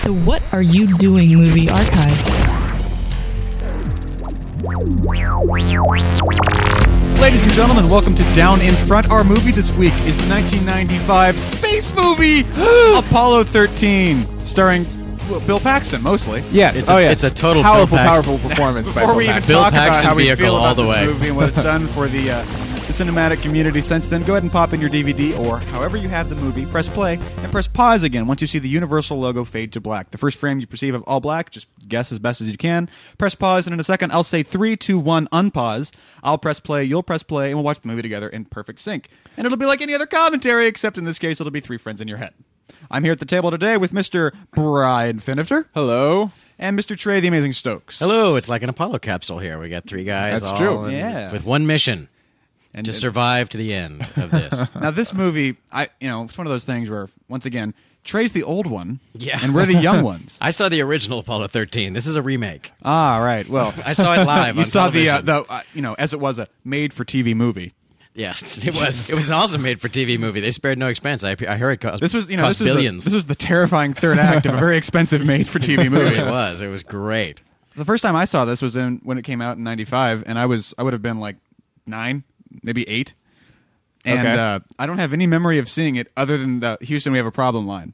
to What Are You Doing Movie Archives. Ladies and gentlemen, welcome to Down in Front. Our movie this week is the 1995 space movie Apollo 13, starring well, Bill Paxton mostly. Yes. It's oh, a, yes. it's a total powerful, Bill Paxton. powerful performance. by Before Bill we even Paxton. Bill talk about Paxton how we vehicle feel all about the this way. movie and what it's done for the uh, the cinematic community since then, go ahead and pop in your DVD or however you have the movie. Press play and press pause again once you see the Universal logo fade to black. The first frame you perceive of all black, just guess as best as you can. Press pause, and in a second, I'll say three, two, one, unpause. I'll press play, you'll press play, and we'll watch the movie together in perfect sync. And it'll be like any other commentary, except in this case, it'll be three friends in your head. I'm here at the table today with Mr. Brian Finifter Hello. and Mr. Trey the Amazing Stokes. Hello, it's like an Apollo capsule here. We got three guys. That's all true. in- Yeah. With one mission And- to and- survive to the end of this. Now this movie, I you know, it's one of those things where once again, Trey's the old one, Yeah. and we're the young ones. I saw the original Apollo 13. This is a remake. ah, right. Well, I saw it live. you on saw the uh, television. the uh, you know as it was a made-for-TV movie. Yes, it was. It was an awesome made-for-TV movie. They spared no expense. I, I heard it cost. This was you know cost this was, the, billions. this was the terrifying third act of a very expensive made-for-TV movie. it was. It was great. The first time I saw this was in when it came out in '95, and I was I would have been like nine, maybe eight, and Okay. uh, I don't have any memory of seeing it other than the Houston, we have a problem line.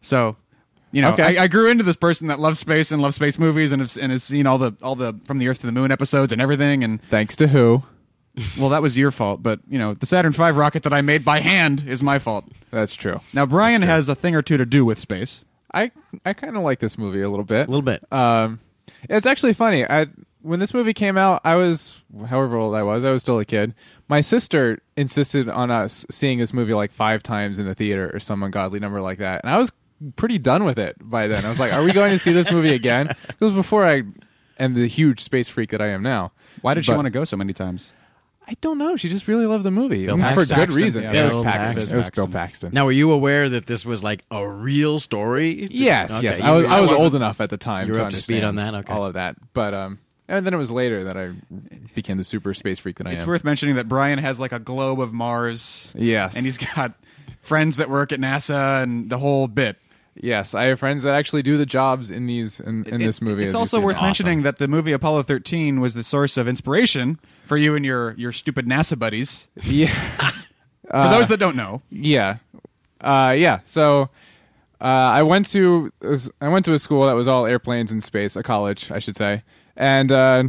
So, you know, Okay. I, I grew into this person that loves space and loves space movies, and have, and has seen all the all the from the Earth to the Moon episodes and everything. And Thanks to who? well, that was your fault, but you know, the Saturn V rocket that I made by hand is my fault. That's true. Now Brian has a thing or two to do with space. I I kind of like this movie a little bit. A little bit. Um, it's actually funny. I when this movie came out, I was however old I was. I was still a kid. My sister insisted on us seeing this movie like five times in the theater or some ungodly number like that, and I was pretty done with it by then. I was like, "Are we going to see this movie again?" It was before I am the huge space freak that I am now. Why did she But- want to go so many times? I don't know. She just really loved the movie Bill And for Paxton. good reason. Yeah, it Bill was Paxton. Paxton. It was Bill Paxton. Now, were you aware that this was like a real story? Yes, Okay, yes. you- I was, you I was wasn't- old enough at the time You were to up to speed understand on that? Okay. all of that. But um, and then it was later that I became the super space freak that I It's am. worth mentioning that Brian has like a globe of Mars. Yes. And he's got friends that work at NASA and the whole bit. yes, I have friends that actually do the jobs in these in, in this It- movie. It's as you also see. worth awesome. mentioning that the movie Apollo 13 was the source of inspiration for you and your, your stupid NASA buddies. For yeah, Uh, those that don't know, yeah, uh, yeah. So. Uh, I went to I went to a school that was all airplanes in space, a college, I should say, and uh,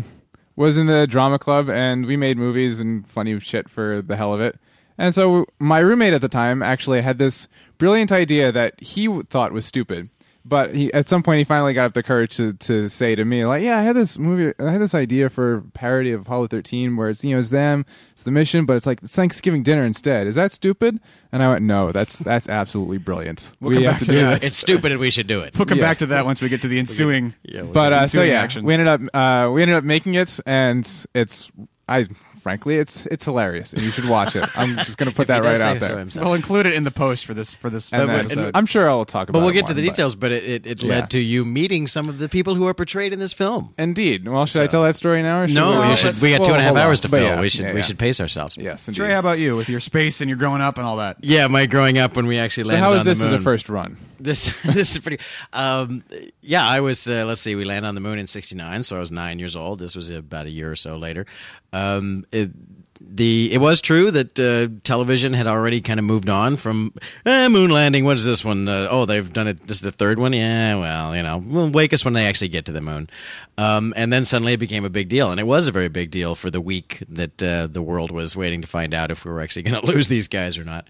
was in the drama club, and we made movies and funny shit for the hell of it. And so my roommate at the time actually had this brilliant idea that he w- thought was stupid, but he, at some point he finally got up the courage to, to say to me like, "Yeah, I had this movie, I had this idea for a parody of Apollo 13 where it's you know it's them, it's the mission, but it's like it's Thanksgiving dinner instead. Is that stupid?" And I went, "No, that's that's absolutely brilliant. We'll come back to that. It's stupid, and we should do it. we'll come Yeah. back to that once we get to the ensuing. Yeah, we- but uh, so ensuing yeah, actions. we ended up uh, we ended up making it, and it's I frankly it's it's hilarious, and you should watch it. I'm just gonna put He that right does say out so there. himself. We'll include it in the post for this for this And then- episode. I'm sure I'll talk about. but we'll it get to more, the but- details. But it, it, it Yeah. led to you meeting some of the people who are portrayed in this film. Indeed. Well, should I tell that story now? Or should No, we, you should. We got two Well, and a half hold on. hours to But fill. yeah, we should. yeah, we yeah. should pace ourselves. Yes, indeed. Trey, how about you with your space and your growing up and all that? Yeah, my growing up when we actually so landed how is on the this as a moon. first run? this this is pretty um yeah i was uh, let's see we landed on the moon in 69 so i was nine years old this was about a year or so later um it, the it was true that uh, television had already kind of moved on from eh, moon landing what is this one uh, oh they've done it this is the third one yeah well you know well, wake us when they actually get to the moon um, and then suddenly it became a big deal and it was a very big deal for the week that uh, the world was waiting to find out if we were actually going to lose these guys or not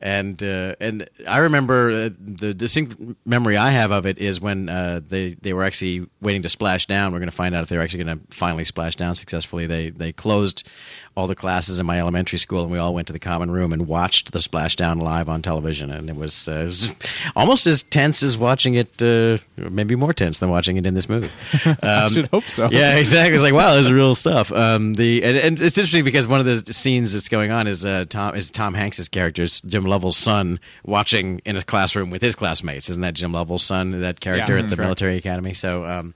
and uh, and i remember uh, the distinct memory i have of it is when uh, they they were actually waiting to splash down we're going to find out if they're actually going to finally splash down successfully they they closed all the classes in my elementary school and we all went to the common room and watched the splashdown live on television and it was, uh, it was almost as tense as watching it uh, maybe more tense than watching it in this movie um, i should hope so. yeah, exactly. It's like wow, this is real stuff. Um, the and, and it's interesting because one of the scenes that's going on is uh, Tom is Tom Hanks's character, it's Jim Lovell's son, watching in a classroom with his classmates. Isn't that Jim Lovell's son? That character at the military academy. So, um,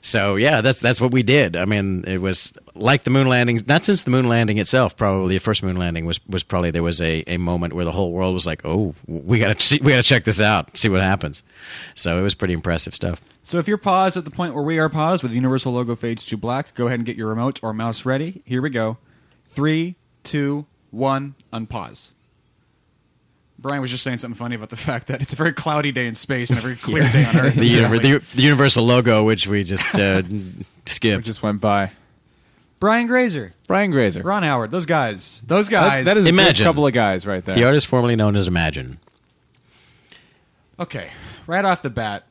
so yeah, that's that's what we did. I mean, it was like the moon landing. Not since the moon landing itself, probably the first moon landing was was probably there was a, a moment where the whole world was like, "Oh, we got to we got to check this out, see what happens." So it was pretty impressive stuff. So if you're paused at the point where we are paused with the Universal logo fades to black, go ahead and get your remote or mouse ready. Here we go. Three, two, one, unpause. Brian was just saying something funny about the fact that it's a very cloudy day in space and a very clear day on Earth. The, univer- apparently. the, the universal logo, which we just uh, It skipped. just went by. Brian Grazer, Brian Grazer. Ron Howard, those guys, those That, guys. that is a good Imagine. couple of guys right there. the artist formerly known as Imagine. Okay, right off the bat,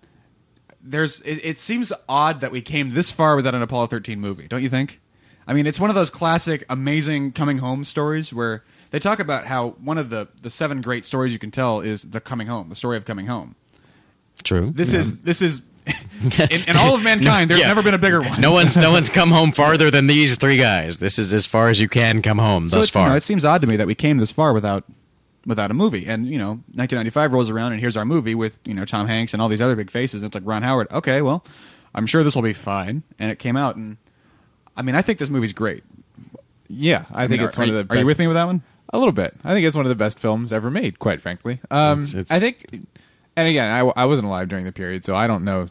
there's. It, it seems odd that we came this far without an Apollo 13 movie, don't you think? I mean, it's one of those classic, amazing coming home stories where they talk about how one of the the seven great stories you can tell is the coming home, the story of coming home. True. This is this is. In, in all of mankind, there's yeah. never been a bigger one. no one's no one's come home farther than these three guys. This is as far as you can come home So thus it's, you know, far. it seems odd to me that we came this far without without a movie. And you know, 1995 rolls around, and here's our movie with you know Tom Hanks and all these other big faces. And it's like Ron Howard. Okay, well, I'm sure this will be fine. And it came out, and I mean, I think this movie's great. yeah, I, think mean, it's are, one are of you- the. Are you best- with me with that one? A little bit. I think it's one of the best films ever made, quite frankly. Um, It's- it's- I think, and again, I, I wasn't alive during the period, so I don't know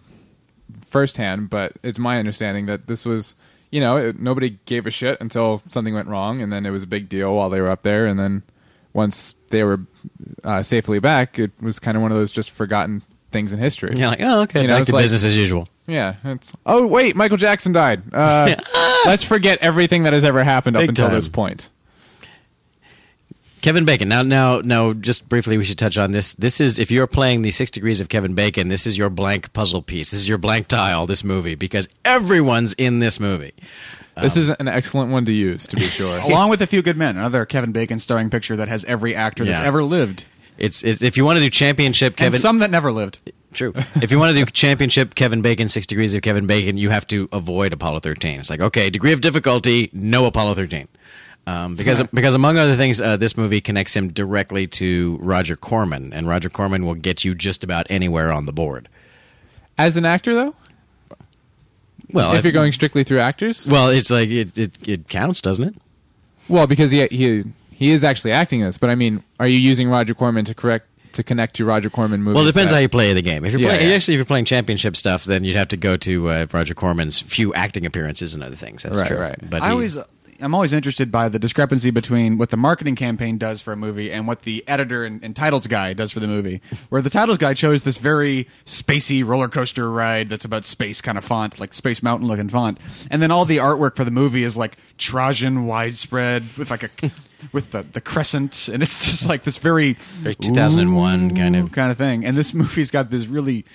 firsthand, but it's my understanding that this was, you know, it, nobody gave a shit until something went wrong, and then it was a big deal while they were up there, and then once they were uh, safely back, it was kind of one of those just forgotten things in history. yeah, like oh okay, You know, back it's to like- business as usual. Yeah, it's oh wait, Michael Jackson died. Uh, let's forget everything that has ever happened up Big until time. this point. Kevin Bacon. Now, now, now, just briefly, we should touch on this. This is if you're playing the Six Degrees of Kevin Bacon, this is your blank puzzle piece. This is your blank tile. This movie because everyone's in this movie. This is an excellent one to use, to be sure. Along with a few good men, another Kevin Bacon starring picture that has every actor that's Yeah. ever lived, It's, it's if you want to do championship, Kevin. and some that never lived. True. If you want to do championship Kevin Bacon, Six Degrees of Kevin Bacon, you have to avoid Apollo 13. It's like, okay, degree of difficulty, no Apollo 13. Um, because, because among other things, uh, this movie connects him directly to Roger Corman, and Roger Corman will get you just about anywhere on the board. As an actor, though, Well, if you're going strictly through actors, well, it's like it, it, it counts, doesn't it? well, because he he he is actually acting in this. But I mean, are you using Roger Corman to correct to connect to Roger Corman movies? Well, it depends that- how you play the game. If you're Yeah, playing, yeah. actually, if you're playing championship stuff, then you'd have to go to uh, Roger Corman's few acting appearances and other things. That's Right, true. right. But I he- always, I'm always interested by the discrepancy between what the marketing campaign does for a movie and what the editor and, and titles guy does for the movie. Where the titles guy chose this very spacey roller coaster ride that's about space kind of font, like Space Mountain looking font, and then all the artwork for the movie is like Trajan widespread with like a with the, the crescent, and it's just like this very Very 2001 kind of- kind of thing. And this movie's got this really,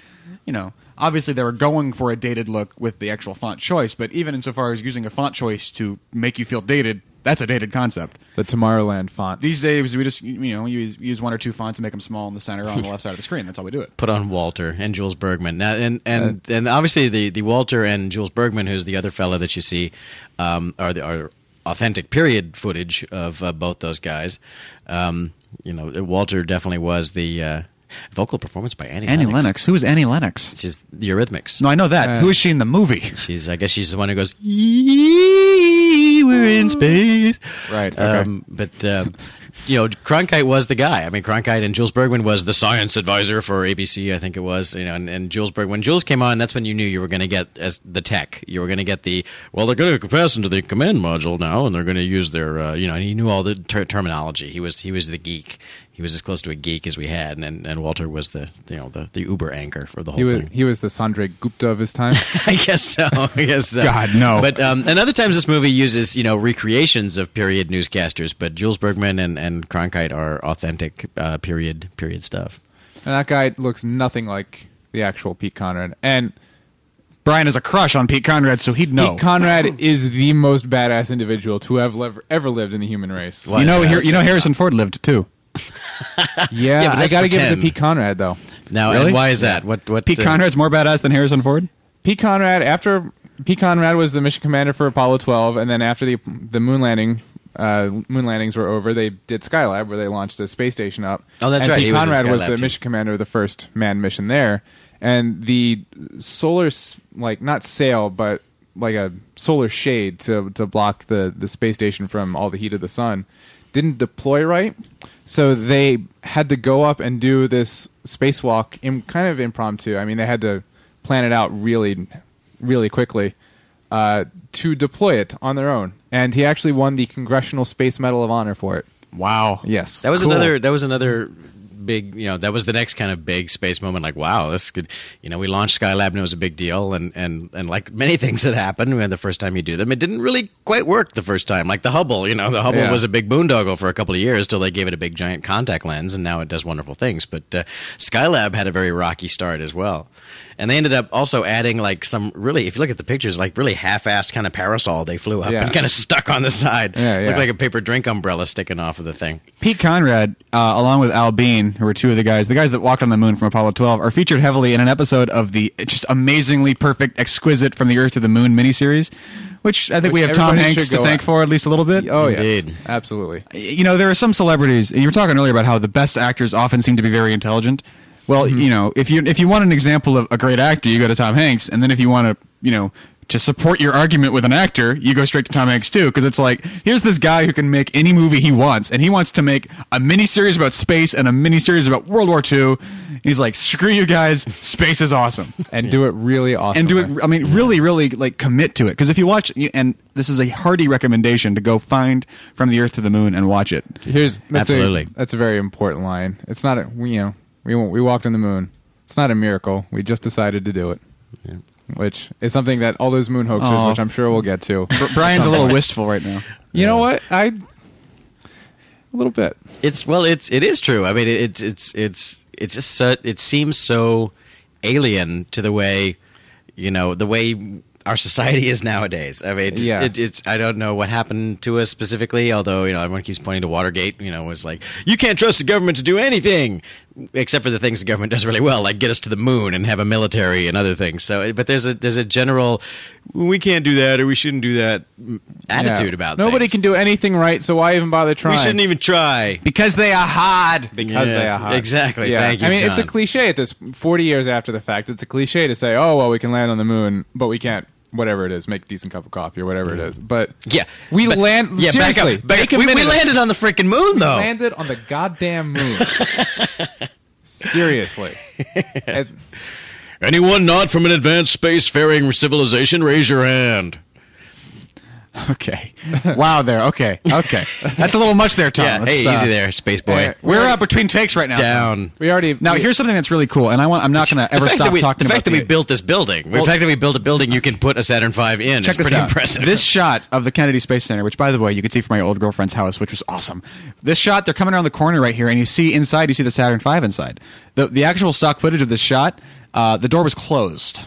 you know, obviously they were going for a dated look with the actual font choice, but even insofar as using a font choice to make you feel dated, that's a dated concept. the Tomorrowland font. These days we just you know use, use one or two fonts and make them small in the center or on the left side of the screen. That's how we do it. put on Walter and Jules Bergman. Now, and and and obviously the the Walter and Jules Bergman, who's the other fella that you see, um, are the are authentic period footage of uh, both those guys. Um, you know, Walter definitely was the uh, vocal performance by Annie, Who is Annie Lennox? which is the Eurythmics. No, I know that. Uh, who is she in the movie? She's, I guess, she's the one who goes, "Yee, "We're in space," Right, okay. Um, but um, you know, Cronkite was the guy. I mean, Cronkite and Jules Bergman was the science advisor for ABC, I think it was. You know, and, and Jules Bergman. When Jules came on, that's when you knew you were going to get as the tech. You were going to get the well. They're going to pass into the command module now, and they're going to use their. Uh, you know, and he knew all the ter- terminology. He was he was the geek. He was as close to a geek as we had, and, and Walter was the you know the, the Uber anchor for the whole he was thing. he was the Sandra Gupta of his time. I guess so. I guess so. God, no. But um, and other times this movie uses you know recreations of period newscasters, but Jules Bergman and and Cronkite are authentic uh, period period stuff. and that guy looks nothing like the actual Pete Conrad. And Brian has a crush on Pete Conrad, so he'd know. Pete Conrad is the most badass individual to have lever- ever lived in the human race. What? you know, here, you know, Harrison Ford lived too. Yeah, Yeah, but I that's got to give it to pretend. Pete Conrad though. Now, Really? and why is that? What what Pete uh, Conrad's more badass than Harrison Ford. Pete Conrad after Pete Conrad was the mission commander for Apollo 12, and then after the the moon landing. Uh, moon landings were over. They did Skylab, where they launched a space station up. Oh, that's and right. Pete He was in Conrad was, Skylab, the too. mission commander of the first manned mission there, and the solar, s- like not sail, but like a solar shade to to block the the space station from all the heat of the sun, didn't deploy right. So they had to go up and do this spacewalk in kind of impromptu. I mean, they had to plan it out really, really quickly uh, to deploy it on their own. And he actually won the Congressional Space Medal of Honor for it. Wow. Yes, That was Cool. another. That was another big. You know, that was the next kind of big space moment. Like, wow, this could. You know, we launched Skylab and it was a big deal, and and and like many things that happen when the first time you do them, it didn't really quite work the first time. Like the Hubble. You know, the Hubble Yeah. was a big boondoggle for a couple of years till they gave it a big giant contact lens, and now it does wonderful things. But uh, Skylab had a very rocky start as well, and they ended up also adding like some really. If you look at the pictures, like really half-assed kind of parasol they flew up Yeah. and kind of stuck on the side. Yeah, yeah. Looked like a paper drink umbrella sticking off of the thing. Pete Conrad, uh, along with Al Bean, who were two of the guys, the guys that walked on the moon from Apollo 12, are featured heavily in an episode of the just amazingly perfect, exquisite From the Earth to the Moon miniseries, which I think we Which have Tom everybody Hanks should to go thank out. for at least a little bit. Oh Indeed. yes, absolutely. You know, there are some celebrities, and you were talking earlier about how the best actors often seem to be very intelligent. Well, you know, if you if you want an example of a great actor, you go to Tom Hanks, and then if you want to, you know, to support your argument with an actor, you go straight to Tom Hanks too, because it's like here's this guy who can make any movie he wants, and he wants to make a miniseries about space and a miniseries about World War II. And he's like, screw you guys, space is awesome And do it really awesome. and do it i mean really really like commit to it because if you watch you- and this is a hearty recommendation to go find from the earth to the moon and watch it Here's that's Absolutely. A, that's a very important line. It's not a we you know we won't- we walked on the moon. It's not a miracle. We just decided to do it, which is something that all those moon hoaxes, Aw. which I'm sure we'll get to. Br- brian's a little wistful right now you know what? I a little bit. It's well, it's it is true. I mean, it, it's it's it's it's just so, it seems so alien to the way you know the way our society is nowadays. I mean, it's, Yeah. it, it's I don't know what happened to us specifically. Although you know everyone keeps pointing to Watergate. You know, was like you can't trust the government to do anything except for the things the government does really well, like get us to the moon and have a military and other things. So, but there's a there's a general we can't do that or we shouldn't do that attitude Yeah. about nobody things. can do anything right, so why even bother trying? We shouldn't even try. because they are hard because Yes, they are hot. exactly. Thank you, I mean, it's a John. cliche at this 40 years after the fact. It's a cliche to say, oh, well, we can land on the moon, but we can't, whatever it is, make a decent cup of coffee or whatever it is. But Mm. Yeah, we but- land, Yeah, back seriously, up. Back take a up. We, we minute. landed on the freaking moon, though. landed on the goddamn moon. Seriously. It's- Anyone not from an advanced spacefaring civilization, raise your hand. okay wow there okay okay that's a little much there tom Yeah, Let's, hey, uh, easy there, space boy. yeah. we're up between takes right now Tom. Down. we already. now we- here's something that's really cool and i want i'm not going to ever the fact stop that we, talking the fact about that we built this building, the fact that we built a building you can put a Saturn V in, Check this is pretty out. impressive. This shot of the Kennedy Space Center, which by the way, you could see from my old girlfriend's house, which was awesome. This shot, they're coming around the corner right here, and you see inside, you see the Saturn V inside. The the actual stock footage of this shot, uh, the door was closed.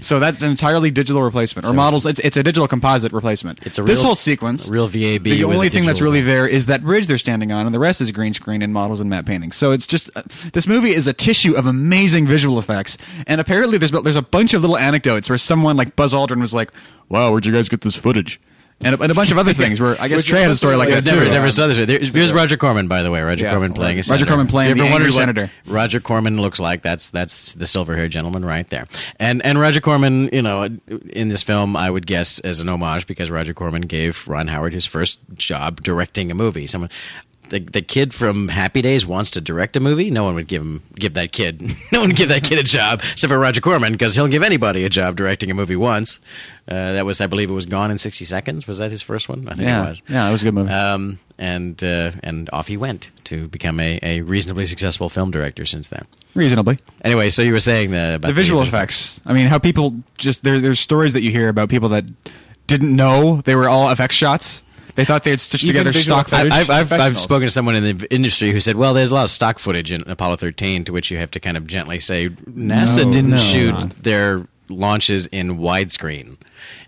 So that's an entirely digital replacement, or models. It's, it's a digital composite replacement. It's a this real- whole sequence, a real VAB The with only a thing that's digital- really there is that bridge they're standing on, and the rest is green screen and models and matte paintings. So it's just uh, this movie is a tissue of amazing visual effects, and apparently there's there's a bunch of little anecdotes where someone like Buzz Aldrin was like, "Wow, where'd you guys get this footage?" and a, and a bunch of other things where I guess Which Trey had a was story like really- that I've never, too. never saw this. There- Here's Roger Corman, by the way. Roger Yeah. Corman playing a Roger senator. Corman playing You ever the wondered angry senator. what Roger Corman looks like that's that's the silver haired gentleman right there. And and Roger Corman, you know, in this film, I would guess as an homage because Roger Corman gave Ron Howard his first job directing a movie. Someone. The, the kid from Happy Days wants to direct a movie. No one would give him give that kid no one would give that kid a job except for Roger Corman because he'll give anybody a job directing a movie once. Uh, that was I believe it was Gone in sixty seconds. Was that his first one? I think Yeah. it was. Yeah, it was a good movie. Um, and uh, and off he went to become a, a reasonably successful film director since then. reasonably. Anyway, so you were saying the about the visual effects. I mean, how people just there. There's stories that you hear about people that didn't know they were all effects shots. They thought they had stitched Even together visual stock footage. effects. I- I've, I've, I've professionals. spoken to someone in the industry who said, "Well, there's a lot of stock footage in Apollo 13, to which you have to kind of gently say NASA No, didn't no, shoot not. their launches in widescreen;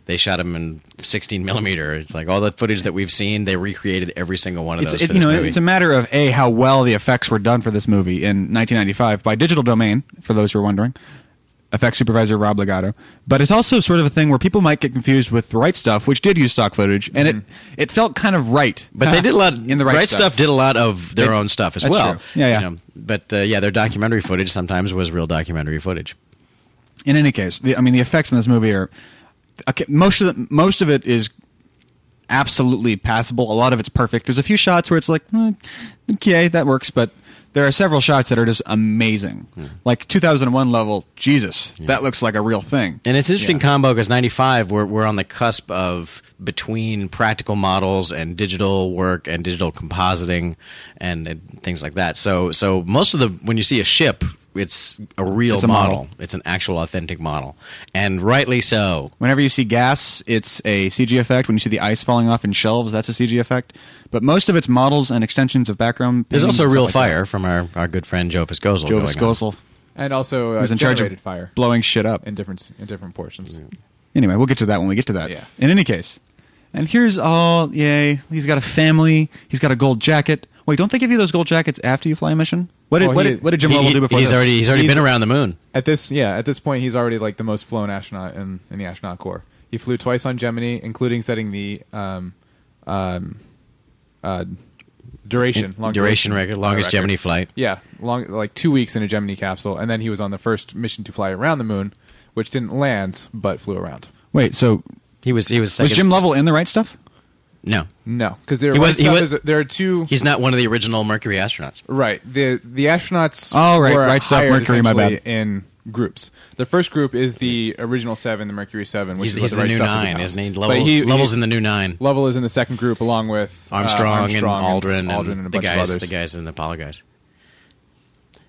they shot them in 16 millimeter. It's like all the footage that we've seen, they recreated every single one of it's, those. it- for you this know, movie. it's a matter of a how well the effects were done for this movie in 1995 by Digital Domain, for those who are wondering. Effects supervisor Rob Legato, but it's also sort of a thing where people might get confused with the right stuff, which did use stock footage, and it it felt kind of right. Mm-hmm. But they did a lot. in the right, stuff. did a lot of their They- own stuff as that's well. true. Yeah, yeah. but uh, yeah, their documentary footage sometimes was real documentary footage. in any case, the, I mean, the effects in this movie are okay, most of the, most of it is absolutely passable. A lot of it's perfect. There's a few shots where it's like, "Hmm, okay, that works, but there are several shots that are just amazing. Hmm. Like 2001 level, Jesus, that looks like a real thing. And it's an interesting combo because 95, we're, we're on the cusp of between practical models and digital work and digital compositing and, and things like that. So, so most of the, when you see a ship, it's a real It's a model. model. It's an actual authentic model. And rightly so. Whenever you see gas, it's a CG effect. When you see the ice falling off in shelves, that's a CG effect. But most of it's models and extensions of background. There's paintings also and real stuff Mm, like fire Oh from our, our good friend Joe Viscozel. that. Joe going on. Viscozel, and also uh, who's in charge of generated fire blowing shit up. in different in different portions. Anyway, we'll get to that when we get to that. Yeah. In any case, and here's all. Yay! He's got a family. He's got a gold jacket. Wait, don't they give you those gold jackets after you fly a mission? What did Well, what, he- did, what did Jim He- Lovell do before he's this? already he's already He's- been around the moon. At this, yeah, at this point, he's already like the most flown astronaut in, in the astronaut corps. He flew twice on Gemini, including setting the um, um, uh, duration long Duration record, longest record. Gemini flight. Yeah, long like two weeks in a Gemini capsule, and then he was on the first mission to fly around the moon, which didn't land but flew around. Wait, so He was he was second, was Jim Lovell in the right stuff? No, No, because there He was, was- he stuff was- is- there are two. he's not one of the original Mercury astronauts. Right. The the astronauts Oh, right, were right stuff, hired Mercury, my essentially bad. in groups. The first group is the original 7, the Mercury 7, which He's, is he's what the right new stuff nine, is isn't he? about. Levels, But he- levels he- in the new nine. Level is in the second group along with uh, Armstrong, and Armstrong Aldrin and, and a the bunch of guys, others. the guys in the Apollo guys.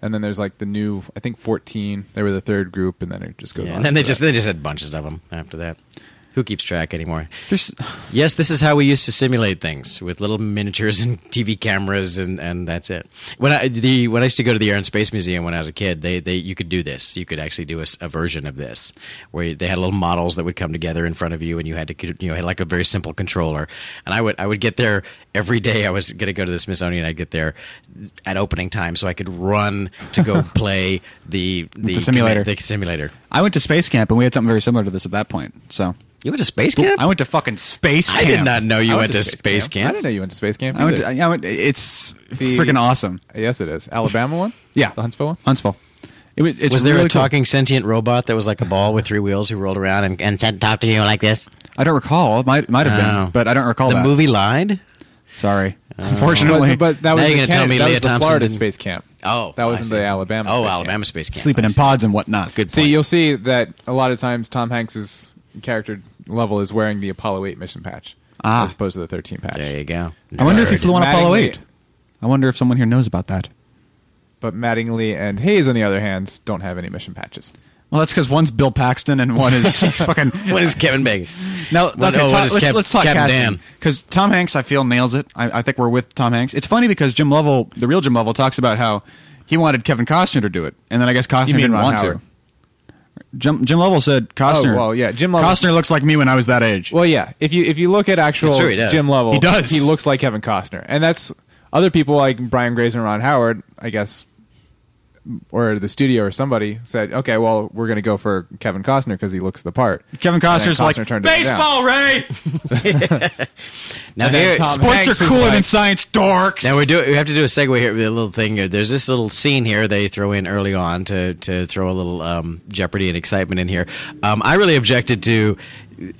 And then there's like the new, I think 14. They were the third group, and then it just goes Yeah, on. and then they after just that. they just had bunches of them after that. Who keeps track anymore? There's Yes, this is how we used to simulate things with little miniatures and TV cameras, and, and that's it. When I the when I used to go to the Air and Space Museum when I was a kid, they, they you could do this. You could actually do a, s- a version of this where they had little models that would come together in front of you, and you had to c- you know had like a very simple controller. And I would I would get there every day. I was going to go to the Smithsonian. I'd get there at opening time so I could run to go play the the, simulator. The simulator. I went to space camp and we had something very similar to this at that point. So You went to space camp. I went to fucking space I camp. did not know you I went, to space, camp. I didn't know you went to space camp. I went. either. To, I went it's The- freaking awesome. yes, it is. Alabama one? Yeah, The Huntsville one? Huntsville. It was. It's was there really a cool. talking sentient robot that was like a ball with three wheels who rolled around and, and said, "Talk to you like this"? I don't recall. Might might have No. been, but I don't recall Oh. the that. movie Oh. lied. Sorry, unfortunately, But, but that Now was, you're the, gonna tell Canada- me that Leah was the Thompson Florida didn't- space camp. Oh, That I wasn't see. the Alabama Oh, space camp. Alabama space camp. sleeping I in see. pods and whatnot. Good. See, point. you'll see that a lot of times Tom Hanks's character level is wearing the Apollo 8 mission patch Ah. as opposed to the 13 patch. There you go. I wonder if he Nerd. flew on Apollo Mattingly- 8. I wonder if someone here knows about that. But Mattingly and Hayes, on the other hand, don't have any mission patches. Well, that's because one's Bill Paxton and one is fucking. What is Kevin Bacon? Now, What- okay, oh, what Tom- is let's, Cap- let's talk Captain casting Dan? because Tom Hanks, I feel, nails it. I, I think we're with Tom Hanks. It's funny because Jim Lovell, the real Jim Lovell, talks about how he wanted Kevin Costner to do it, and then I guess Costner mean didn't Ron want Howard. Oh, to. Jim, Jim Lovell said Costner. well, yeah, Jim Lovell- Costner looks like me when I was that age. Well, yeah. If you if you look at actual That's true, he does. Jim Lovell, He does. He looks like Kevin Costner, and that's other people like Brian Grazer and Ron Howard, I guess, or the studio or somebody said, okay, well, we're gonna go for Kevin Costner because he looks the part. Kevin And then Costner's like Costner turned it down. baseball, Ray. Now, And then there- Tom Sports Hanks are was cooler like- than science, dorks. Now we're doing. We have to do a segue here with a little thing. here. There's this little scene here they throw in early on to to throw a little um, jeopardy and excitement in here. Um, I really objected to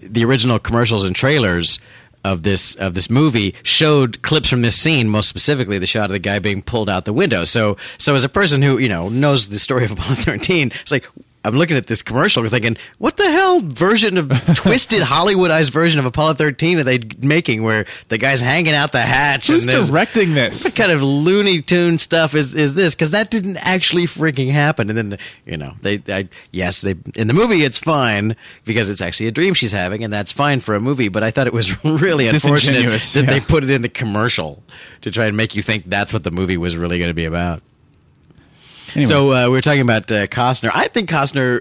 the original commercials and trailers of this of this movie showed clips from this scene most specifically the shot of the guy being pulled out the window so so as a person who you know knows the story of apollo 13 it's like i'm looking at this commercial thinking what the hell version of twisted hollywoodized version of apollo 13 are they making where the guy's hanging out the hatch Who's and there's- directing this? what kind of Looney Tune stuff is is this? Because that didn't actually freaking happen. And then you know they, I, yes, they in the movie it's fine because it's actually a dream she's having, and that's fine for a movie. But I thought it was really unfortunate Disingenuous, that they yeah. put it in the commercial to try and make you think that's what the movie was really going to be about. Anyway. So uh, we were talking about uh, Costner. I think Costner,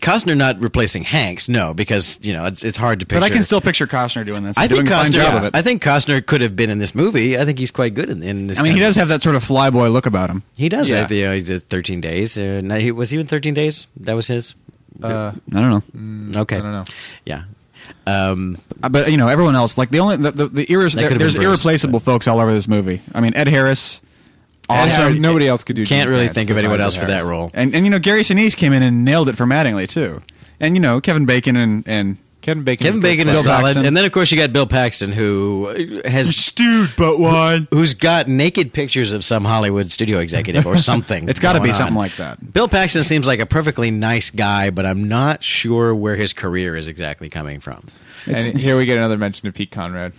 Costner not replacing Hanks, no, because you know it's it's hard to picture. but I can still picture Costner doing this. I think doing a fine Costner. job yeah, of it. I think Costner could have been in this movie. I think he's quite good in, in this. I mean, kind he of- does have that sort of flyboy look about him. He does. Yeah. Yeah. The, uh, he did 13 days. Uh, no, he, was he in 13 days? That was his? Mm, Uh, Mm, I don't know, okay. I don't know. Yeah. Um, Uh, but you know, everyone else like the only the the, the irres- That could've there, been there's Bruce, irreplaceable folks all over this movie. I mean, Ed Harris, Also, awesome, nobody else could do. can't Gene really Kranz think of anyone else besides for that Harris. role. and and you know Gary Sinise came in and nailed it for Mattingly too, and you know Kevin Bacon and and Kevin Bacon. Kevin is good Bacon stuff. is Bill solid, Paxton. and then of course you got Bill Paxton, who has Stewed but one. who's got naked pictures of some Hollywood studio executive or something. It's got to going be something on. like that. Bill Paxton seems like a perfectly nice guy, but I'm not sure where his career is exactly coming from. And here we get another mention of Pete Conrad.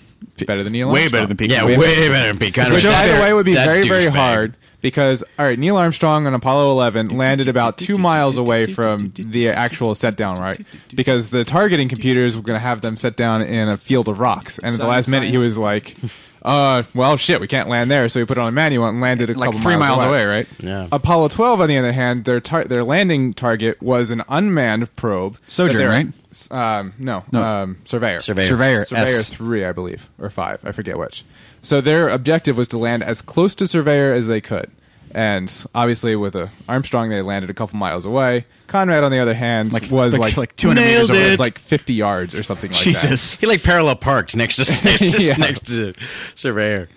Better than Neil. Armstrong. Pete. Yeah, way, way better than Pete Conrad. Which, by the way, would be That very, very douchebag. hard because, all right, Neil Armstrong on Apollo 11 landed about two miles away from the actual set down, right? Because the targeting computers were going to have them set down in a field of rocks. And at the last minute, he was like, uh, well, shit, we can't land there. So he put on a manual and landed a Like couple three miles away, right? Yeah. Apollo 12, on the other hand, their tar- their landing target was an unmanned probe. that Sojourn, they're- right? s- Um, no, No. Um, Surveyor. Surveyor. Surveyor. Surveyor S. three, I believe, or five, I forget which. So their objective was to land as close to Surveyor as they could, and obviously with a Armstrong, they landed a couple miles away. Conrad, on the other hand, Like- was like- like, like 200 meters away. It's like fifty yards or something like that. Jesus. He like parallel parked next to next to, Yeah. next to Surveyor.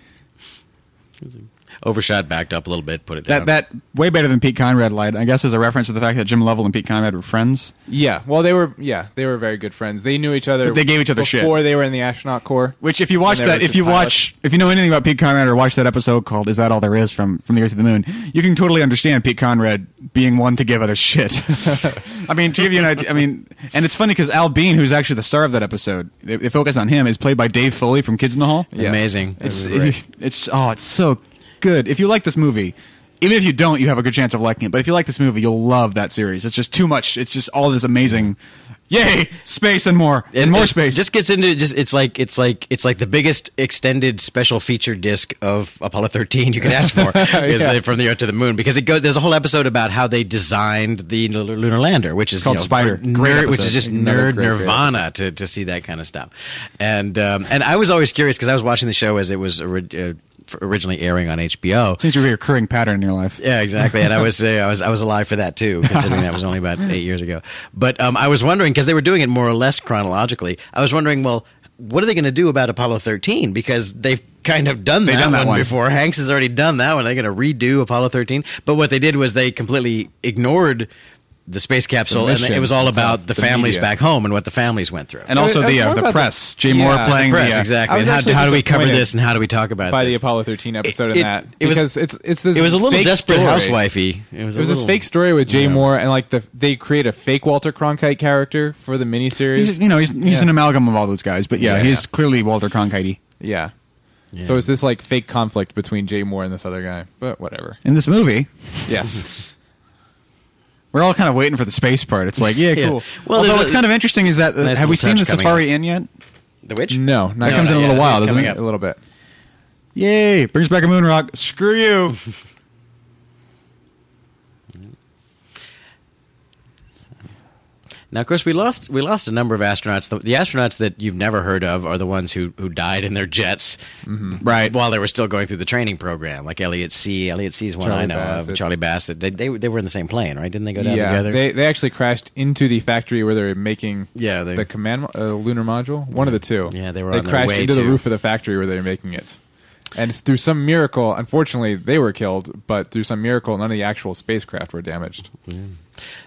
Overshot, backed up a little bit, put it down. That that way better than Pete Conrad lied. I guess is a reference to the fact that Jim Lovell and Pete Conrad were friends. Yeah, well, they were yeah they were very good friends. They knew each other. But they gave each other shit. before they were in the astronaut corps. Which, if you watch When they were that, if just you pilots. watch, if you know anything about Pete Conrad or watch that episode called "Is That All There Is?" from from the Earth to the Moon, you can totally understand Pete Conrad being one to give other shit. I mean, to give you an idea, I mean, and it's funny because Al Bean, who's actually the star of that episode, they, they focus on him, is played by Dave Foley from Kids in the Hall. Yes. Amazing. It's It was great. it's oh, it's so good. If you like this movie. Even if you don't, you have a good chance of liking it. But if you like this movie, you'll love that series. It's just too much. It's just all this amazing, yay, space and more, and, more it space. Just gets into just it's like it's like it's like the biggest extended special feature disc of Apollo 13 you could ask for is Yeah. uh, from the Earth to the Moon because it goes. There's a whole episode about how they designed the l- lunar lander, which is Called you know, Spider. nerd- Great which is episode. just Another nerd great, great nirvana to, to see that kind of stuff. And um, and I was always curious because I was watching the show as it was ori- uh, f- originally airing on HBO. Seems to be a recurring pattern in your life. Yeah, exactly. And I was uh, I was I was alive for that too, considering that was only about eight years ago. But um, I was wondering because they were doing it more or less chronologically. I was wondering, well, what are they going to do about Apollo thirteen? Because they've kind of done that, They've done that one, one. before. Hanks has already done that one. They're going to redo Apollo thirteen. But what they did was they completely ignored. The space capsule, The and mission. it was all It's about all the the, families media. back home and what the families went through. And I also was- I was the uh, more the about press. the- Jay Moore yeah, the playing press, the, uh, I exactly. was And how, actually how do we cover disappointed this, and how do we talk about by this? the Apollo 13 episode It- in it- that it was- because it's it's this It was a little fake desperate story. housewifey. It was, It was a this little- fake story with Jay Yeah. Moore and like the they create a fake Walter Cronkite character for the he's, miniseries. you know, he's, he's Yeah. an amalgam of all those guys. But yeah, Yeah. he's clearly Walter Cronkite. Yeah. So it's this like fake conflict between Jay Moore and this other guy, but whatever. In this movie, Yes. we're all kind of waiting for the space part. It's like, yeah, Yeah. cool. Well, Well, Although there's what's a- kind of interesting is that uh, nice have we little seen the touch coming Safari in yet? The witch? no, not No, comes in a not little yet. while, It's doesn't coming it? up. a little bit. Yay! Brings back a moon rock. Screw you. Now, of course, we lost we lost a number of astronauts. The, the astronauts that you've never heard of are the ones who who died in their jets right. while they were still going through the training program, like Elliot C. Elliot C. is one Charlie I know of. Bassett. Charlie Bassett. They, they they were in the same plane, right? Didn't they go down Yeah, together? they they actually crashed into the factory where they were making Yeah, they- the command mo- uh, lunar module, one of the two. Yeah, they were They on their crashed way into the to- roof of the factory where they were making it, and through some miracle, unfortunately, they were killed. But through some miracle, none of the actual spacecraft were damaged.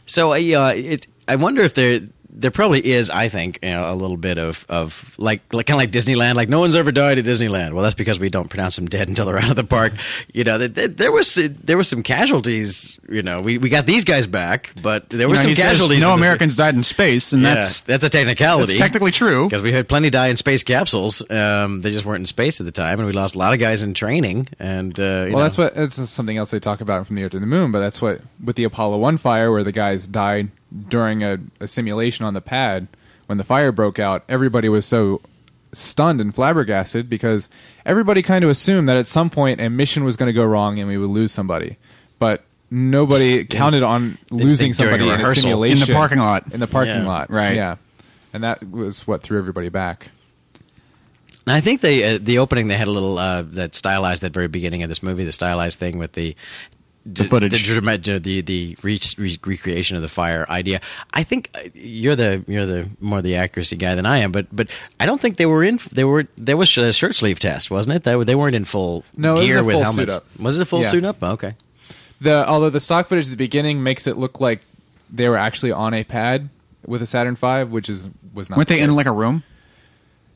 So I, uh, it, I wonder if there there probably is. I think you know, a little bit of of like, like kind of like Disneyland. Like no one's ever died at Disneyland. Well, that's because we don't pronounce them dead until they're out of the park. You know, that that- there was there was some casualties. You know, we, we got these guys back, but there You were know, some he says casualties. no in the- Americans died in space, and Yeah, that's that's a technicality. that's technically true. Because we had plenty die in space capsules, um, they just weren't in space at the time, and we lost a lot of guys in training. And uh, you know. Well, that's what that's something else they talk about from the Earth to the Moon. But that's what with the Apollo One fire, where the guys died during a, a simulation on the pad when the fire broke out. Everybody was so stunned and flabbergasted because everybody kind of assumed that at some point a mission was going to go wrong and we would lose somebody, but nobody counted on losing think during somebody a in a rehearsal. simulation In the parking lot. In the parking Yeah. lot, Right. Yeah, and that was what threw everybody back. And I think they uh, the opening they had a little uh, that stylized that very beginning of this movie, the stylized thing with the. The footage. the, drama- the, the re- re- recreation of the fire idea. I think uh, you're the you're the more the accuracy guy than I am, but but I don't think they were in. They were there was a shirt sleeve test, wasn't it? They, were- they weren't in full No, it was gear a with full helmets. suit up. Was it a full Yeah. suit up? Okay, The although the stock footage at the beginning makes it look like they were actually on a pad with a Saturn V, which is was not. Weren't they the in case. like a room?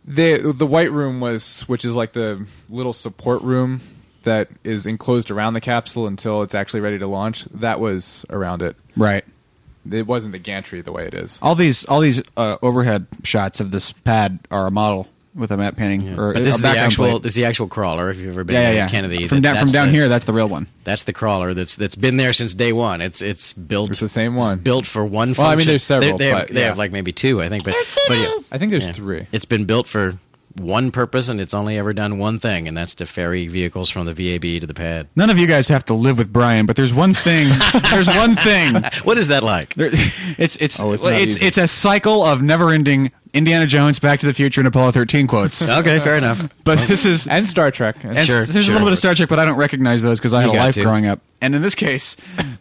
the the white room was, which is like the little support room that is enclosed around the capsule until it's actually ready to launch. That was around it. Right. It wasn't the gantry the way it is. All these all these uh, overhead shots of this pad are a model with a map painting or But a this is the background actual plate. this is the actual crawler. If you've ever been yeah, yeah, to yeah. Kennedy, from that- down, from that's down the- here, that's the real one. That's the crawler that's that's been there since day one. It's it's built. It's the same it's one. built for one. Function. Well, I mean, there's several, They, they have, but they yeah. have like maybe two, I think. But, but yeah, I think there's Yeah. three. It's been built for one purpose, and it's only ever done one thing, and that's to ferry vehicles from the VAB to the pad. None of you guys have to live with Brian, but there's one thing. there's one thing. What is that like? There, it's it's Oh, it's it's well, not it's, easy. it's a cycle of never-ending Indiana Jones, Back to the Future, and Apollo 13 quotes. Okay, fair enough. But this is And Star Trek. And And Sure, s- there's a sure. little bit of Star Trek, but I don't recognize those because I had a got life to. growing up. And in this case,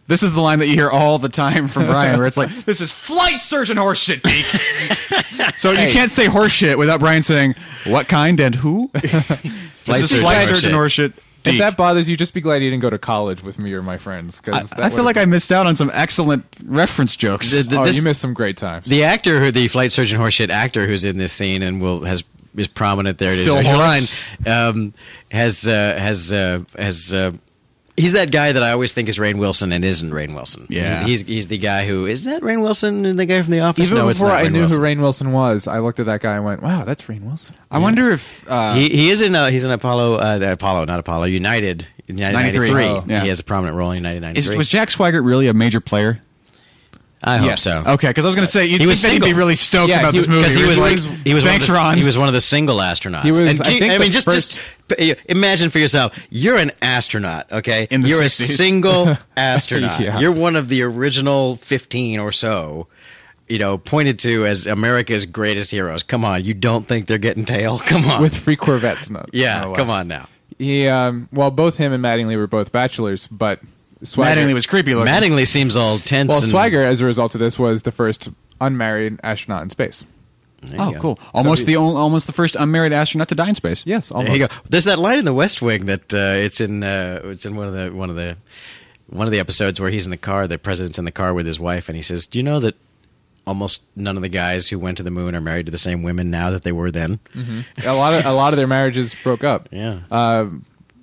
this is the line that you hear all the time from Brian, where it's like, "This is flight surgeon horseshit, geek." so you Hey. can't say horseshit without Brian saying what kind and who. Flight this is surgeon flight horseshit. surgeon horseshit. If geek. that bothers you, just be glad you didn't go to college with me or my friends. I, Because I feel like I missed out on some excellent reference jokes. The- the- oh, this- you missed some great times. The actor who the flight surgeon horseshit actor who's in this scene and will has is prominent there. It is Phil There's your Horse. line. Um, has uh, has uh, has. Uh, He's that guy that I always think is Rain Wilson and isn't Rain Wilson. Yeah. he's, he's, he's the guy who is that Rain Wilson and the guy from the office. Even no, it's before not I Rainn knew Wilson. who Rain Wilson was, I looked at that guy and went, "Wow, that's Rain Wilson." I wonder if uh, he, he is in uh, he's in Apollo uh, Apollo not Apollo United United 93. 93. Oh, yeah. He has a prominent role in United is, 93. was Jack Swaggart really a major player. I hope Yes. so. Okay, because I was going to say you'd He was think he'd be single. really stoked Yeah, about he- this movie. because he was like, he was thanks, one of the, Ron. He was one of the single astronauts. He was- And I you- think the mean, just first- just p- imagine for yourself. You're an astronaut, okay? In the you're 60s. a single astronaut. Yeah. You're one of the original fifteen or so. You know, pointed to as America's greatest heroes. Come on, you don't think they're getting tail? Come on, With free Corvettes, no, Uh-huh. yeah, no less. come on now. He, um, well, both him and Mattingly were both bachelors, but Swagger, Mattingly was creepy looking. Mattingly seems all tense. well. and, Swagger, as a result of this, was the first unmarried astronaut in space. There you Oh, go. cool! Almost the ol- almost the first unmarried astronaut to die in space. Yes, almost. There you go. There's that line in The West Wing that uh, it's in. Uh, it's in one of the one of the one of the episodes where he's in the car. The president's in the car with his wife, and he says, "Do you know that almost none of the guys who went to the moon are married to the same women now that they were then?" a lot of a lot of their marriages broke up. Yeah. Uh,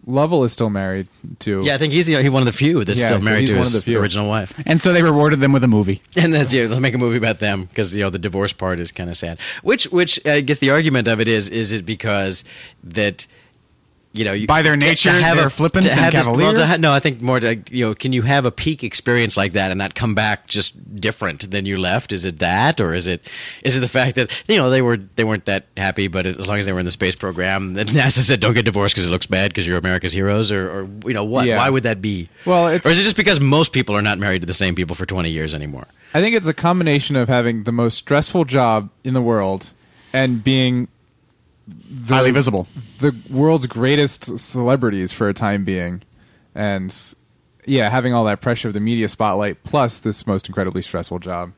Lovell is still married to. Yeah, I think he's the, he's one of the few that's Yeah, still married he's to one of his the few. original wife. And so they rewarded them with a movie. And that's yeah, let's make a movie about them because you know the divorce part is kind of sad. Which which I guess the argument of it is is it because that. You know, you, By their nature, they're flippant and this- well, cavalier? to ha- no, I think more. To, you know, can you have a peak experience like that and not come back just different than you left? Is it that, or is it is it the fact that you know they were they weren't that happy, but as long as they were in the space program, that NASA said don't get divorced because it looks bad because you're America's heroes, or, or you know what? Yeah. Why would that be? Well, it's- or is it just because most people are not married to the same people for twenty years anymore? I think it's a combination of having the most stressful job in the world and being the, Highly visible. the world's greatest celebrities for a time being, and yeah, having all that pressure of the media spotlight plus this most incredibly stressful job.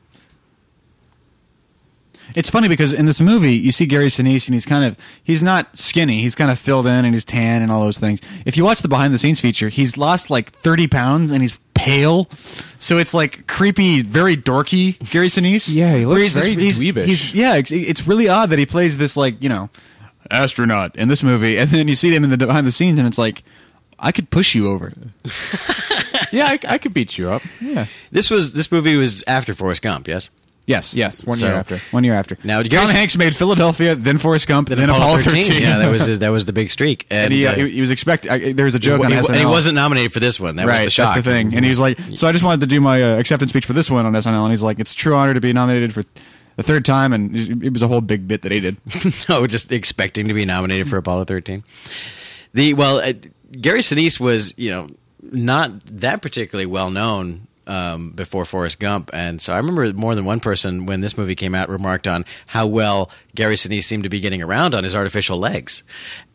It's funny because in this movie, you see Gary Sinise, and he's kind of he's not skinny. He's kind of filled in, and he's tan, and all those things. If you watch the behind the scenes feature, he's lost like thirty pounds, and he's pale. So it's like creepy, very dorky Gary Sinise. Yeah, he looks Where he's very he's- dweebish. he's- yeah, it's, it's really odd that he plays this like you know astronaut in this movie, and then you see him in the behind the scenes, and it's like I could push you over. Yeah, I, I could beat you up. Yeah. This was this movie was after Forrest Gump, yes. Yes, Yes, one So- year after. One year after. Now, Tom did you guys- Hanks made Philadelphia, then Forrest Gump, then, Apollo 13. Yeah, that was his, that was the big streak, and, And he, uh, uh, he, he was expecting. I, there was a joke w- on he- SNL. and he wasn't nominated for this one. That right. was the shock. That's the thing. And he's like, so I just wanted to do my uh, acceptance speech for this one on SNL, and he's like, it's a true honor to be nominated for the third time, and it was a whole big bit that he did. no, just expecting to be nominated for Apollo 13. The well, uh, Gary Sinise was you know not that particularly well known um, before Forrest Gump, and so I remember more than one person when this movie came out remarked on how well Gary Sinise seemed to be getting around on his artificial legs.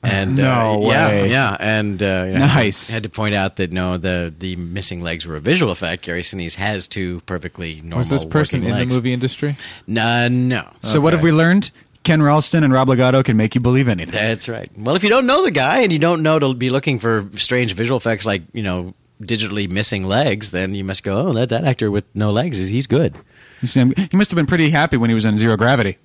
And No uh, yeah, way. yeah, and uh, you know, Nice. Had to point out that no, the the missing legs were a visual effect. Gary Sinise has two perfectly normal. Was this person working in the legs. movie Oh, industry? No, no. So what have we learned? Ken Ralston and Rob Legato can make you believe anything. That's right. Well, if you don't know the guy and you don't know to be looking for strange visual effects like, you know, digitally missing legs, then you must go, oh, that, that actor with no legs, is he's good. You see, he must have been pretty happy when he was in Zero Gravity.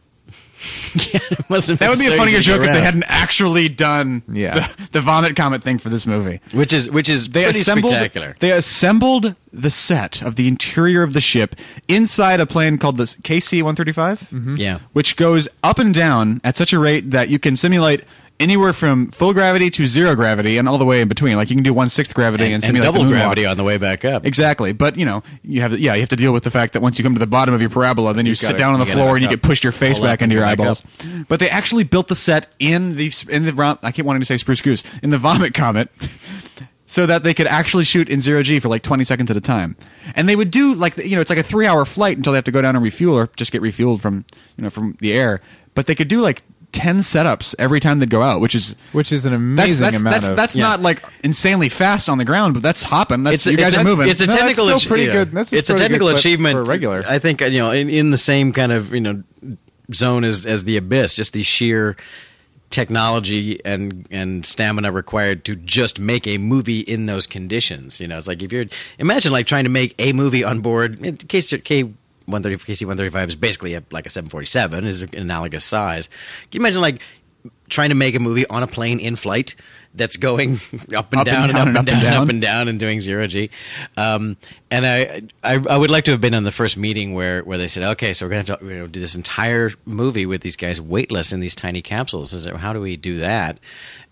yeah, it must have That would be a funnier joke if they around. hadn't actually done Yeah. the, the vomit comet thing for this movie. which is which is They pretty assembled, spectacular. They assembled the set of the interior of the ship inside a plane called the KC-135, Yeah. which goes up and down at such a rate that you can simulate anywhere from full gravity to zero gravity and all the way in between. Like you can do one sixth gravity and, and, and simulate double the moonwalk. gravity on the way back up. Exactly, but you know you have to, yeah you have to deal with the fact that once you come to the bottom of your parabola, then you, You've sit gotta- down on the you gotta floor and you back get up. pushed your face Pull back up and into your back eyeballs. But they actually built the set in the in the rom- I keep wanting to say Spruce Goose in the Vomit Comet, so that they could actually shoot in zero g for like twenty seconds at a time, and they would do like you know it's like a three hour flight until they have to go down and refuel or just get refueled from you know from the air. But they could do like ten setups every time they'd go out, which is Which is an that's amazing that's amount that's, of. that's yeah. not like insanely fast on the ground, but that's hopping. That's a- you guys a- are moving. It's a No, that's technical. still ach- pretty yeah. good. That's a it's a pretty good technical clip achievement for a regular. I think uh, you know in, in the same kind of you know zone as as the abyss. Just the sheer technology and and stamina required to just make a movie in those conditions. You know, it's like if you're imagine like trying to make a movie on board in case you're- K. 130 KC 135 is basically a, like a 747 is an analogous size. Can you imagine like trying to make a movie on a plane in flight that's going up and down and up and down and up and down and doing zero g um, and I, I i would like to have been in the first meeting where where they said okay so we're gonna have to you know, do this entire movie with these guys weightless in these tiny capsules is it, how do we do that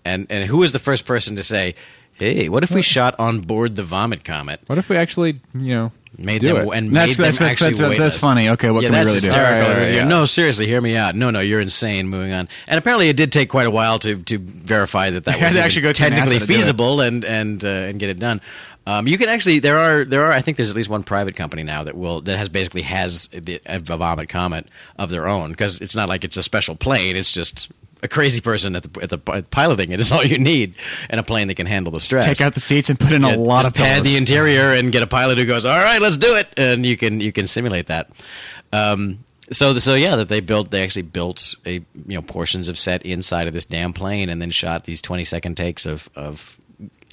and and who was the first person to say hey what if we shot on board the vomit comet what if we actually, you know, made do them it? That's- and made them that's- that's- actually that's- that's weightless. funny. Okay, what yeah, can we that's really do? hysterical. All right, all right, yeah. No, seriously, hear me out. No, no, you're insane. Moving on. And apparently, it did take quite a while to to verify that that You had was to even actually go through technically NASA to do it. feasible and and uh, and get it done. Um, you can actually there are there are I think there's at least one private company now that will that has basically has the a vomit comet of their own because it's not like it's a special plane. It's just a crazy person at the at the piloting it is all you need, and a plane that can handle the stress. Take out the seats and put in Yeah, a lot just of pad pillows. the interior and get a pilot who goes, "All right, let's do it," and you can you can simulate that. Um, so the, so yeah, that they built they actually built a you know portions of set inside of this damn plane and then shot these twenty second takes of of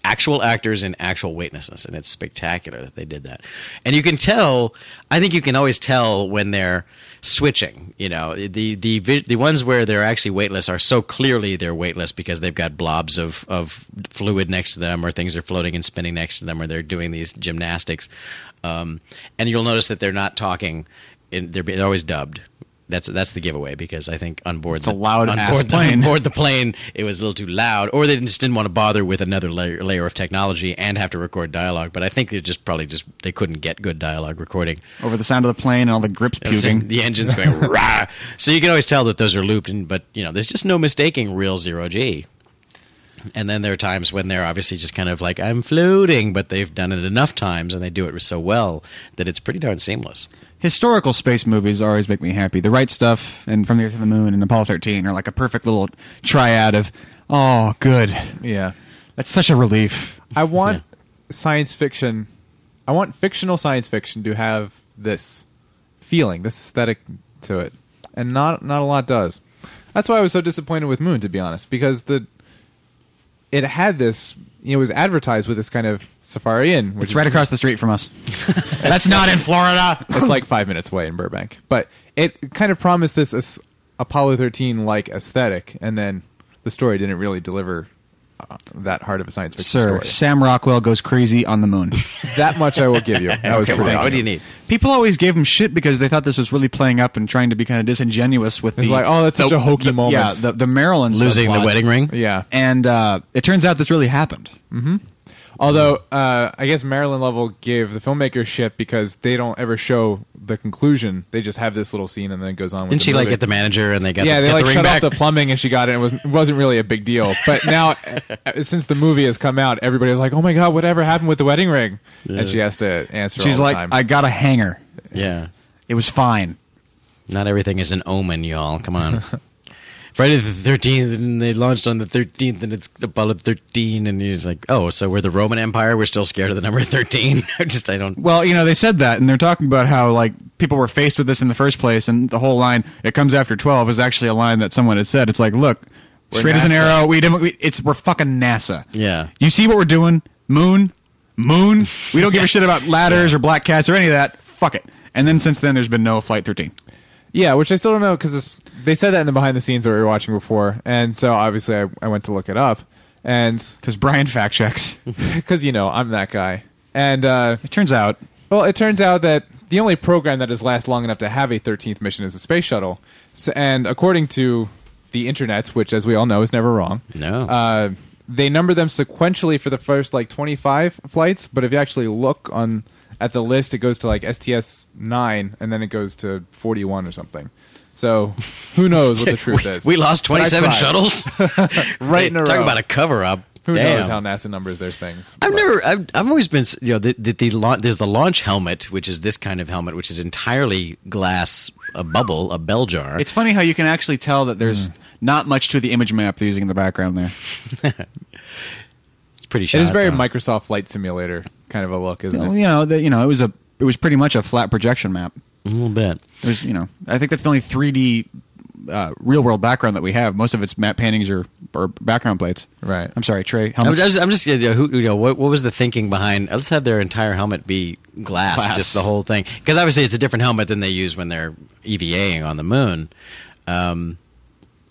actual actors in actual weightlessness and it's spectacular that they did that and you can tell i think you can always tell when they're switching you know the the vi- the ones where they're actually weightless are so clearly they're weightless because they've got blobs of of fluid next to them or things are floating and spinning next to them or they're doing these gymnastics um, and you'll notice that they're not talking and they're, be- they're always dubbed that's that's the giveaway because I think on board it's a loud on ass board, the- plane. on board the plane it was a little too loud or they just didn't want to bother with another layer, layer of technology and have to record dialogue but I think they just probably just they couldn't get good dialogue recording over the sound of the plane and all the grips so puking. the engine's going rah so you can always tell that those are looped and but you know there's just no mistaking real zero G and then there are times when they're obviously just kind of like I'm floating but they've done it enough times and they do it so well that it's pretty darn seamless Historical space movies always make me happy. The right stuff and From the Earth to the Moon and Apollo 13 are like a perfect little triad of, oh, good. yeah. That's such a relief. I want Yeah. science fiction. I want fictional science fiction to have this feeling, this aesthetic to it, and not not a lot does. That's why I was so disappointed with Moon, to be honest, because the it had this. It was advertised with this kind of Safari Inn, which It's is right across the street from us. That's not in Florida. it's like five minutes away in Burbank. But it kind of promised this as- Apollo 13 like aesthetic, and then the story didn't really deliver uh, that hard of a science fiction Sir, story. Sam Rockwell goes crazy on the moon. That much I will give you. That was Okay, pretty well, awesome. what do you need People always gave him shit because they thought this was really playing up and trying to be kind of disingenuous with It's the like, oh, that's the- such a hokey the- moment. Yeah, the, the Maryland losing the subplot. wedding ring Yeah. and uh, it turns out this really happened. Although uh, I guess Marilyn Lovell gave the filmmakers shit because they don't ever show the conclusion. They just have this little scene and then it goes on. With Didn't the she like movie. get the manager and they got yeah? They the, get like the ring shut back? off the plumbing and she got it. and It was wasn't really a big deal. But now, uh, since the movie has come out, everybody's like, "Oh my god, whatever happened with the wedding ring?" And she has to answer. She's all like, the time. I got a hanger. yeah. It was fine. Not everything is an omen, y'all. Come on. Friday the thirteenth, and they launched on the thirteenth, and it's Apollo thirteen, and you're just like, oh, so we're the Roman Empire. We're still scared of the number thirteen. I just, I don't. Well, you know, they said that, and they're talking about how like people were faced with this in the first place, and the whole line "it comes after 12 is actually a line that someone had said. It's like, look, straight as an NASA. arrow. We didn't. We, it's we're fucking NASA. Yeah. You see what we're doing? Moon, moon. We don't give a shit about ladders or black cats or any of that. Fuck it. And then since then, there's been no flight 13. Yeah, which I still don't know because they said that in the behind the scenes that we were watching before, and so obviously I, I went to look it up, and because Brian fact checks. because you know I'm that guy, and uh, It turns out well, it turns out that the only program that has lasted long enough to have a 13th mission is the space shuttle, so, and according to the internet, which as we all know is never wrong, No. uh, they number them sequentially for the first like 25 flights, but if you actually look on at the list, it goes to like STS nine, and then it goes to 41 or something. So who knows what the truth we, is? we lost But I 27 tried. shuttles. Right in a Talk row. about a cover up. Who Damn. knows how NASA numbers their things? I've But- never. I've, I've always been. s- You know, the, the, the laun- there's the launch helmet, which is this kind of helmet, which is entirely glass, a bubble, a bell jar. it's funny how you can actually tell that there's Hmm. not much to the image map they're using in the background there. It's pretty. It Shot, is very though. Microsoft Flight Simulator kind of a look, isn't You it? know, that you know, it was a it was pretty much a flat projection map. a little bit. There's, you know, I think that's the only 3D uh, real world background that we have. Most of it's map paintings or, or background plates. Right. I'm sorry, Trey. How I'm much? just, I'm just you know, who, you know what, what was the thinking behind? Let's have their entire helmet be glass, Glass. just the whole thing, because obviously it's a different helmet than they use when they're EVAing on the moon. Um,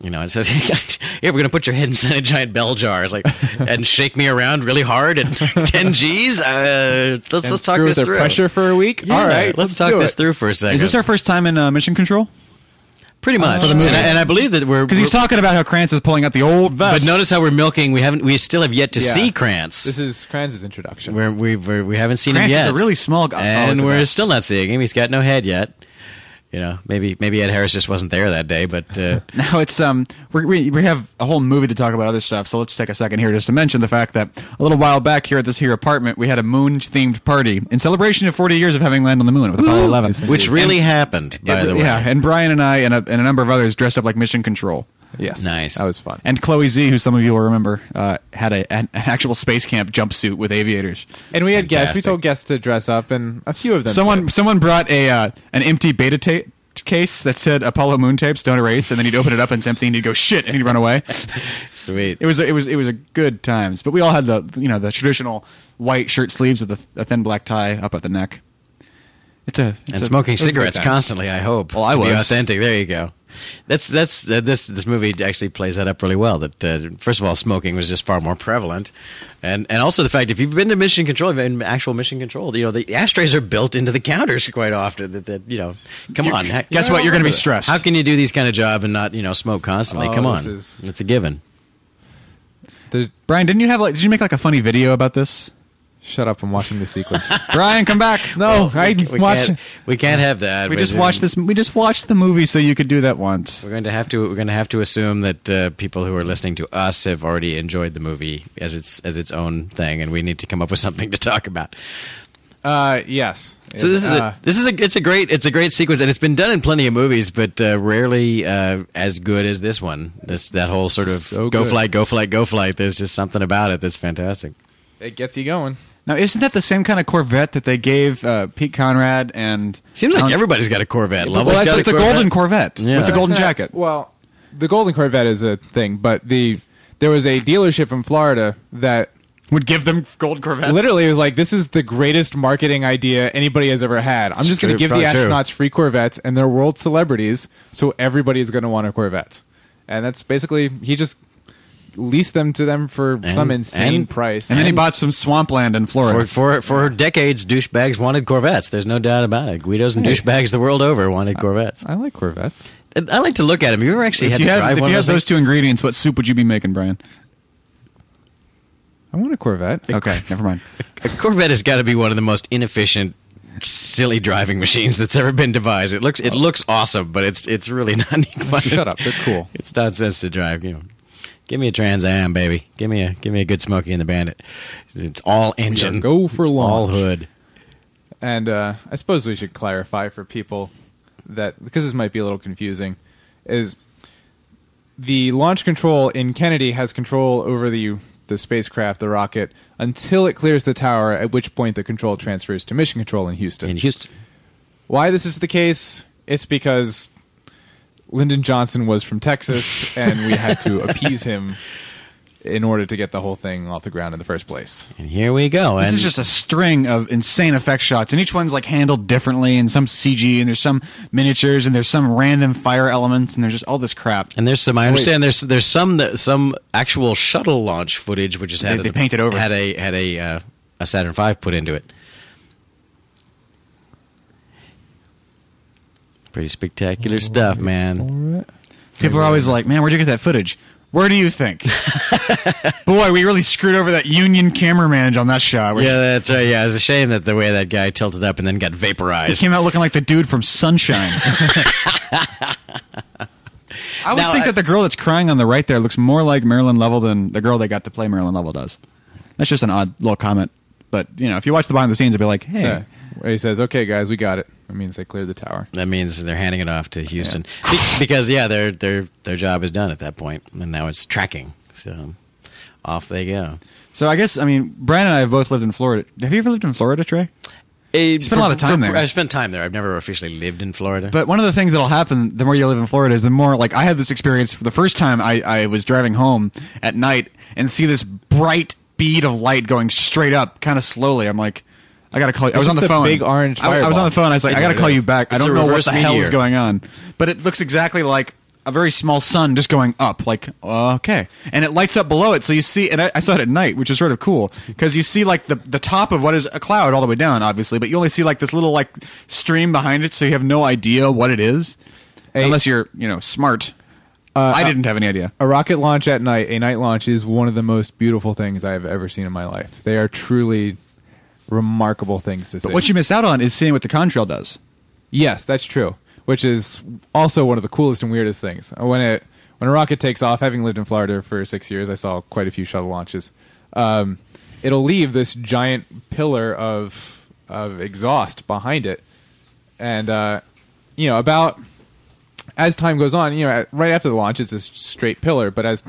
you know, it says if we're going to put your head inside a giant bell jar, it's like and shake me around really hard at 10 G's. Uh, let's And let's talk screw with this their through. pressure for a week. Yeah, All right, let's, talk do this it. through for a second. Uh, Is this our first time in uh, Mission Control? pretty much? For the movie. And, I, and I believe that we're Because he's we're- talking about how Krantz is pulling out the old vest. But notice how we're milking. We haven't. We still have yet to Yeah. see Krantz. This is Kranz's introduction. We're, we we're, we haven't seen Krantz him is yet. a really small guy. Oh, it's and a we're vest. still not seeing him. He's got no head yet. You know, maybe maybe Ed Harris just wasn't there that day. But uh, Now it's um we we we have a whole movie to talk about other stuff, so let's take a second here just to mention the fact that a little while back here at this here apartment we had a moon themed party in celebration of 40 years of having land on the moon with Apollo 11, which really happened, by It- the way. yeah, and Brian and I and a, and a number of others dressed up like Mission Control. yes, Nice. That was fun. And Chloe Z, who some of you will remember, uh, had a, an, an actual space camp jumpsuit with aviators. And we had guests. We Fantastic. told guests to dress up, and a few of them. Someone someone brought a uh, an empty beta tape case that said Apollo moon tapes don't erase, and then he'd open it up and it's empty, and he'd go shit, and he'd run away. Sweet. It was it was it was a good times, but we all had the you know the traditional white shirt sleeves with a, th- a thin black tie up at the neck. It's a it's and a- smoking it was a good cigarettes time. constantly. I hope. Well, I to be was. authentic. There you go. That's that's uh, this this movie actually plays that up really well. That uh, first of all, smoking was just far more prevalent, and and also the fact if you've been to Mission Control, in actual Mission Control, you know the ashtrays are built into the counters quite often. That that you know, come on, heck- Guess what? You're going to be stressed. How can you do these kind of job and not you know smoke constantly? Oh, Come on, this is- it's a given. There's Brian, didn't you have like did you make like a funny video about this? shut up. I'm watching the sequence. Brian, come back. no, I We watch. can't, we can't have that. we just We're- watched this. We just watched the movie, so you could do that once. We're going to have to. We're going to have to assume that uh, people who are listening to us have already enjoyed the movie as its as its own thing, and we need to come up with something to talk about. Uh, yes. So this is Uh, a this is a it's a great it's a great sequence, and it's been done in plenty of movies, but uh, rarely uh, as good as this one. This that whole sort of So go good. flight, go flight, go flight. There's just something about it that's fantastic. It gets you going. Now, isn't that the same kind of Corvette that they gave uh, Pete Conrad and Seems like Alan- everybody's got a Corvette. Well, Lovell's that's got like the a Corvette. golden Corvette Yeah. with the That's golden It's not- jacket. Well, the golden Corvette is a thing, but the there was a dealership in Florida that Would give them gold Corvettes. Literally, it was like, this is the greatest marketing idea anybody has ever had. I'm just going true, to give the probably true. astronauts free Corvettes, and they're world celebrities, so everybody's going to want a Corvette. And that's basically, he just leased them to them for some insane and- price. And then he bought some swampland in Florida. For, for for decades, douchebags wanted Corvettes. There's no doubt about it. Guidos and douchebags the world over wanted Corvettes. I like Corvettes. And I like to look at them. You ever actually if had you to had, drive if one you had of those? those things? two ingredients, what soup would you be making, Brian? I want a Corvette. Okay, never mind. A Corvette has got to be one of the most inefficient, silly driving machines that's ever been devised. It looks it looks awesome, but it's it's really not any Oh, fun. Shut up, they're cool. It's nonsense to drive. You know, give me a Trans Am, baby. Give me a give me a good Smokey and the Bandit. It's all engine. go for It's All launch. hood. And uh, I suppose we should clarify for people that because this might be a little confusing, is the launch control in Kennedy has control over the the spacecraft, the rocket, until it clears the tower. At which point, the control transfers to mission control in Houston. In Houston, Why this is the case? It's because Lyndon Johnson was from Texas, and we had to appease him in order to get the whole thing off the ground in the first place. And here we go. This and is just a string of insane effect shots, and each one's like handled differently, and some CG, and there's some miniatures, and there's some random fire elements, and there's just all this crap. And there's some. I understand there's there's some that some actual shuttle launch footage which is had They- they an- painted over. had a had a uh, a Saturn V put into it. Pretty spectacular stuff, man. People are always like, "Man, where'd you get that footage?" Where do you think? Boy, we really screwed over that union cameraman on that shot. Where Yeah, that's right. Yeah, it's a shame that the way that guy tilted up and then got He vaporized. came out looking like the dude from Sunshine. I always Now, think I- that the girl that's crying on the right there looks more like Marilyn Level than the girl they got to play Marilyn Level does. That's just an odd little comment, but you know, if you watch the behind the scenes, it'd be like, hey, So, where he says, "Okay, guys, we got it." That means they cleared the tower. That means they're handing it off to Houston Be- because yeah, their their their job is done at that point, and now it's tracking. So off they go. So I guess I mean Brian and I have both lived in Florida. Have you ever lived in Florida, Trey? I spent a lot of time there. I spent time there. I've never officially lived in Florida. But one of the things that'll happen the more you live in Florida is the more like I had this experience for the first time I, I was driving home at night and see this bright bead of light going straight up kind of slowly. I'm like, I gotta call you. I was It's on the just a phone. big orange I, I was on the fireball. phone. I was like, Is I gotta what it call you is. back. I It's don't a know what reverse the hell is meteor. going on. But it looks exactly like a very small sun just going up, like okay, and it lights up below it. So you see, and I, I saw it at night, which is sort of cool because you see like the the top of what is a cloud all the way down, obviously, but you only see like this little like stream behind it, so you have no idea what it is, Hey. unless you're you know smart. I didn't have any idea. A rocket launch at night, a night launch, is one of the most beautiful things I have ever seen in my life. They are truly remarkable things to see. What you miss out on is seeing what the contrail does. Yes, that's true. Which is also one of the coolest and weirdest things. When it when a rocket takes off, having lived in Florida for six years, I saw quite a few shuttle launches. Um, it'll leave this giant pillar of of exhaust behind it, and uh, you know about as time goes on, you know, at- right after the launch, it's a s- straight pillar. But as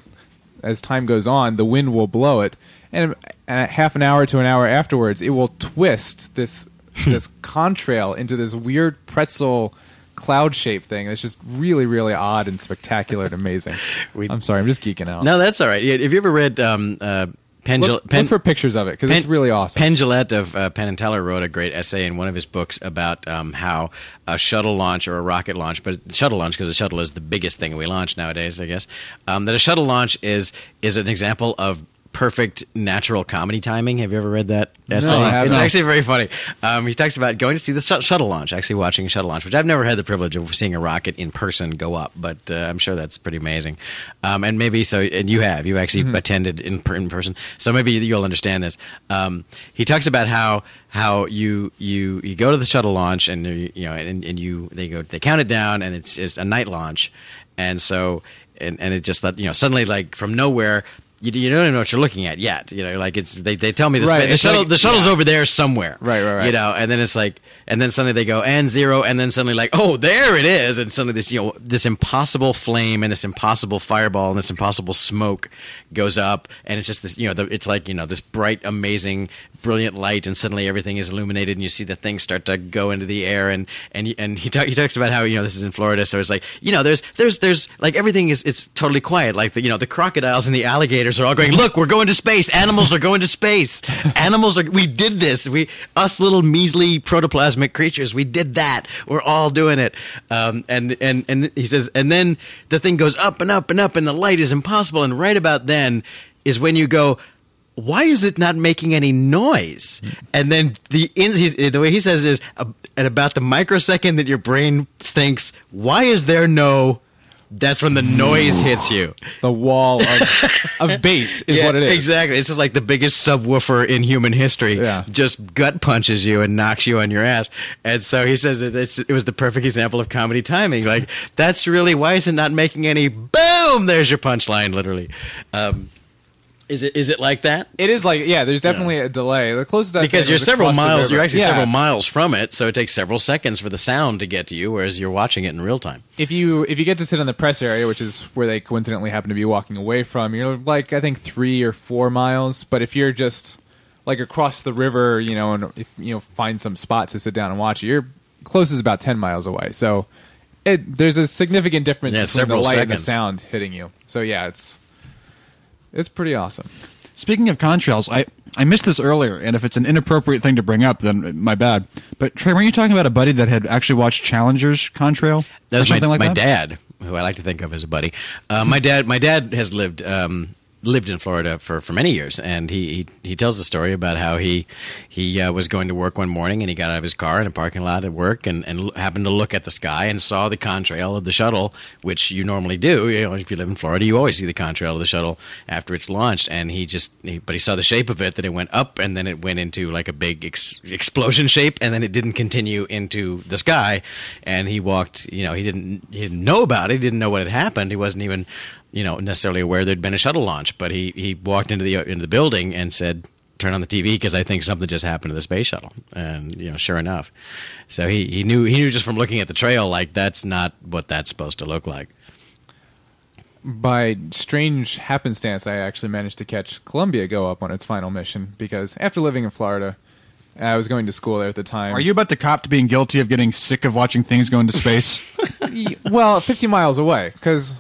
as time goes on, the wind will blow it, and, and at half an hour to an hour afterwards, it will twist this Hmm. this contrail into this weird pretzel cloud shaped thing. It's just really, really odd and spectacular and amazing. We- I'm sorry, I'm just geeking out. No, that's all right. Yeah, Have you ever read um, uh, Penn? look, look for pictures of it because it's really awesome. Penn Jillette of uh, Penn and Teller wrote a great essay in one of his books about um, how a shuttle launch or a rocket launch, but shuttle launch because a shuttle is the biggest thing we launch nowadays, I guess. Um, that a shuttle launch is is an example of perfect natural comedy timing. Have you ever read that essay? I haven't. it's No. actually very funny. Um, he talks about going to see the sh- shuttle launch, actually watching a shuttle launch, which I've never had the privilege of seeing a rocket in person go up, but uh, I'm sure that's pretty amazing. Um, and maybe so, and you have, you actually Mm-hmm. attended in, per- in person, so maybe you'll understand this. Um, he talks about how how you you you go to the shuttle launch and you, you know and, and you they go they count it down and it's, it's a night launch, and so and and it just let you know suddenly like from nowhere. You, you don't even know what you're looking at yet. You know, like it's they, they tell me this. Right, the it's shuttle like- the shuttle's over there somewhere. Right, right, right. You know, know, and then it's like, and then suddenly they go and zero, and then suddenly like, oh, there it is, and suddenly this you know this impossible flame and this impossible fireball and this impossible smoke goes up, and it's just this you know the, it's like you know this bright, amazing, brilliant light, and suddenly everything is illuminated, and you see the things start to go into the air, and and and he talk, he talks about how you know this is in Florida, so it's like you know there's there's there's like everything is it's totally quiet, like the you know the crocodiles and the alligators are all going, look, we're going to space, animals are going to space, animals are we did this, we us little measly protoplasmic creatures, we did that, we're all doing it, um, and and and he says, and then the thing goes up and up and up, and the light is impossible, and right about then is when you go why is it not making any noise? And then the in, he's, the way he says is uh, at about the microsecond that your brain thinks, why is there no? That's when the noise hits you. the wall of, of bass is what it is. Exactly. It's just like the biggest subwoofer in human history. Yeah. Just gut punches you and knocks you on your ass. And so he says that it's, it was the perfect example of comedy timing. Like, that's really why is it not making any boom? There's your punchline, literally. Um, is it is it like that? It is like yeah. There's definitely a delay. The closest I've because been you're was several across the miles river. you're actually Yeah. several miles from it so it takes several seconds for the sound to get to you whereas you're watching it in real time if you if you get to sit in the press area, which is where they coincidentally happen to be walking away from, you're like I think three or four miles. But if you're just like across the river, you know, and if, you know find some spot to sit down and watch it, you're close is about ten miles away. So it, there's a significant difference Yeah, between the several light and the seconds. sound hitting you. So yeah, it's It's pretty awesome. Speaking of contrails, I I missed this earlier, and if it's an inappropriate thing to bring up, then my bad. But Trey, were you talking about a buddy that had actually watched Challengers Contrail That or was my, something like my that? dad, who I like to think of as a buddy. Uh, my dad, my dad has lived um, lived in Florida for, for many years, and he, he he tells the story about how he he uh, was going to work one morning and he got out of his car in a parking lot at work and, and l- happened to look at the sky and saw the contrail of the shuttle, which you normally do. You know, if you live in Florida, you always see the contrail of the shuttle after it's launched, and he just he, but he saw the shape of it that it went up and then it went into like a big ex- explosion shape and then it didn't continue into the sky and he walked you know he didn't he didn't know about it he didn't know what had happened he wasn't even you know necessarily aware there'd been a shuttle launch but he he walked into the into the building and said turn on the TV because I think something just happened to the space shuttle and you know sure enough so he he knew he knew just from looking at the trail like that's not what that's supposed to look like By strange happenstance, I actually managed to catch Columbia go up on its final mission because after living in Florida, I was going to school there at the time. Are you about to cop to being guilty of getting sick of watching things go into space? Y- E, well, 50 miles away because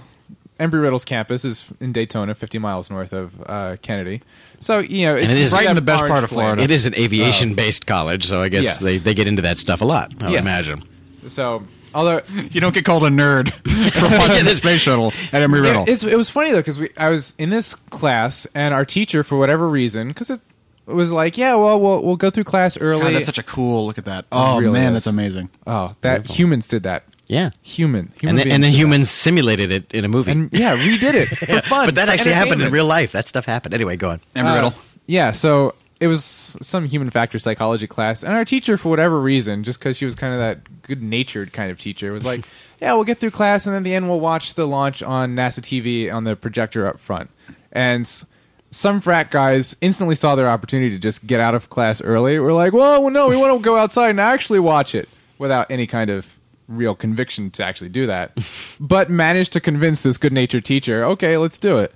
Embry Riddle's campus is in Daytona, 50 miles north of uh, Kennedy. So you know, it's it is right right up in the best part orange of Florida. flavor. it is an aviation based college so I guess uh, Yes. they they get into that stuff a lot I would Yes. imagine So, although you don't get called a nerd for watching the this- space shuttle at Emory Riddle. It, it's, it was funny though because I was in this class and our teacher, for whatever reason, because it was like, yeah, well, we'll we'll go through class early. God, that's such a cool look at that. Oh really man, is. that's amazing. oh, that humans did that. yeah Human, human and then, beings and then did that. humans simulated it in a movie. And yeah, we did it for fun. but that for actually happened in entertainment. real life. That stuff happened. Anyway, go on. Emory Uh, Riddle. Yeah, so it was some human factor psychology class, and our teacher, for whatever reason, just because she was kind of that good natured kind of teacher, was like, "Yeah, we'll get through class, and then at the end we'll watch the launch on NASA TV on the projector up front." And s- some frat guys instantly saw their opportunity to just get out of class early. We're like, "Well, no, we want to go outside and actually watch it," without any kind of real conviction to actually do that, but managed to convince this good natured teacher, "Okay, let's do it."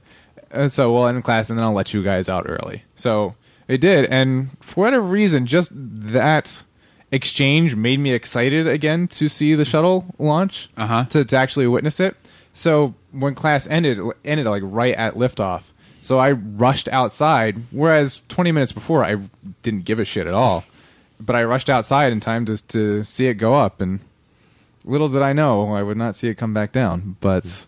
and Uh, so we'll end class and then I'll let you guys out early. So it did, and for whatever reason, just that exchange made me excited again to see the shuttle launch, Uh-huh. to, to actually witness it. So when class ended, it ended like right at liftoff. So I rushed outside, whereas 20 minutes before I didn't give a shit at all. But I rushed outside in time to to see it go up, and little did I know I would not see it come back down. But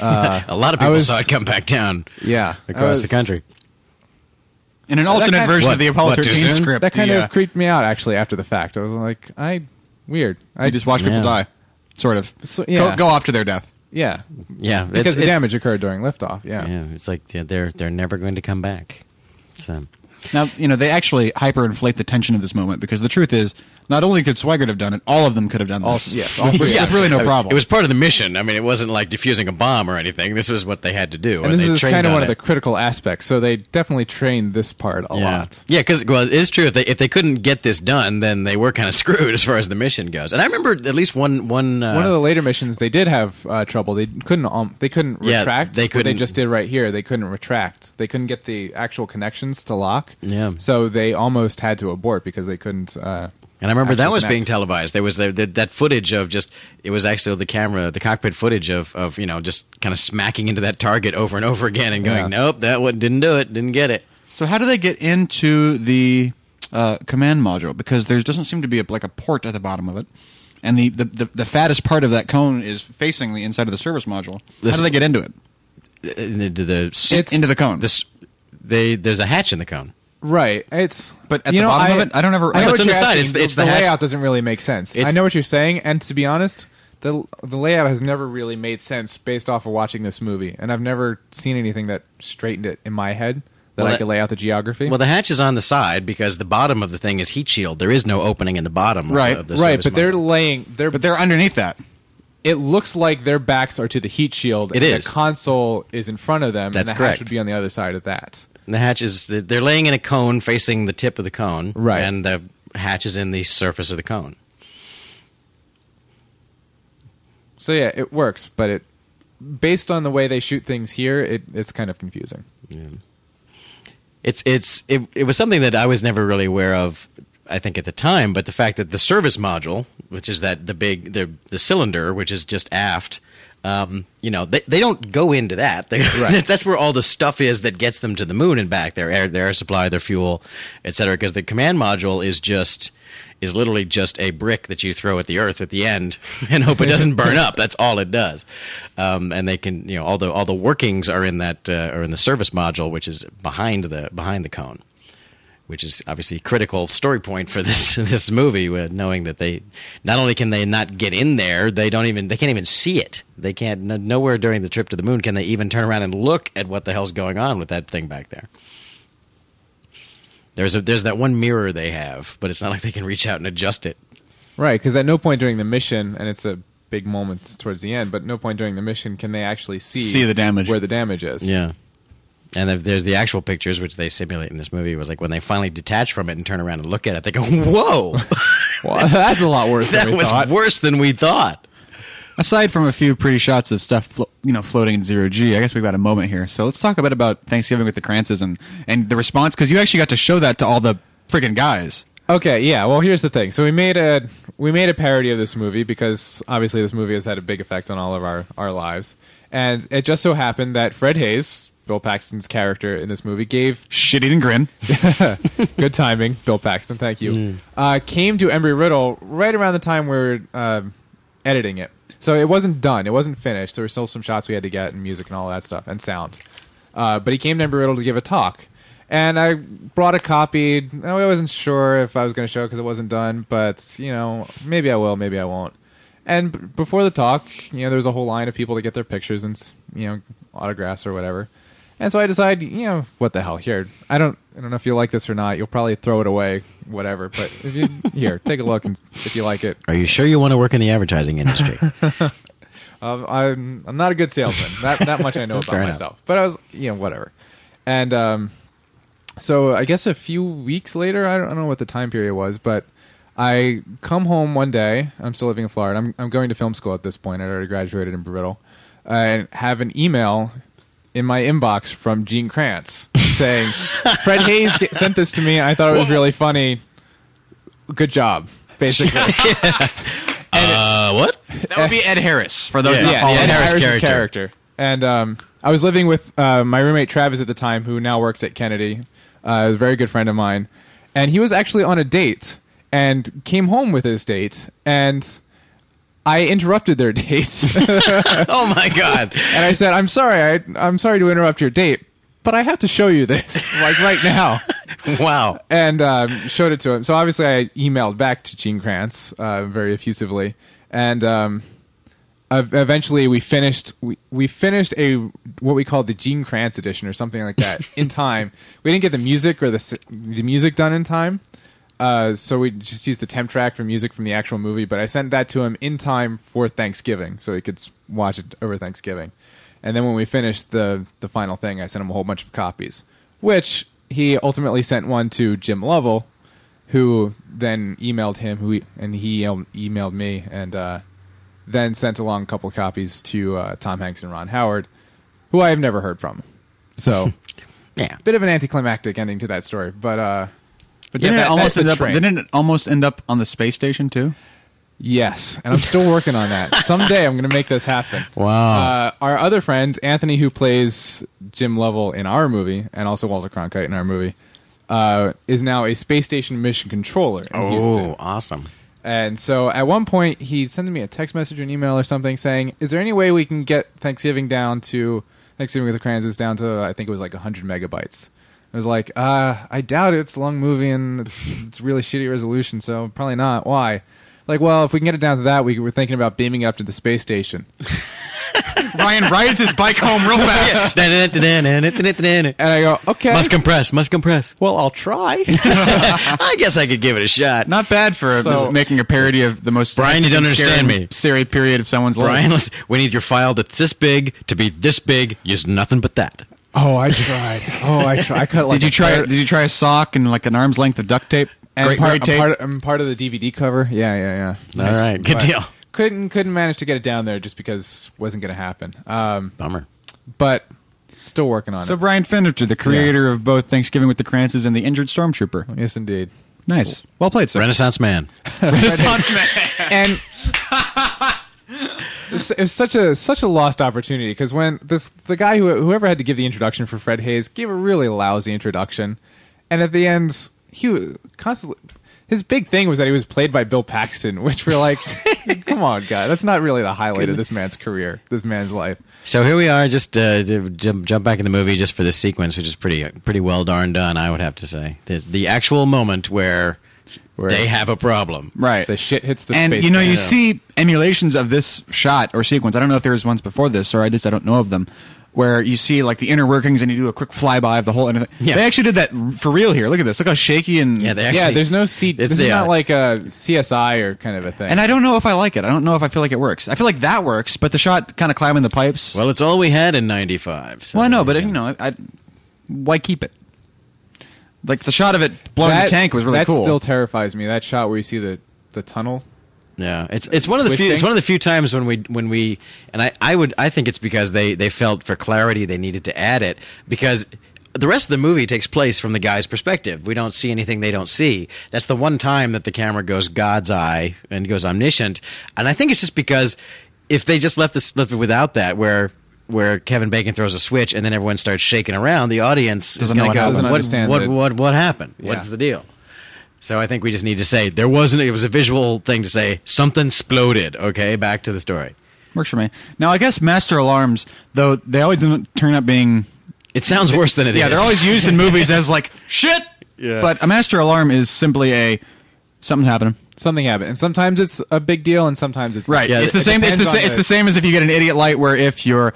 A lot of I people was- saw it come back down yeah, I across the was- country. In an alternate kind- version What- of the Apollo what, too 13 soon? script, that kind the, of uh, creeped me out actually after the fact. I was like, I weird. I you just watch people Yeah. die, sort of. So- go, yeah. go off to their death. yeah Yeah, because it's- the it's- damage occurred during liftoff. Yeah. Yeah, it's like yeah, they're they're never going to come back. So Now, you know, they actually hyperinflate the tension of this moment because the truth is, not only could Swigert have done it, all of them could have done this. yes, all three. There's really no I mean, problem. It was part of the mission. I mean, it wasn't like defusing a bomb or anything. This was what they had to do. And this they is trained kind of on one of the it. critical aspects. So they definitely trained this part a yeah. lot. Yeah, because well, it's true. If they if they couldn't get this done, then they were kind of screwed as far as the mission goes. And I remember at least one one uh, One of the later missions, they did have uh, trouble. They couldn't. Um, they couldn't Yeah, retract. they What they couldn't- just did right here. They couldn't retract. They couldn't get the actual connections to lock. Yeah. So they almost had to abort because they couldn't. Uh, And I remember that actually was being connect. televised. There was the, the, that footage of just it was actually the camera, the cockpit footage of of you know just kind of smacking into that target over and over again and going, Yeah. nope, that one didn't do it, didn't get it. so, how do they get into the uh, command module? Because there doesn't seem to be a, like a port at the bottom of it. And the, the, the, the fattest part of that cone is facing the inside of the service module. This- how do they get into it? And the, the, the s- It's- into the cone. this they there's a hatch in the cone. Right. It's But at you the know, bottom I, of it, I don't ever- I know It's what on you're the side. asking. It's the- it's the hatch. layout doesn't really make sense. I It's- know what you're saying, and to be honest, the the layout has never really made sense based off of watching this movie, and I've never seen anything that straightened it in my head that Well, I that- could lay out the geography. Well, the hatch is on the side because the bottom of the thing is heat shield. There is no opening in the bottom. of Right, the- of the right, service but they're module. laying. They're, But they're underneath that. it looks like their backs are to the heat shield. It and is. The console is in front of them. That's and the correct. Hatch would be on the other side of that. the hatch is they're laying in a cone facing the tip of the cone. Right. and the hatch is in the surface of the cone. So yeah, it works, but it based on the way they shoot things here, it, it's kind of confusing. it's it's it, it was something that I was never really aware of. I think at the time, but the fact that the service module, which is that the big the the cylinder, which is just aft Um, you know, they, they don't go into that. They, that's, that's where all the stuff is that gets them to the moon and back. Their air, their air supply, their fuel, et cetera. Because the command module is just is literally just a brick that you throw at the Earth at the end and hope it doesn't burn up. That's all it does. Um, and they can, you know, all the all the workings are in that uh, are in the service module, which is behind the behind the cone which is obviously a critical story point for this this movie, uh, knowing that they not only can they not get in there, they don't even they can't even see it. They can't no, nowhere during the trip to the moon can they even turn around and look at what the hell's going on with that thing back there. There's a, there's that one mirror they have, but it's not like they can reach out and adjust it. Right, because at no point during the mission, and it's a big moment towards the end, but no point during the mission can they actually see See the damage. where the damage is. Yeah. And then there's the actual pictures, which they simulate in this movie. It was like when they finally detach from it and turn around and look at it, they go, "Whoa, Well, that's a lot worse that than we was thought. worse than we thought." Aside from a few pretty shots of stuff, flo- you know, floating in zero g, I guess we've got a moment here. So let's talk a bit about Thanksgiving with the Krantzes and and the response because you actually got to show that to all the freaking guys. Okay, yeah. Well, here's the thing. So we made a we made a parody of this movie because obviously this movie has had a big effect on all of our our lives, and it just so happened that Fred Hayes, Bill Paxton's character in this movie, gave Shit eating grin. good timing, Bill Paxton. Thank you. Uh, came to Embry Riddle right around the time we were um, editing it, so it wasn't done. It wasn't finished. There were still some shots we had to get and music and all that stuff and sound. Uh, but he came to Embry Riddle to give a talk, and I brought a copy. and I wasn't sure if I was going to show it because it wasn't done, but you know, maybe I will, maybe I won't. And b- before the talk, you know, there was a whole line of people to get their pictures and s- you know autographs or whatever. And so I decided, you know, what the hell? Here, I don't, I don't know if you like this or not. You'll probably throw it away, whatever. But if you, here, take a look, and if you like it, Are you sure you want to work in the advertising industry? um, I'm, I'm not a good salesman. That, that much I know about Fair enough. myself. But I was, you know, whatever. And um, so I guess a few weeks later, I don't, I don't know what the time period was, but I come home one day. I'm still living in Florida. I'm, I'm going to film school at this point. I'd already graduated in Brittle. And have an email in my inbox from Gene Krantz saying, Fred Hayes g- sent this to me. I thought it was really funny. Good job, basically. uh, what? That would be Ed Harris for those. Yeah. not Yeah, following. Ed Harris Harris's character. And um, I was living with uh, my roommate Travis at the time, who now works at Kennedy, uh, a very good friend of mine. And he was actually on a date and came home with his date, and I interrupted their date. Oh my god! and I said, "I'm sorry, I, I'm sorry to interrupt your date, but I have to show you this, like right now." Wow. and um, showed it to him. So obviously, I emailed back to Gene Kranz uh, very effusively, and um, ev- eventually we finished we, we finished a what we called the Gene Kranz edition or something like that in time. We didn't get the music or the s- the music done in time. Uh, so we just used the temp track for music from the actual movie, but I sent that to him in time for Thanksgiving, so he could s- watch it over Thanksgiving. And then when we finished the the final thing, I sent him a whole bunch of copies, which he ultimately sent one to Jim Lovell, who then emailed him, who and he um, emailed me, and uh, then sent along a couple copies to uh, Tom Hanks and Ron Howard, who I have never heard from. So, Yeah. bit of an anticlimactic ending to that story, but uh, But Yeah, didn't that- it almost that's the end up? train. Didn't it almost end up on the space station too? Yes, and I'm still working on that. Someday I'm going to make this happen. Wow. Uh, our other friend Anthony, who plays Jim Lovell in our movie, and also Walter Cronkite in our movie, uh, is now a space station mission controller in Houston. Oh, awesome. And so at one point he sent me a text message, or an email, or something saying, "Is there any way we can get Thanksgiving down to Thanksgiving with the Crayons is down to I think it was like 100 megabytes." I was like, uh, "I doubt it. It's a long movie and it's it's really shitty resolution, so probably not. Why?" Like, well, if we can get it down to that, we were thinking about beaming it up to the space station. Ryan rides his bike home real fast. must And I go, "Okay, compress, must compress. well, I'll try." I guess I could give it a shot. Not bad for So- making a parody of the most Brian, you don't hectic and understand scary- me. Scary period of someone's Brian, life. let's- we need your file that's this big to be this big. Use nothing but that. oh, I tried. Oh, I tried. I cut. Like Did you a try? third- Did you try a sock and like an arm's length of duct tape? And Great, part, great tape. I'm part, I'm part of the DVD cover. Yeah, yeah, yeah. All right, good But deal. Couldn't couldn't manage to get it down there just because wasn't going to happen. Um, Bummer. but still working on so it. Brian Finter, the creator of both Thanksgiving with the Krantzes and the Injured Stormtrooper. Yes, indeed. Nice, well played, sir. Renaissance man. Renaissance man. And was it was such a such a lost opportunity because when this the guy who whoever had to give the introduction for Fred Hayes gave a really lousy introduction, and at the end he was constantly his big thing was that he was played by Bill Paxton, which we're like, come on, guy, that's not really the highlight of this man's career, this man's life. So here we are, just uh, to jump jump back in the movie just for this sequence, which is pretty pretty well darn done, I would have to say. There's the actual moment where, Where- they have a problem, right. The shit hits the and space. you know, you jam. see emulations of this shot or sequence. I don't know if there was ones before this, or I just I don't know of them, where you see like the inner workings and you do a quick flyby of the whole. And Yeah. they actually did that for real here. Look at this. Look how shaky and Yeah, they yeah, actually- there's no seat. it's This is the, not uh, like a CSI or kind of a thing. And I don't know if I like it. I don't know if I feel like it works. I feel like that works, but the shot kind of climbing the pipes. Well, it's all we had in '95. So Well, I know, but there you go. know, I, I- why keep it? Like the shot of it blowing that, the tank was really that cool. still terrifies me. That shot where you see the the tunnel. Yeah, it's it's one of the few, Twisting. it's one of the few times when we when we and I, I would I think it's because they they felt for clarity they needed to add it because the rest of the movie takes place from the guy's perspective. We don't see anything they don't see. That's the one time that the camera goes God's eye and goes omniscient. And I think it's just because if they just left this left it without that where where Kevin Bacon throws a switch and then everyone starts shaking around, the audience Doesn't is know going what to go, happened. Doesn't what, understand what, that- what what happened? Yeah. What's the deal? So I think we just need to say there wasn't. It was a visual thing to say something exploded. Okay, back to the story. works for me. Now, I guess master alarms, though, they always didn't turn up being. It sounds worse than it is. yeah, they're always used in movies as like shit. Yeah. But a master alarm is simply a something's happening. Something happened, and sometimes it's a big deal, and sometimes it's Right. Yeah, it's it the same. It's the, depends sa- on it's the- the same as if you get an idiot light where if your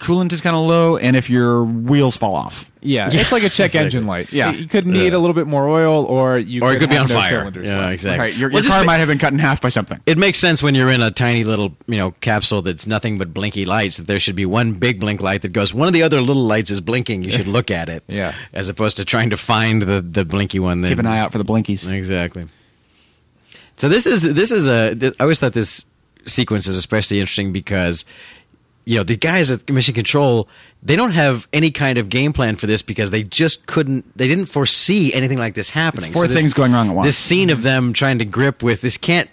coolant is kind of low and if your wheels fall off. Yeah, it's like a check engine light. Yeah. you could need Yeah. a little bit more oil, or you or it could be on have no fire. Cylinders Yeah, left. exactly. Right. Your, Well, your just car thi- might have been cut in half by something. It makes sense when you're in a tiny little, you know, capsule that's nothing but blinky lights. That there should be one big blink light that goes. One of the other little lights is blinking. You should look at it. Yeah. As opposed to trying to find the the blinky one. That, Keep an eye out for the blinkies. Exactly. So this is this is a. th- I always thought this sequence is especially interesting because you know the guys at Mission Control they don't have any kind of game plan for this because they just couldn't. They didn't foresee anything like this happening. It's four this- things going wrong at once. This scene of them trying to grip with this can't.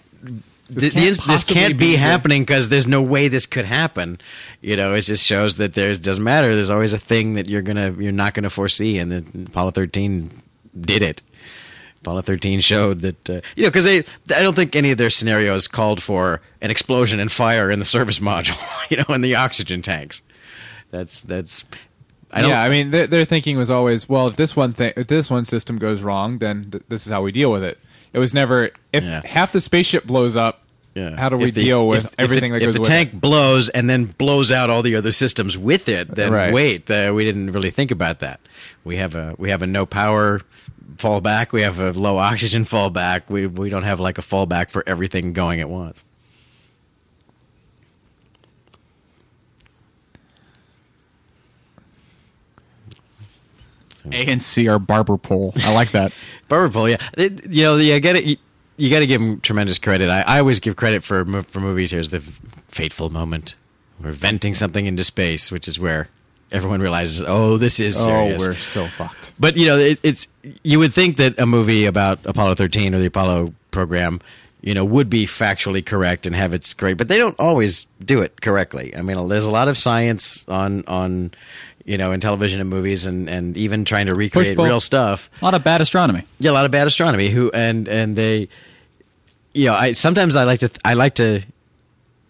This can't can't, this, possibly can't be, be the- happening because there's no way this could happen. You know, it just shows that there's doesn't matter. There's always a thing that you're gonna you're not gonna foresee, and then Apollo 13 did it. Apollo 13 showed that, uh, you know, because they, I don't think any of their scenarios called for an explosion and fire in the service module, you know, in the oxygen tanks. That's, that's, I don't, yeah, I mean, their, their thinking was always, well, if this one thing, if this one system goes wrong, then th- this is how we deal with it. It was never if Yeah. half the spaceship blows up, yeah. how do we If the- deal with if- if the- everything that if goes the with tank it? blows and then blows out all the other systems with it, then Right. wait, uh, we didn't really think about that. We have a, we have a no power fallback. We have a low oxygen fallback. We, we don't have like a fallback for everything going at once. A and C are barber pole. I like that. Barber pole, yeah. It- you know, the- I get it. You, you got to give him tremendous credit. I, I always give credit for mo- for movies. Here's the fateful moment. We're venting something into space, which is where everyone realizes, oh, this is Oh, serious. we're so fucked. But you know, it, it's you would think that a movie about Apollo 13 or the Apollo program, you know, would be factually correct and have its great, but they don't always do it correctly. I mean, there's a lot of science on on you know in television and movies, and and even trying to recreate pull. real stuff. A lot of bad astronomy. Yeah, a lot of bad astronomy. Who and and they, you know, I sometimes I like to I like to,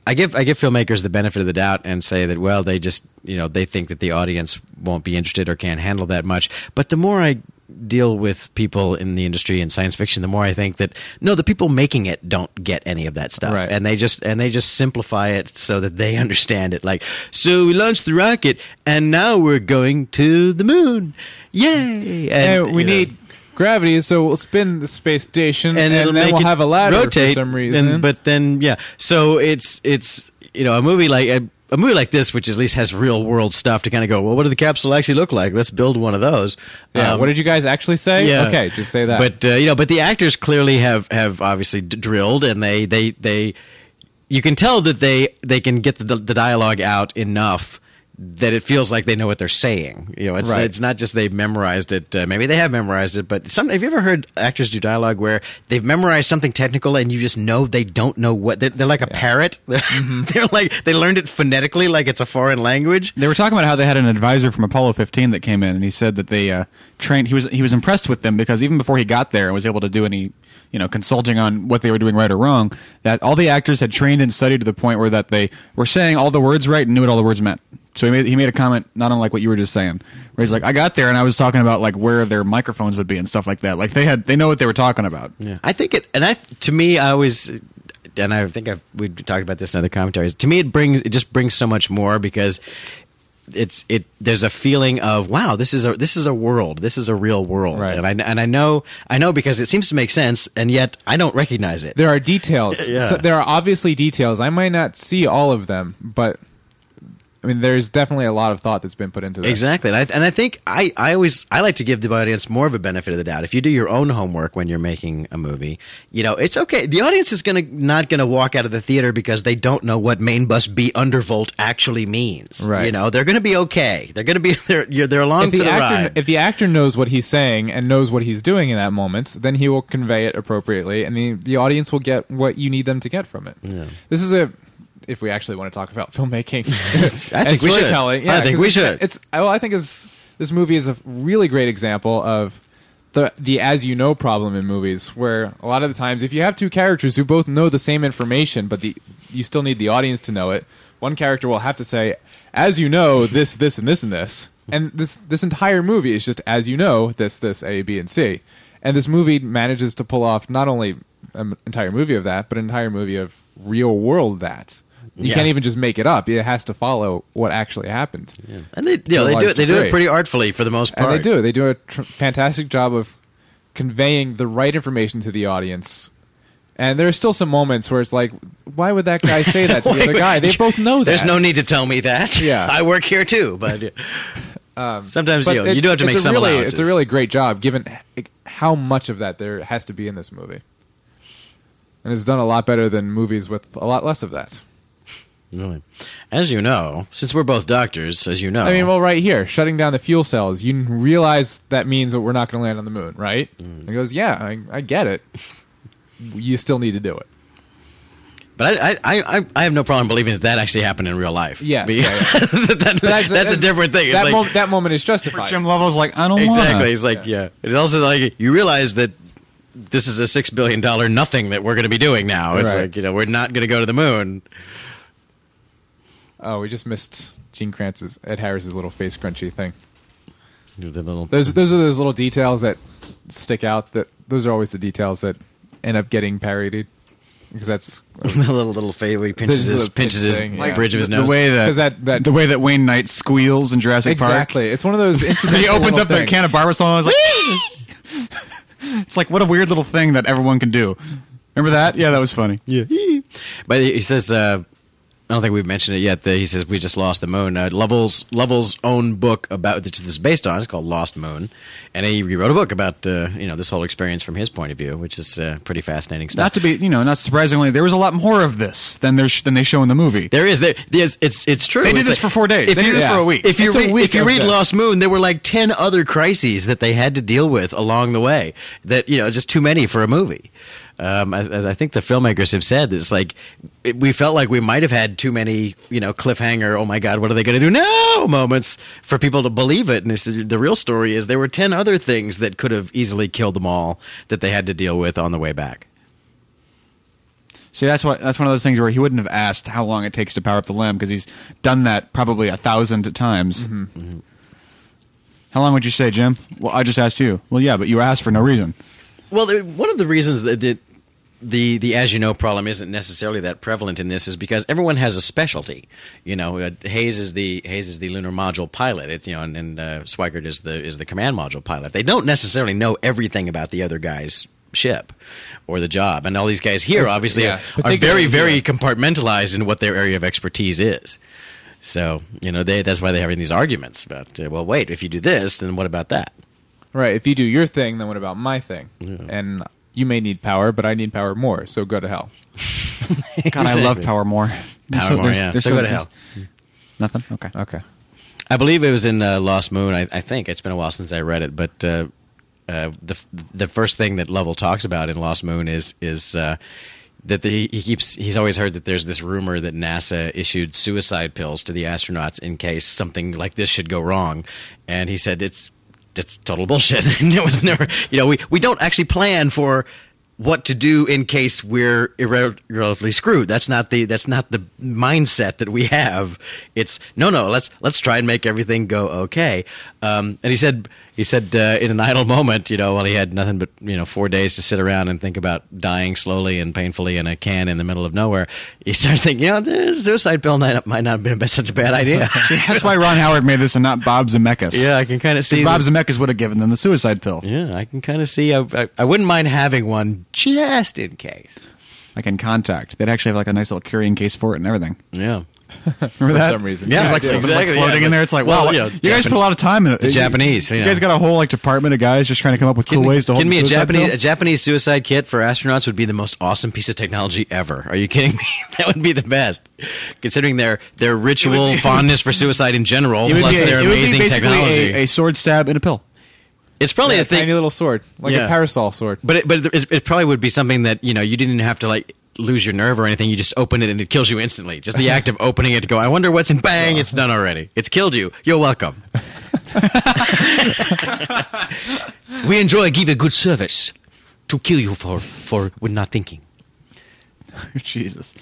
I give I give filmmakers the benefit of the doubt and say that well they just you know they think that the audience won't be interested or can't handle that much. But the more I deal with people in the industry and science fiction, the more I think that no, the people making it don't get any of that stuff, Right. and they just and they just simplify it so that they understand it. Like, so we launched the rocket, and now we're going to the moon. Yay! And Uh, we you know need gravity, so we'll spin the space station, and, it'll then make we'll it have a ladder rotate, for some reason. And, but then yeah, so it's it's you know a movie like a, a movie like this, which at least has real world stuff to kind of go. Well, what did the capsule actually look like? Let's build one of those. yeah, Um, what did you guys actually say? Okay, just say that. but uh, you know, but the actors clearly have have obviously d- drilled, and they they they you can tell that they they can get the the dialogue out enough that it feels like they know what they're saying. You know, it's Right. it's not just they've memorized it. Uh, maybe they have memorized it, but some. Have you ever heard actors do dialogue where they've memorized something technical and you just know they don't know what they're, they're like a parrot. They're, Mm-hmm. they're like they learned it phonetically, like it's a foreign language. They were talking about how they had an advisor from Apollo 15 that came in, and he said that they uh, trained. He was he was impressed with them because even before he got there and was able to do any, you know, consulting on what they were doing right or wrong, that all the actors had trained and studied to the point where that they were saying all the words right and knew what all the words meant. So he made he made a comment not unlike what you were just saying, where he's like, "I got there and I was talking about like where their microphones would be and stuff like that. Like they had they know what they were talking about." Yeah. I think it, and I to me, I always, and I think I've we talked about this in other commentaries. To me, it brings it just brings so much more because it's it. There's a feeling of wow, this is a this is a world, this is a real world, Right. and I and I know I know because it seems to make sense, and yet I don't recognize it. There are details. Yeah. So there are obviously details. I might not see all of them, but I mean, there's definitely a lot of thought that's been put into this. Exactly, and I, and I think I, I always I like to give the audience more of a benefit of the doubt. If you do your own homework when you're making a movie, you know it's okay. The audience is gonna not gonna walk out of the theater because they don't know what main bus B undervolt actually means. Right. You know they're gonna be okay. They're gonna be they're you're, they're along If for the, the actor, ride. if the actor knows what he's saying and knows what he's doing in that moment, then he will convey it appropriately, and the, the audience will get what you need them to get from it. This is a if we actually want to talk about filmmaking I and think we should. storytelling. I think 'cause we it's- should. It's well, I think is this movie is a really great example of the the as you know problem in movies, where a lot of the times if you have two characters who both know the same information, but the you still need the audience to know it, one character will have to say, "As you know, this, this, and this, and this," and this this entire movie is just as you know, this, this, A, B, and C, and this movie manages to pull off not only an entire movie of that, but an entire movie of real world that. You Yeah. can't even just make it up. It has to follow what actually happened. and they you know, a they large do it they do degree. it pretty artfully for the most part. And they do. They do a tr- fantastic job of conveying the right information to the audience. And there are still some moments where it's like, why would that guy say that to the other guy? They both know that. There's no need to tell me that. Yeah. I work here too, but sometimes you, know, you it's- do have to it's make a some really, allowances. It's a really great job, given h- how much of that there has to be in this movie. And it's done a lot better than movies with a lot less of that. Really. As you know, since we're both doctors, as you know, I mean, well, right here, shutting down the fuel cells. You realize that means that we're not going to land on the moon, right? Mm. And he goes, "Yeah, I, I get it. You still need to do it." But I, I, I, I have no problem believing that that actually happened in real life. Yes, But- yeah, yeah. that- that- that's, a different thing. It's That, like, mom- that moment is justified. Jim Lovell's like, "I don't exactly. wanna." It's like yeah. It's also like you realize that this is a six billion dollar nothing that we're going to be doing now. It's Right. like you know we're not going to go to the moon. oh, we just missed Gene Kranz's Ed Harris's little face crunchy thing. Do the little- Those those are those little details that stick out. That those are always the details that end up getting parodied because that's the little little fade where he pinches This is his a pinch pinches his thing, yeah. bridge of his the, nose. way that, 'Cause that- that- the way that Wayne Knight squeals in Jurassic Park. exactly. It's one of those incidents. he opens up the can of Barbasol and is like, it's like, what a weird little thing that everyone can do. Remember that? Yeah, that was funny. Yeah. But he says, uh, I don't think we've mentioned it yet. That he says we just lost the moon. Uh, Lovell's Lovell's own book about that this is based on. It's called Lost Moon, and he rewrote a book about uh, you know this whole experience from his point of view, which is uh, pretty fascinating stuff. Not to be, you know, not surprisingly, there was a lot more of this than there's than they show in the movie. there is there, there's it's it's true. They did It's this for four days. If They you, did this Yeah. for a week. If you It's a read, week if you of read this. Lost Moon, there were like ten other crises that they had to deal with along the way. That you know, just too many for a movie. Um, as, as I think the filmmakers have said, it's like it, we felt like we might have had too many, you know, cliffhanger. Oh my God, what are they going to do now? Moments for people to believe it. And this, is- the real story is there were ten other things that could have easily killed them all that they had to deal with on the way back. See, that's what that's one of those things where he wouldn't have asked how long it takes to power up the limb because he's done that probably a thousand times. Mm-hmm. Mm-hmm. How long would you say, Jim? Well, I just asked you. Well, yeah, but you asked for no reason. Well, the- one of the reasons that the, the the as you know problem isn't necessarily that prevalent in this is because everyone has a specialty. You know, uh, Hayes is the Hayes is the lunar module pilot. It's you know, and, and uh, Swigert is the is the command module pilot. They don't necessarily know everything about the other guy's ship or the job. And all these guys here obviously yeah. are very Particularly very here. compartmentalized in what their area of expertise is. So you know, they that's why they're having these arguments about uh, well, wait, if you do this, then what about that? Right. If you do your thing, then what about my thing? And you may need power, but I need power more. So go to hell. God, I love Exactly. Power More. Power more, yeah. So go to hell. Nothing. Okay. Okay. I believe it was in uh, Lost Moon. I, I think it's been a while since I read it, but uh, uh, the f- the first thing that Lovell talks about in Lost Moon is is uh, that the, he keeps he's always heard that there's this rumor that NASA issued suicide pills to the astronauts in case something like this should go wrong, and he said it's it's total bullshit. it was never, you know, we, we don't actually plan for what to do in case we're irre- irrevocably screwed. That's not the that's not the mindset that we have. It's no, no. Let's let's try and make everything go okay. Um, and he said he said uh, in an idle moment, you know, while he had nothing but you know four days to sit around and think about dying slowly and painfully in a can in the middle of nowhere, he started thinking, you know, the suicide pill might not, might not have been such a bad idea. That's why Ron Howard made this and not Bob Zemeckis. yeah, I can kind of see Because that- Bob Zemeckis would have given them the suicide pill. Yeah, I can kind of see. I, I, I wouldn't mind having one just in case. Like in Contact, they'd actually have like a nice little carrying case for it and everything. Yeah. Remember that? some reason. it Yeah, was like, yeah, it was, exactly, like floating yeah. in there. It's like, Well, wow, yeah, you guys put Japan- a lot of time in it. You- Japanese, you you guys know. got a whole like department of guys just trying to come up with cool ways to hold Kidding me the a suicide Japanese pill? a Japanese suicide kit for astronauts would be the most awesome piece of technology ever. Are you kidding me? That would be the best, considering their their ritual fondness for suicide in general, It would plus be, their it would be amazing basically technology. A, a sword stab and a pill. it's probably a a thing. tiny little sword, like Yeah. a parasol sword. But it, but it, it probably would be something that you know you didn't have to like lose your nerve or anything. You just open it and it kills you instantly. Just the act of opening it to go, I wonder what's in. Bang! It's done already. It's killed you. You're welcome. we enjoy give a good service to kill you for for when not thinking. Jesus,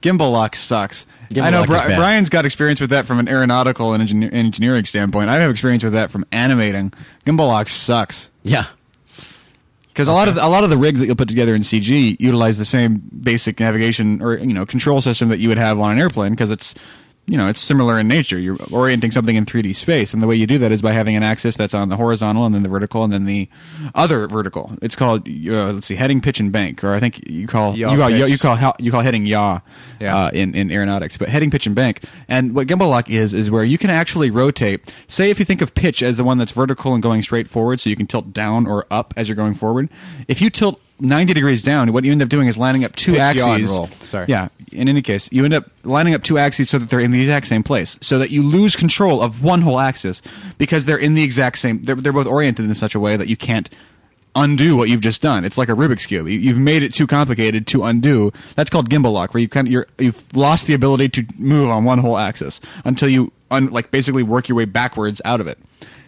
gimbal lock sucks. Gimbal I know lock Bri- is bad. Brian's got experience with that from an aeronautical and engineer- engineering standpoint. I have experience with that from animating. Gimbal lock sucks. Yeah. Because a lot of the, a lot of the rigs that you'll put together in CG utilize the same basic navigation or you know control system that you would have on an airplane because it's you know it's similar in nature. You're orienting something in 3D space, and the way you do that is by having an axis that's on the horizontal and then the vertical and then the other vertical. It's called uh, let's see, heading, pitch, and bank, or I think you call Yaw you call pitch. you call hel- you call heading yaw Yeah. uh, in in aeronautics, but heading, pitch, and bank. And what gimbal lock is is where you can actually rotate. Say if you think of pitch as the one that's vertical and going straight forward, so you can tilt down or up as you're going forward. If you tilt 90 degrees down, what you end up doing is lining up two Pitch, yaw, and axes. roll. Sorry. Yeah. In any case, you end up lining up two axes so that they're in the exact same place, so that you lose control of one whole axis because they're in the exact same. They're, they're both oriented in such a way that you can't undo what you've just done. It's like a Rubik's cube. You, you've made it too complicated to undo. That's called gimbal lock, where you kind of you're, you've lost the ability to move on one whole axis until you un, like basically work your way backwards out of it.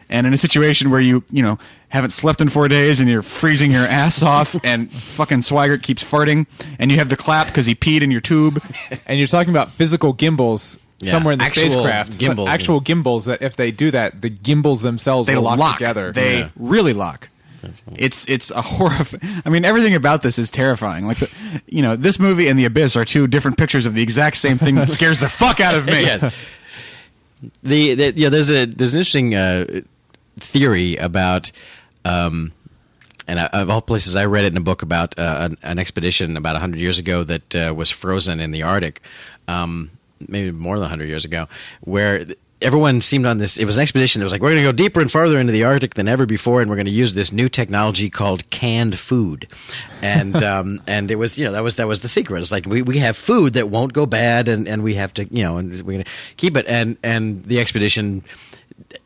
And in a situation where you you know haven't slept in four days and you're freezing your ass off and fucking Swigert keeps farting and you have the clap because he peed in your tube. And you're talking about physical gimbals Yeah, somewhere in the actual spacecraft. So- gimbals. actual gimbals that if they do that, the gimbals themselves They will lock, lock, together. They Yeah. really lock. It's it's a horrifying. I mean, everything about this is terrifying. Like, the, you know, this movie and The Abyss are two different pictures of the exact same thing that scares the fuck out of me. yeah. The, the yeah, there's a there's an interesting uh, theory about, um, and I, of all places, I read it in a book about uh, an, an expedition about hundred years ago that uh, was frozen in the Arctic, um, maybe more than hundred years ago, where. th- Everyone seemed on this. It was an expedition that was like, we're going to go deeper and farther into the Arctic than ever before, and we're going to use this new technology called canned food, and um, and it was you know that was that was the secret. It's like we, we have food that won't go bad, and, and we have to you know and we're going to keep it. And and the expedition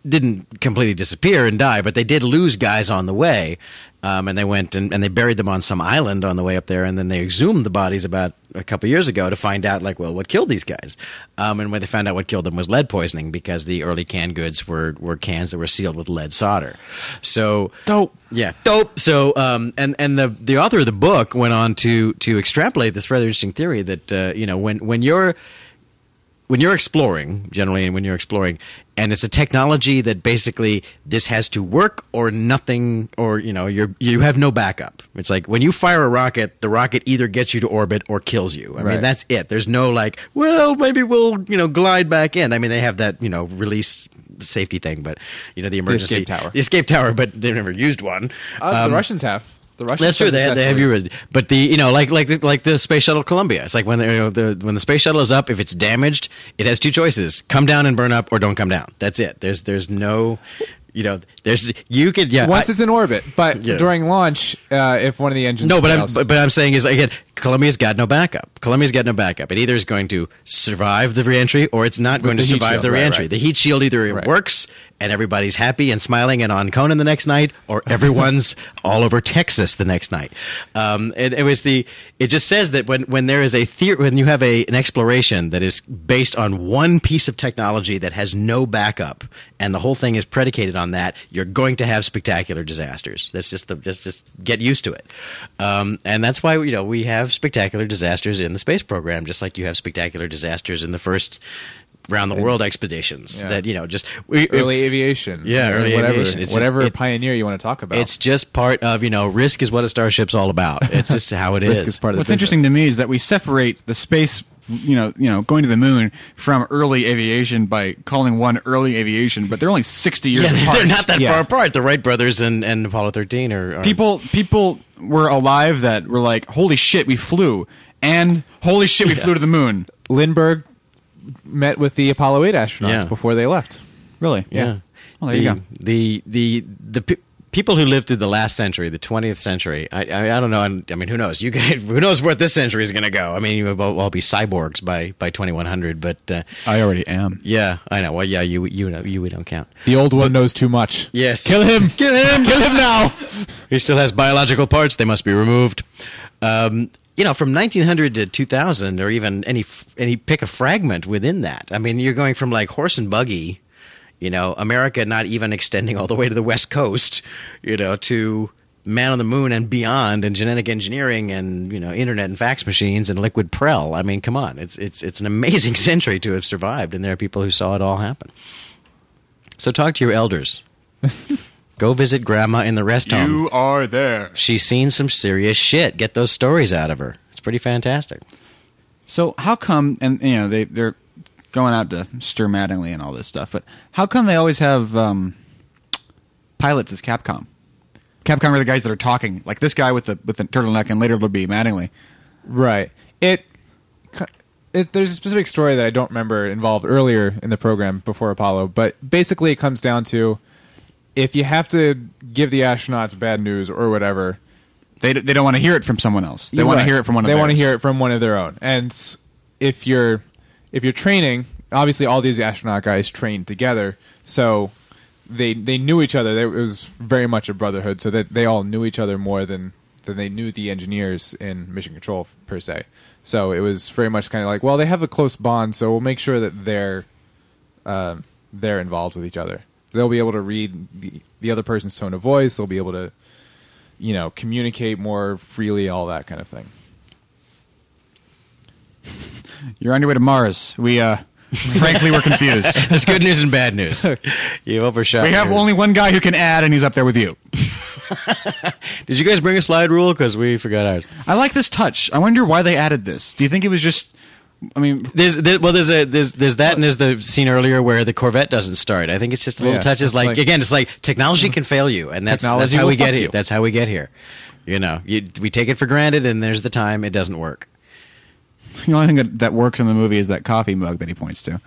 didn't completely disappear and die, but they did lose guys on the way. Um, and they went and, and they buried them on some island on the way up there, and then they exhumed the bodies about a couple years ago to find out, like, well, what killed these guys? Um, and when they found out what killed them was lead poisoning because the early canned goods were were cans that were sealed with lead solder. So Dope. yeah, dope. So, um, and and the the author of the book went on to to extrapolate this rather interesting theory that uh, you know when when you're when you're exploring generally, and when you're exploring, and it's a technology that basically this has to work or nothing, or you know you're you have no backup. It's like when you fire a rocket, the rocket either gets you to orbit or kills you. I mean Right. that's it. There's no like, well maybe we'll you know glide back in. I mean they have that you know release safety thing, but you know the emergency escape tower. the escape tower, but they've never used one. Uh, Um, the Russians have. The Russians. That's true. have They, this they have actually. you, but the you know like like the, like the space shuttle Columbia. It's like when the, you know, the when the space shuttle is up, if it's damaged, it has two choices: come down and burn up, or don't come down. That's it. There's there's no, you know, there's you could yeah. Once I- it's in orbit, but Yeah. during launch, uh, if one of the engines no, but I'm fails- but, but I'm saying is again, Columbia's got no backup. Columbia's got no backup. It either is going to survive the reentry or it's not going the to heat survive shield, the right, reentry. right. The heat shield either it Right. works and everybody's happy and smiling and on Conan the next night, or everyone's all over Texas the next night. Um, it, it was the. It just says that when when there is a theory, when you have a an exploration that is based on one piece of technology that has no backup, and the whole thing is predicated on that, you're going to have spectacular disasters. That's just the. That's just get used to it, um, and that's why you know we have spectacular disasters in the space program, just like you have spectacular disasters in the first. Round the world expeditions Yeah. that you know just we, early aviation. Yeah, or early whatever, aviation. It's just- whatever it- pioneer you want to talk about. It's just part of you know risk is what a starship's all about. It's just how it is. risk is part of the What's interesting to me is that we separate the space, you know, you know, going to the moon from early aviation by calling one early aviation, but they're only sixty years yeah, they're, apart. they're not that Yeah. far apart. The Wright brothers and, and Apollo thirteen are, are people people were alive that were like, "Holy shit, we flew!" and "Holy shit, we flew to the moon." Lindbergh met with the Apollo 8 astronauts Yeah. before they left. Really? Yeah. Well, there you go. the, The the the pe- people who lived through the last century, the 20th century. I I, I don't know. I'm- I mean, who knows? You guys, who knows where this century is going to go? I mean, we'll all all be cyborgs by by 2100. But uh, I already am. yeah, I know. Well, yeah, you you know you we don't count. The old one knows too much. Yes. Kill him. Kill him. Kill him now. He still has biological parts. They must be removed. Um, you know, from 1900 to 2000, or even any f- any pick a fragment within that. I mean, you're going from like horse and buggy, you know, America not even extending all the way to the West Coast, you know, to man on the moon and beyond, and genetic engineering, and you know, internet and fax machines and liquid prel. I mean, come on, it's it's it's an amazing century to have survived, and there are people who saw it all happen. So talk to your elders. Go visit grandma in the rest home. are there. She's seen some serious shit. Get those stories out of her. It's pretty fantastic. So how come? And you know they they're going out to stir Mattingly and all this stuff, but how come they always have um, pilots as Capcom? Capcom are the guys that are talking, like this guy with the with the turtleneck, and later it'll be Mattingly. Right. It, it. There's a specific story that I don't remember involved earlier in the program before Apollo, but basically it comes down to if you have to give the astronauts bad news or whatever, They they don't want to hear it from someone else. They want to hear it from one of They theirs. want to hear it from one of their own. And s- if you're if you're training, obviously all these astronaut guys trained together, so they they knew each other. They, it was very much a brotherhood, so that they all knew each other more than than they knew the engineers in mission control per se. So it was very much kind of like, well, they have a close bond, so we'll make sure that they're um, they're involved with each other. They'll be able to read the, the other person's tone of voice. They'll be able to, you know, communicate more freely, all that kind of thing. You're on your way to Mars. We uh, frankly were confused. That's good news and bad news. you overshot. We have your- only one guy who can add, and he's up there with you. Did you guys bring a slide rule? Because we forgot ours. I like this touch. I wonder why they added this. Do you think it was just? I mean, There's, there, well, there's a there's there's that, and there's the scene earlier where the Corvette doesn't start. I think it's just a little Yeah, touches. it's Like, like- again, it's like technology can fail you, and that's that's Technology how will we get fuck here. you. That's how we get here. You know, you, we take it for granted, and there's the time it doesn't work. the only thing that, that works in the movie is that coffee mug that he points to.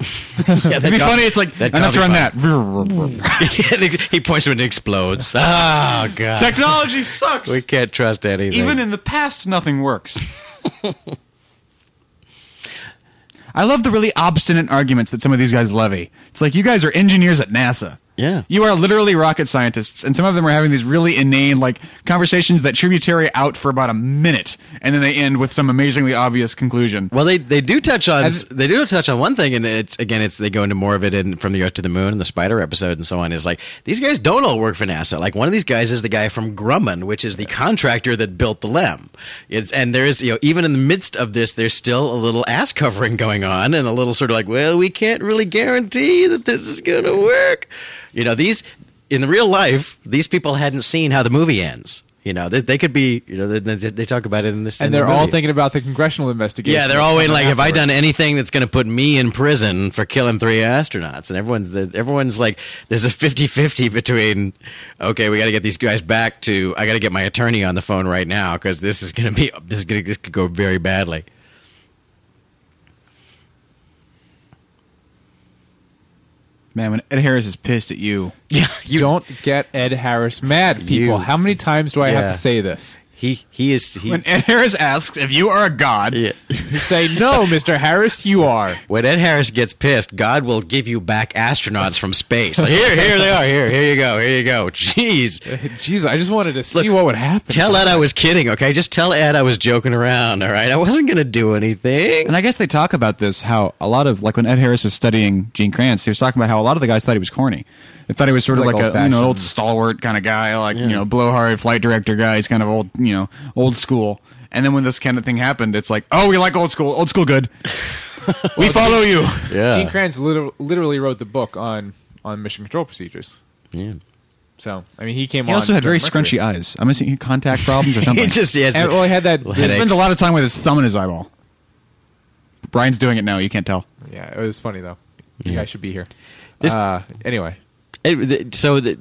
Yeah, It'd be funny. It's like that enough to coffee run pot. that. he points to it and it explodes. Oh god, Technology sucks. we can't trust anything. Even in the past, nothing works. I love the really obstinate arguments that some of these guys levy. It's like you guys are engineers at NASA. Yeah. You are literally rocket scientists, and some of them are having these really inane like conversations that tributary out for about a minute, and then they end with some amazingly obvious conclusion. Well, they, they do touch on As- they do touch on one thing, and it's again it's they go into more of it in from the Earth to the Moon and the Spider episode and so on. Is like these guys don't all work for NASA. Like one of these guys is the guy from Grumman, which is the contractor that built the LEM. It's and there is you know even in the midst of this, there's still a little ass covering going on and a little sort of like, well, we can't really guarantee that this is going to work. You know these in the real life, these people hadn't seen how the movie ends. You know they, they could be you know they, they, they talk about it in this in and the they're all movie. thinking about the congressional investigation. Yeah, they're that's all waiting. coming Like, have I afterwards. done anything that's going to put me in prison for killing three astronauts? And everyone's there's- everyone's like, there's a 50-50 between, okay, we got to get these guys back to. I got to get my attorney on the phone right now because this is going to be this is going to this could go very badly. Man, when Ed Harris is pissed at you, Yeah, you Don't get Ed Harris mad, people. You- How many times do I have Yeah. to say this? He he is he, When Ed Harris asks if you are a god, Yeah. You say no, Mr. Harris, you are. when Ed Harris gets pissed, God will give you back astronauts from space. Like, here, here they are. Here, here you go. Here you go. Jeez. Jeez, I just wanted to see Look, what would happen. Tell Ed I was kidding, okay? Just tell Ed I was joking around, all right? I wasn't going to do anything. And I guess they talk about this how a lot of like when Ed Harris was studying Gene Kranz, he was talking about how a lot of the guys thought he was corny. They thought he was sort of Like like, a you know an old-fashioned. old stalwart kind of guy, like you know blowhard flight director guy. He's kind of old, you know, old school. And then when this kind of thing happened, it's like, oh, we like old school, old school good. we follow you. Gene Kranz liter- literally wrote the book on on mission control procedures. Yeah. So I mean, he came. He on also had very Mercury. scrunchy eyes. I'm assuming contact problems or something. He just yes. And, well, he had that. he Headaches. spends a lot of time with his thumb in his eyeball. Brian's doing it now. You can't tell. Yeah, it was funny though. You guys should be here. This- uh, anyway, It- the- so the,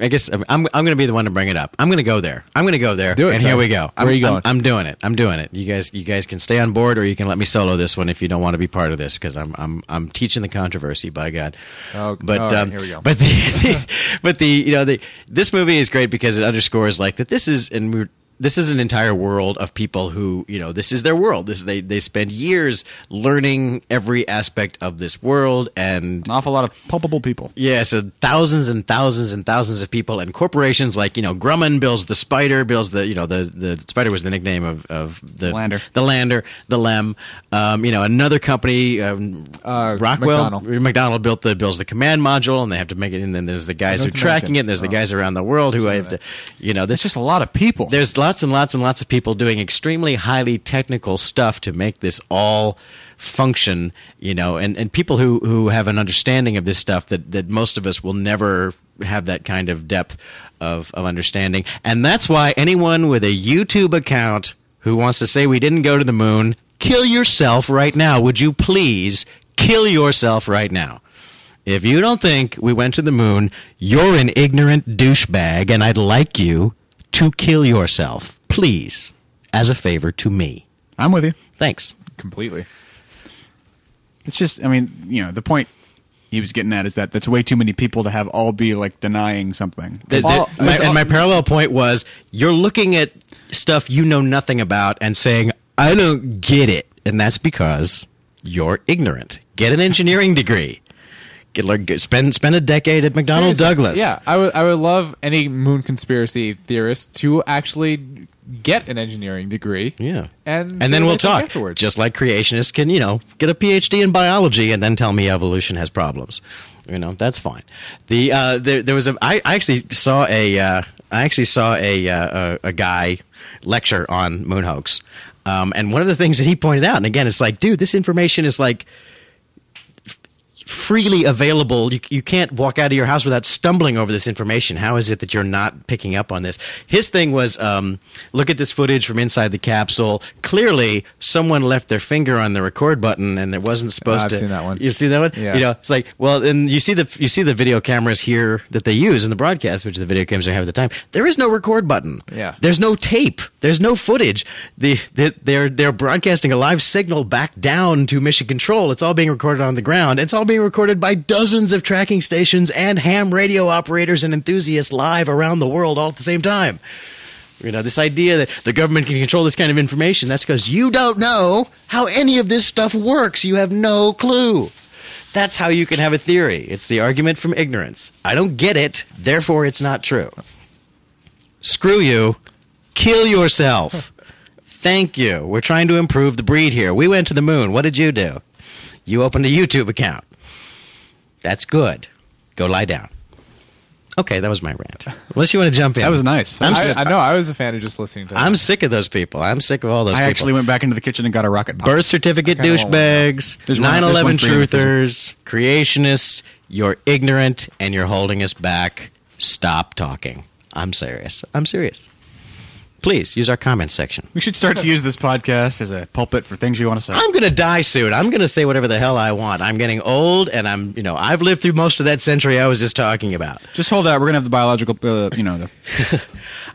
I guess I'm I'm going to be the one to bring it up. I'm going to go there. I'm going to go there. Do it, And here Trevor. we go. I'm, Where are you going? I'm, I'm doing it. I'm doing it. You guys, you guys can stay on board, or you can let me solo this one if you don't want to be part of this because I'm I'm I'm teaching the controversy. By God. Oh, but all right, um, here we go. But the, but the you know the this movie is great because it underscores like that this is and we're. This is an entire world of people who, you know, this is their world. This they they spend years learning every aspect of this world and An awful lot of palpable people. yeah, so thousands and thousands and thousands of people and corporations like you know Grumman builds the Spider, builds the you know the the Spider was the nickname of, of the Lander. the Lander, the Lem. Um, you know another company, um, Uh, Rockwell McDonnell. McDonnell built the builds the command module, and they have to make it. And then there's the guys who North are tracking American. it. And there's the guys around the world who have to, you know, It's just a lot of people. there's lots and lots and lots of people doing extremely highly technical stuff to make this all function you know and, and people who, who have an understanding of this stuff that, that most of us will never have that kind of depth of, of understanding and that's why anyone with a youtube account who wants to say we didn't go to the moon kill yourself right now would you please kill yourself right now if you don't think we went to the moon, you're an ignorant douchebag, and I'd like you to kill yourself, please, as a favor to me. I'm with you. Thanks. completely. It's just, I mean, you know, the point he was getting at is that that's way too many people to have all be like denying something. The- the- All- my- and my parallel point was you're looking at stuff you know nothing about and saying, I don't get it. And that's because you're ignorant. Get an engineering degree. Get, learn- get- spend, spend a decade at McDonnell Seriously, Douglas. Yeah, I would. I would love any moon conspiracy theorist to actually get an engineering degree. Yeah. and see and what then we'll they think talk. afterwards. Just like creationists can, you know, get a PhD in biology and then tell me evolution has problems. You know, that's fine. The uh, there, there was a I, I actually saw a uh, I actually saw a uh, a, a guy lecture on moon hoax. Um, and one of the things that he pointed out, and again, it's like, dude, this information is like freely available. You, you can't walk out of your house without stumbling over this information. How is it that you're not picking up on this? His thing was um, look at this footage from inside the capsule. Clearly, someone left their finger on the record button and it wasn't supposed I've to. seen that one. You've seen that one? Yeah. You know, it's like, well, and you see the you see the video cameras here that they use in the broadcast, which the video cameras they have at the time. There is no record button. Yeah. There's no tape. There's no footage. The, the, they're they're broadcasting a live signal back down to mission control. It's all being recorded on the ground. It's all being recorded by dozens of tracking stations and ham radio operators and enthusiasts live around the world all at the same time. You know, this idea that the government can control this kind of information, that's because you don't know how any of this stuff works. You have no clue. That's how you can have a theory. It's the argument from ignorance. I don't get it, therefore it's not true. Screw you. Kill yourself. Thank you. We're trying to improve the breed here. We went to the moon. What did you do? You opened a YouTube account. That's good. Go lie down. Okay, that was my rant. Unless you want to jump in. That was nice. I'm, I, s- I know. I was a fan of just listening to. I'm sick of those people. I'm sick of all those I people. actually went back into the kitchen and got a rocket pop. birth certificate I kinda want one now. douchebags, There's one- 9 there's 11 one for you, there's one. truthers, creationists. You're ignorant and you're holding us back. Stop talking. I'm serious. I'm serious. Please use our comments section. We should start to use this podcast as a pulpit for things you want to say. I'm gonna die soon. I'm gonna say whatever the hell I want. I'm getting old, and I'm you know I've lived through most of that century I was just talking about. Just hold out. We're gonna have the biological, uh, you know, the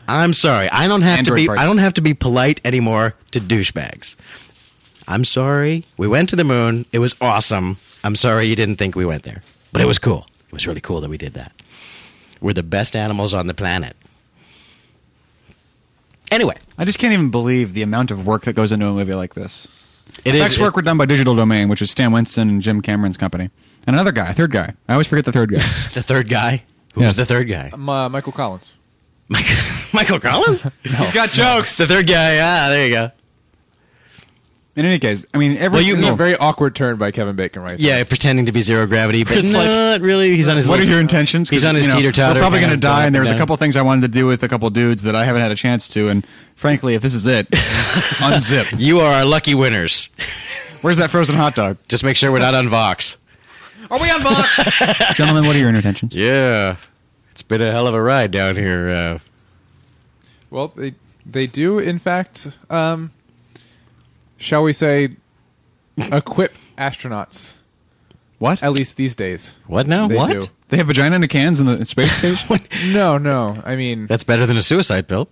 I'm sorry. I don't have to Android be. parts. I don't have to be polite anymore to douchebags. I'm sorry. We went to the moon. It was awesome. I'm sorry you didn't think we went there, but it was cool. It was really cool that we did that. We're the best animals on the planet. Anyway, I just can't even believe the amount of work that goes into a movie like this. it is Effects work were done by Digital Domain, which was Stan Winston and Jim Cameron's company, and another guy, third guy. I always forget the third guy. the third guy. Who's Yes. the third guy? M- uh, Michael Collins. Michael, Michael Collins. He's got jokes. The third guy. Ah, there you go. In any case, I mean, every Well, you- It's a single. very awkward turn by Kevin Bacon, right? there. Yeah, pretending to be zero gravity, but It's it's like- not really. He's on his. what are little- your intentions? 'Cause, He's on his you know, teeter-totter, We're probably going to kinda going die, up and there and was a down. couple things I wanted to do with a couple dudes that I haven't had a chance to, and frankly, if this is it, unzip. You are our lucky winners. Where's that frozen hot dog? Just make sure we're not on Vox. Are we on box? Gentlemen, what are your intentions? Yeah, it's been a hell of a ride down here. Uh, Well, they they do in fact, um, shall we say, equip astronauts What? at least these days. what now? They what? do. They have vagina in the cans in the space station? No, no. I mean, That's better than a suicide pill.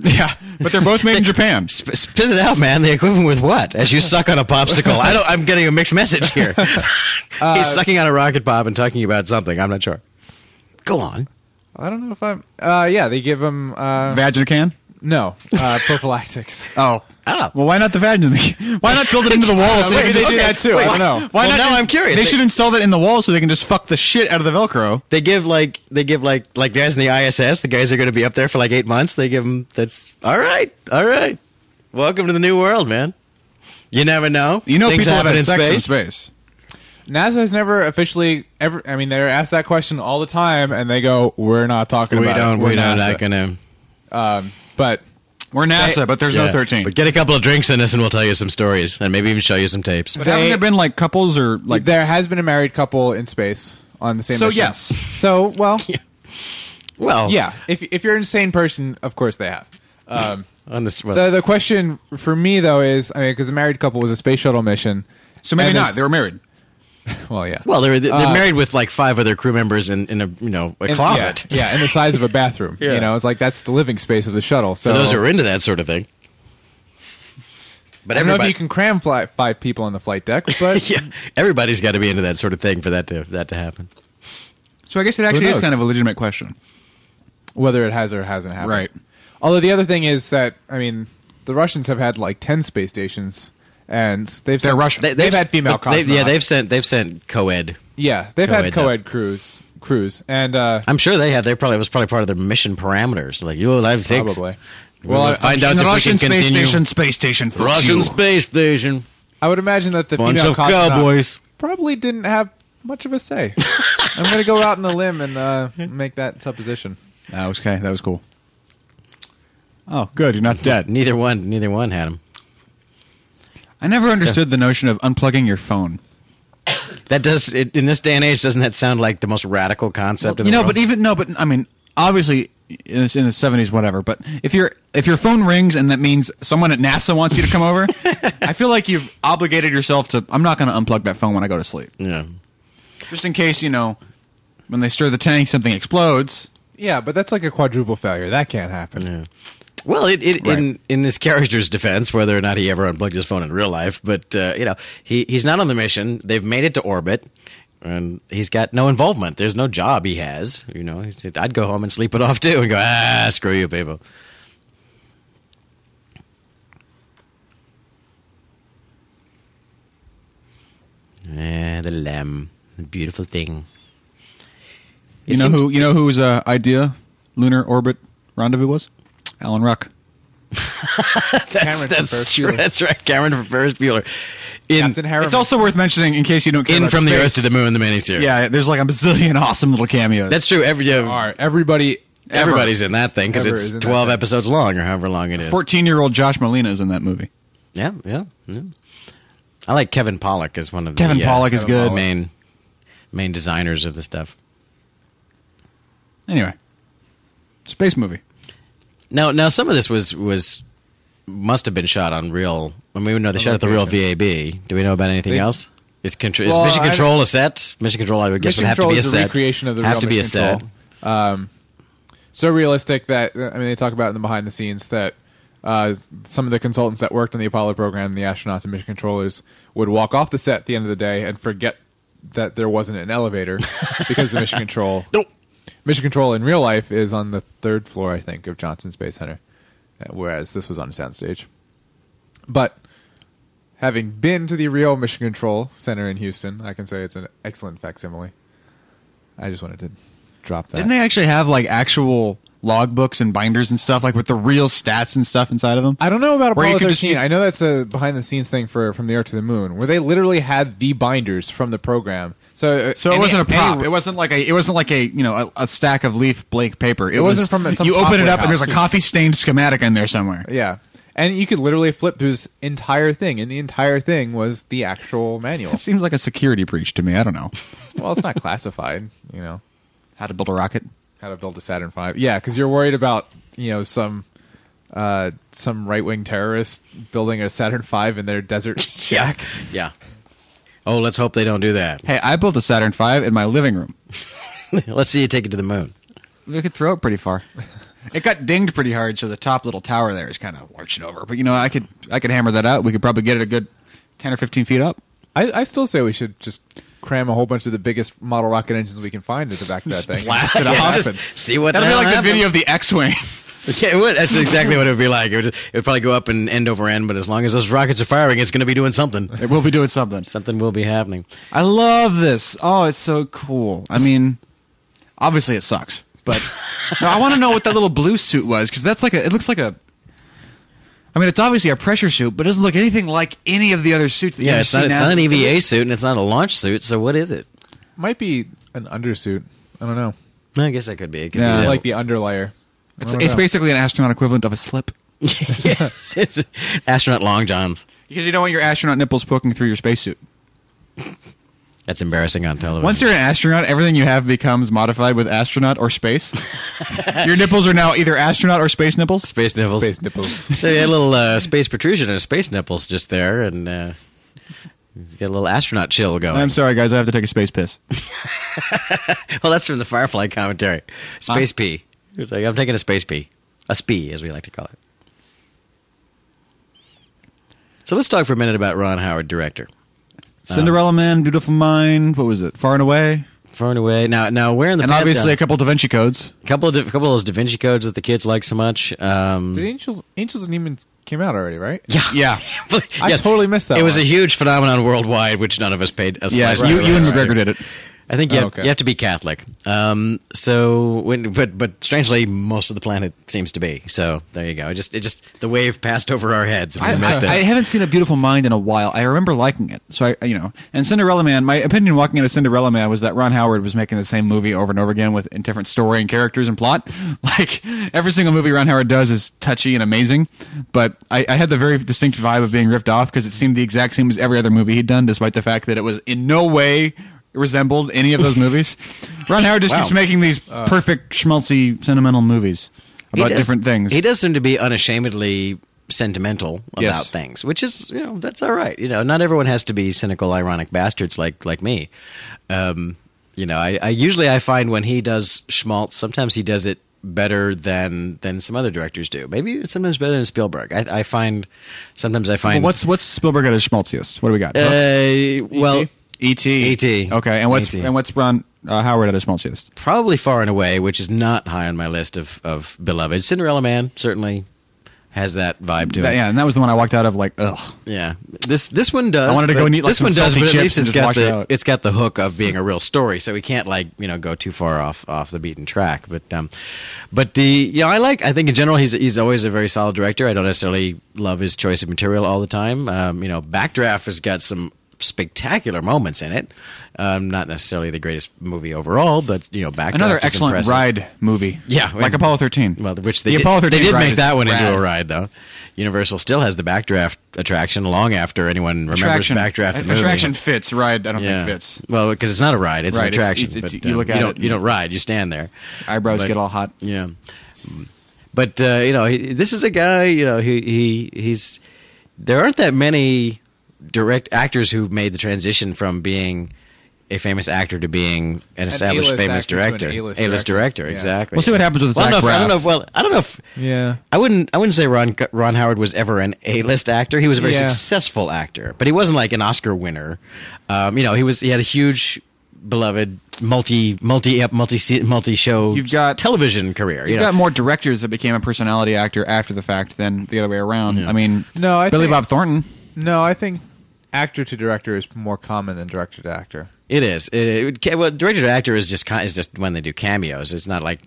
yeah, but they're both made in Japan. Sp- spit it out, man. The equivalent with what? As you suck on a popsicle. I don't. I'm getting a mixed message here. He's sucking on a rocket pop and talking about something. I'm not sure. Go on. I don't know if I'm. Uh, yeah, they give them uh, Vagina can? no uh, prophylactics. Oh. Ah. Well, why not the vagina? why not build it into the wall? so can Maybe they just- do that too. I don't know. Why Well, not? now I'm curious. They, They- should install that in the wall so they can just fuck the shit out of the Velcro. They give like they give like like guys in the ISS. The guys are going to be up there for like eight months. They give them that's all right, all right. Welcome to the new world, man. You never know. You know, Things people have happen had in sex space. in space. NASA has never officially ever. I mean, they're asked that question all the time, and they go, "We're not talking We about don't. it. We're We don't. NASA." Not gonna. Um, but We're NASA, but there's Yeah. no 13. But get a couple of drinks in us, and we'll tell you some stories, and maybe even show you some tapes. But haven't They- there been like couples or like? there has been a married couple in space on the same. So, mission. yes. So well, well, yeah. If if you're an insane person, of course they have. Um, On this, well, the the question for me though is, I mean, because a married couple was a space shuttle mission. so maybe and not. there's- They were married. well, yeah. well, they're they're Uh, married with like five other crew members in, in a you know a And- closet. Yeah, yeah, and the size of a bathroom. Yeah. You know, it's like that's the living space of the shuttle. So For those who are into that sort of thing. But I don't know if everybody you can cram fly, five people on the flight deck, but yeah, everybody's got to be into that sort of thing for that to that to happen. So I guess it actually Who is knows? kind of a legitimate question. whether it has or hasn't happened. Right. Although the other thing is that I mean, the Russians have had like ten space stations, and they've They're sent- Russian. They've, had female but they- cosmonauts. yeah, they've sent they've sent co-ed. yeah they've had co-eds up. co-ed crews crews, and uh, I'm sure they have. They probably it was probably part of their mission parameters. Like you, I've probably. Well, Well, I, find out In if the we Russian can space continue. station, space station for Russian you. space station, I would imagine that the bunch female of cosmonaut cowboys. probably didn't have much of a say. I'm going to go out on a limb and uh, make that supposition. That was okay. That was cool. Oh, good. You're not dead. Neither one, neither one had them. I never understood the notion of unplugging your phone. That does it, in this day and age. Doesn't that sound like the most radical concept? in you the know, world? but even no, but I mean, obviously in the- in the seventies, whatever. But if your if your phone rings and that means someone at NASA wants you to come over, I feel like you've obligated yourself to. I'm not going to unplug that phone when I go to sleep, yeah. just in case you know when they stir the tank, something explodes. Yeah, but that's like a quadruple failure. That can't happen. Yeah. Well, it, it, Right. in in this character's defense, whether or not he ever unplugged his phone in real life, but uh, you know he he's not on the mission. They've made it to orbit, and he's got no involvement. There's no job he has. You know, He said, I'd go home and sleep it off too, and go ah screw you people. Yeah, the lamb, the beautiful thing. You It know seems- who? You know whose uh, idea lunar orbit rendezvous was? Alan Ruck. That's Cameron from that's Ferris true. Bueller. That's right, Cameron from Ferris Bueller. In, Captain Harriman. It's also worth mentioning in case you don't care in about from the space. Earth to the Moon, the mini series. Yeah, there's like a bazillion awesome little cameos. that's true. Every All right, everybody. everybody's in that thing because Ever it's is in that twelve thing. episodes long or however long it is. fourteen year old Josh Molina is in that movie. Yeah, yeah, yeah. I like Kevin Pollock as one of Kevin the, uh, Pollak is Kevin good. Pollak. main main designers of the stuff. Anyway, space movie. Now, now some of this was was must have been shot on real. I mean, we know they shot at the real location. VAB. Do we know about anything They- else? Is, contr- Well, is Mission I- Control a set? Mission Control, I would guess, Mission would have to Control be a is a set. recreation of the have real to be a Mission set. Control. Um, so realistic that uh, I mean, they talk about in the behind the scenes that uh, some of the consultants that worked on the Apollo program, the astronauts and mission controllers, would walk off the set at the end of the day and forget that there wasn't an elevator because the mission control. Nope. Mission control in real life is on the third floor, I think, of Johnson Space Center, Uh, whereas this was on a soundstage. But having been to the real Mission Control Center in Houston, I can say it's an excellent facsimile. I just wanted to drop that. Didn't they actually have like actual logbooks and binders and stuff, like with the real stats and stuff inside of them? I don't know about Where you Apollo could 13. just- I know that's a behind the scenes thing for From the Earth to the Moon, where they literally had the binders from the program. So, uh, So it any- wasn't a prop. any- it wasn't like a. It wasn't like a you know a, a stack of leaf blank paper. It, wasn't was, from a- some you open it software up and there's a house. coffee stained schematic in there somewhere. yeah. And you could literally flip through this entire thing, and the entire thing was the actual manual. It seems like a security breach to me. I don't know well, it's not classified, you know, how to build a rocket. how to build a Saturn V. Yeah, because you're worried about, you know, some. Uh, some right wing terrorist building a Saturn V in their desert shack. Yeah. Oh, let's hope they don't do that. Hey, I built a Saturn V in my living room. let's see you take it to the moon. We could throw it pretty far. It got dinged pretty hard, so the top little tower there is kind of arching over. But you know, I could I could hammer that out. We could probably get it a good ten or fifteen feet up. I, I still say we should just cram a whole bunch of the biggest model rocket engines we can find at the back of that thing. Blast it Yeah, off. just see what That'll be the hell like the happens. video of the X-wing. Yeah, it would. That's exactly what it would be like. It would, it would probably go up and end over end, but as long as those rockets are firing, it's going to be doing something. it will be doing something. Something will be happening. I love this. Oh, it's so cool. I mean, obviously it sucks, but no, I want to know what that little blue suit was because that's like a. It looks like a. I mean, it's obviously a pressure suit, but it doesn't look anything like any of the other suits. That you Yeah, ever it's not, see it's now. not an EVA suit and it's not a launch suit, so what is it? Might be an undersuit. I don't know. I guess that could be. It could Yeah. be Like the underlayer. I Oh, It's, don't it's know. basically an astronaut equivalent of a slip. yes, it's astronaut long johns. Because you don't want your astronaut nipples poking through your spacesuit. That's embarrassing on television. Once you're an astronaut, everything you have becomes modified with astronaut or space. your nipples are now either astronaut or space nipples. space nipples. space nipples. so you had a little uh, space protrusion and space nipples just there, and uh, you get a little astronaut chill going. I'm sorry, guys. I have to take a space piss. Well, that's from the Firefly commentary. Space Huh? pee. It's like, I'm taking a space pee. A spee, as we like to call it. So let's talk for a minute about Ron Howard, director. Uh-huh. Cinderella Man, Beautiful Mind. What was it? Far and Away. Thrown away. Now, now where in the and pantheon- obviously a couple Da Vinci codes. a couple of di- couple of those Da Vinci codes that the kids like so much. Um, Did Angels Angels and Demons came out already, right? yeah, Yeah. I totally missed that It was a one. huge phenomenon worldwide, which none of us paid a Yeah, slice. you, of you and attention to. McGregor did it. I think you, Oh, have, okay. you have to be Catholic. Um, so, when, but but strangely, most of the planet seems to be. So there you go. It just it just the wave passed over our heads and we I, missed I- I it. haven't seen a Beautiful Mind in a while. I remember liking it. So I, you know, and Cinderella Man. My opinion walking into Cinderella Man was that Ron Howard was making the same movie over and over again with a different story and characters and plot. Like every single movie Ron Howard does is touchy and amazing. But I, I had the very distinct vibe of being ripped off because it seemed the exact same as every other movie he'd done, despite the fact that it was in no way resembled any of those movies. Ron Howard just Wow. Uh. keeps making these perfect schmaltzy sentimental movies He about does- different things. He does seem to be unashamedly sentimental about Yes. things, which is you know that's all right. You know, not everyone has to be cynical, ironic bastards like like me. Um, you know, I, I usually I find when he does schmaltz, sometimes he does it better than than some other directors do. Maybe it's sometimes better than Spielberg. I, I find sometimes I Well, find what's what's Spielberg at his schmaltziest? What do we got? Uh, well, E.T. E.T.. Oh, E Okay, and what's E.T.. and what's Ron uh, Howard at his schmaltziest? probably Far and Away, which is not high on my list of, of beloved. Cinderella Man certainly has that vibe to That- it. yeah, and that was the one I walked out of like, ugh. Yeah. This this one does. I wanted to go but and eat, like, this some one does, salty but chips at least and it's just got wash it out. the it's got the hook of being a real story, so we can't like you know go too far off off the beaten track. But um, but the you know I like I think in general he's he's always a very solid director. I don't necessarily love his choice of material all the time. Um, you know, Backdraft has got some spectacular moments in it. Um, not necessarily the greatest movie overall, but you know, Backdraft Another is excellent impressive. ride movie. Yeah, like and- Apollo thirteen. Well, which they the did, Apollo they thirteen did ride make is that one rad. into a ride, though. Universal still has the backdraft attraction long after anyone remembers Attraction, backdraft. The movie. attraction fits. Ride, I don't yeah. think fits. Well, because it's not a ride; it's Right, an it's- attraction. it's- it's- but, you um, look at don't, it You don't and- ride; you stand there. Eyebrows But- get all hot. Yeah, but uh, you know, he, this is a guy. You know, he he he's there aren't that many direct actors who made the transition from being. A famous actor to being an established A-list famous actor to an director, A-list director, director, yeah. exactly. We'll see what happens with Well, I don't Zach know if- I don't know. If, Braff. well, I don't know if Yeah. I wouldn't. I wouldn't say Ron Ron Howard was ever an A list actor. He was a very Yeah. successful actor, but he wasn't like an Oscar winner. Um, you know, he was. He had a huge beloved multi multi multi multi show You've got- television career. You You know? got more directors that became a personality actor after the fact than the other way around. I mean, No, I Billy think- Bob Thornton. No, I think actor to director is more common than director to actor. It is. It, it, ca- well, director to actor is just ki- is just when they do cameos. It's not like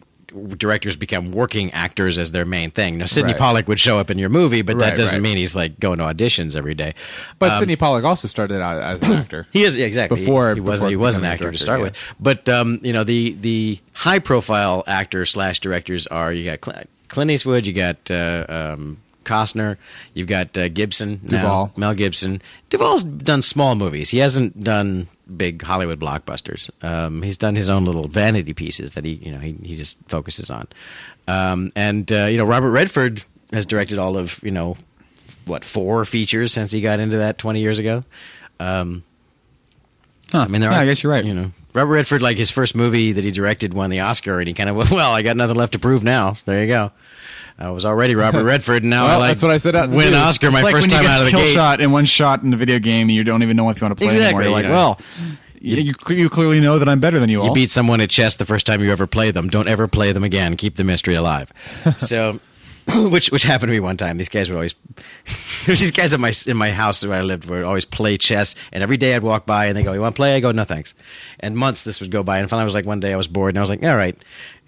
directors become working actors as their main thing. Now, Sidney Right. Pollack would show up in your movie, but Right, that doesn't right. mean he's like going to auditions every day. But Sidney Pollack also started out as an actor. He is yeah, exactly He- Before- he, wasn't before he was an becoming a actor director, to start yeah. with, but um, you know the the high profile actor slash directors are you got Cl- Clint Eastwood, you got uh, um, Costner, you've got uh, Gibson, now, Duvall. Mel Gibson. Duvall's done small movies. He hasn't done big Hollywood blockbusters. Um, he's done his own little vanity pieces that he you know he, he just focuses on, um, and uh, you know Robert Redford has directed all of you know what four features since he got into that 20 years ago um, I mean, there Yeah, are. I guess you're right. You know, Robert Redford, like his first movie that he directed, won the Oscar, and he kind of went, "Well, I got nothing left to prove now." There you go. I was already Robert Redford, and now I Well, like that's what I set out to win an do. Oscar my it's like first when time you get out of the kill gate. shot in one shot in the video game, and you don't even know if you want to play anymore. Exactly, You're like, you know. well, you, you, cle- you clearly know that I'm better than you all. You beat someone at chess the first time you ever play them. Don't ever play them again. Keep the mystery alive. so, which which happened to me one time. These guys would always there's these guys in my in my house where I lived would always play chess, and every day I'd walk by and they go, "You want to play?" I go, "No, thanks." And months this would go by, and finally I was like, one day I was bored, and I was like, "All right,"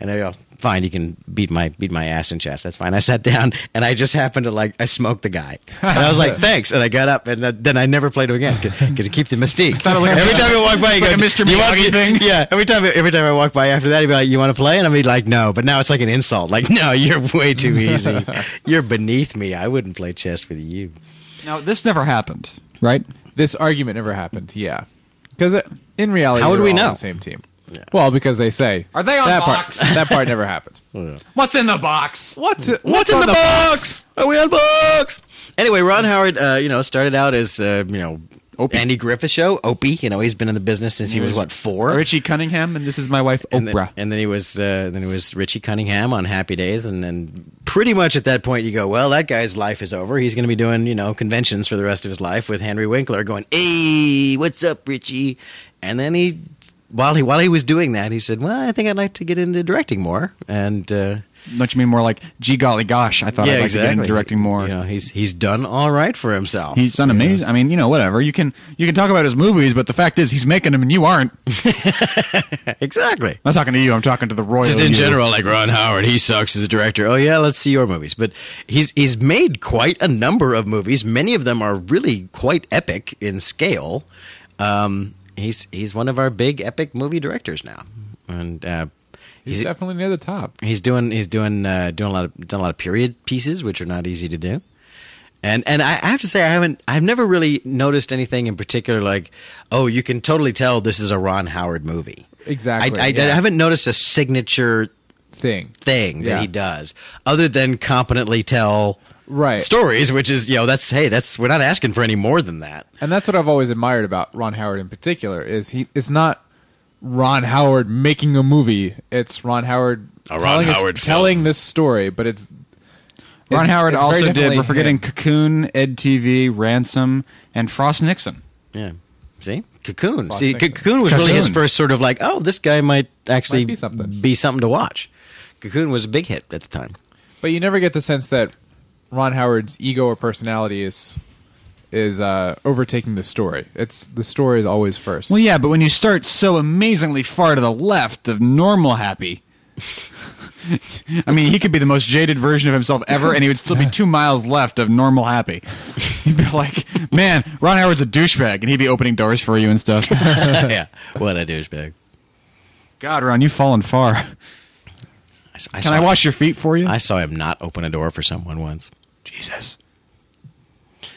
and I go, "Fine, you can beat my beat my ass in chess. That's fine." I sat down, and I just happened to like I smoked the guy, and I was like, "Thanks," and I got up, and then I never played him again because you keep the mystique. of like a- every time I walk by, it's I go, like a Mr. "You want- Miyagi thing." yeah, every time every time I walk by after that, he'd be like, "You want to play?" And I'd be like, "No." But now it's like an insult. Like, "No, you're way too easy. you're beneath me. I wouldn't play chess with you." now, this never happened, right? This argument never happened. Yeah, because in reality, How would they were we all know? on the same team? Well, because they say Are they on that box? part? That part never happened. What's in the box? What's uh, what's, in on the, box? Are we on box? Anyway, Ron Howard, uh, you know, started out as uh, you know Opie. Andy Griffith show Opie. You know, he's been in the business since he was what four. Richie Cunningham, and this is my wife, and then, Oprah. and then he was uh, then he was Richie Cunningham on Happy Days, and then pretty much at that point you go, well, that guy's life is over. He's going to be doing you know conventions for the rest of his life with Henry Winkler, going, hey, what's up, Richie? And then he while he while he was doing that, he said, well, I think I'd like to get into directing more, and. Uh, Don't you mean more like, gee golly gosh, I thought I'd like to get into directing more. You know, he's he's done all right for himself. He's done amazing. I mean, you know, whatever. You can you can talk about his movies, but the fact is, he's making them, and you aren't. I'm exactly. not talking to you. I'm talking to the royal. just in you. general, like Ron Howard, he sucks as a director. Oh yeah, let's see your movies. But he's he's made quite a number of movies. Many of them are really quite epic in scale. Um, he's he's one of our big epic movie directors now, and uh, He's he's definitely near the top. he's doing he's doing uh, doing a lot of done a lot of period pieces, which are not easy to do. And and I, I have to say I haven't I've never really noticed anything in particular like oh you can totally tell this is a Ron Howard movie Exactly, I, I, yeah. I haven't noticed a signature Thing. thing that Yeah. he does other than competently tell Right. stories which is you know that's hey that's we're not asking for any more than that And that's what I've always admired about Ron Howard in particular is he it's not Ron Howard making a movie. It's Ron Howard A Ron telling, us- Howard telling this story, but it's Ron it's- Howard it's very also did. definitely We're forgetting him. Cocoon, Ed TV, Ransom, and Frost Nixon. yeah see cocoon Ross see Nixon. cocoon was really his Cocoon. first sort of like oh this guy might actually Might be something. be something to watch cocoon was a big hit at the time But you never get the sense that Ron Howard's ego or personality is is uh, overtaking the story. It's the story is always first. Well, yeah, but when you start so amazingly far to the left of normal happy, I mean, he could be the most jaded version of himself ever, and he would still be two miles left of normal happy. He'd be like, "Man, Ron Howard's a douchebag," and he'd be opening doors for you and stuff. yeah what a douchebag God, Ron, you've fallen far. I, s- I Can saw, I wash your feet for you? I saw him not open a door for someone once Jesus.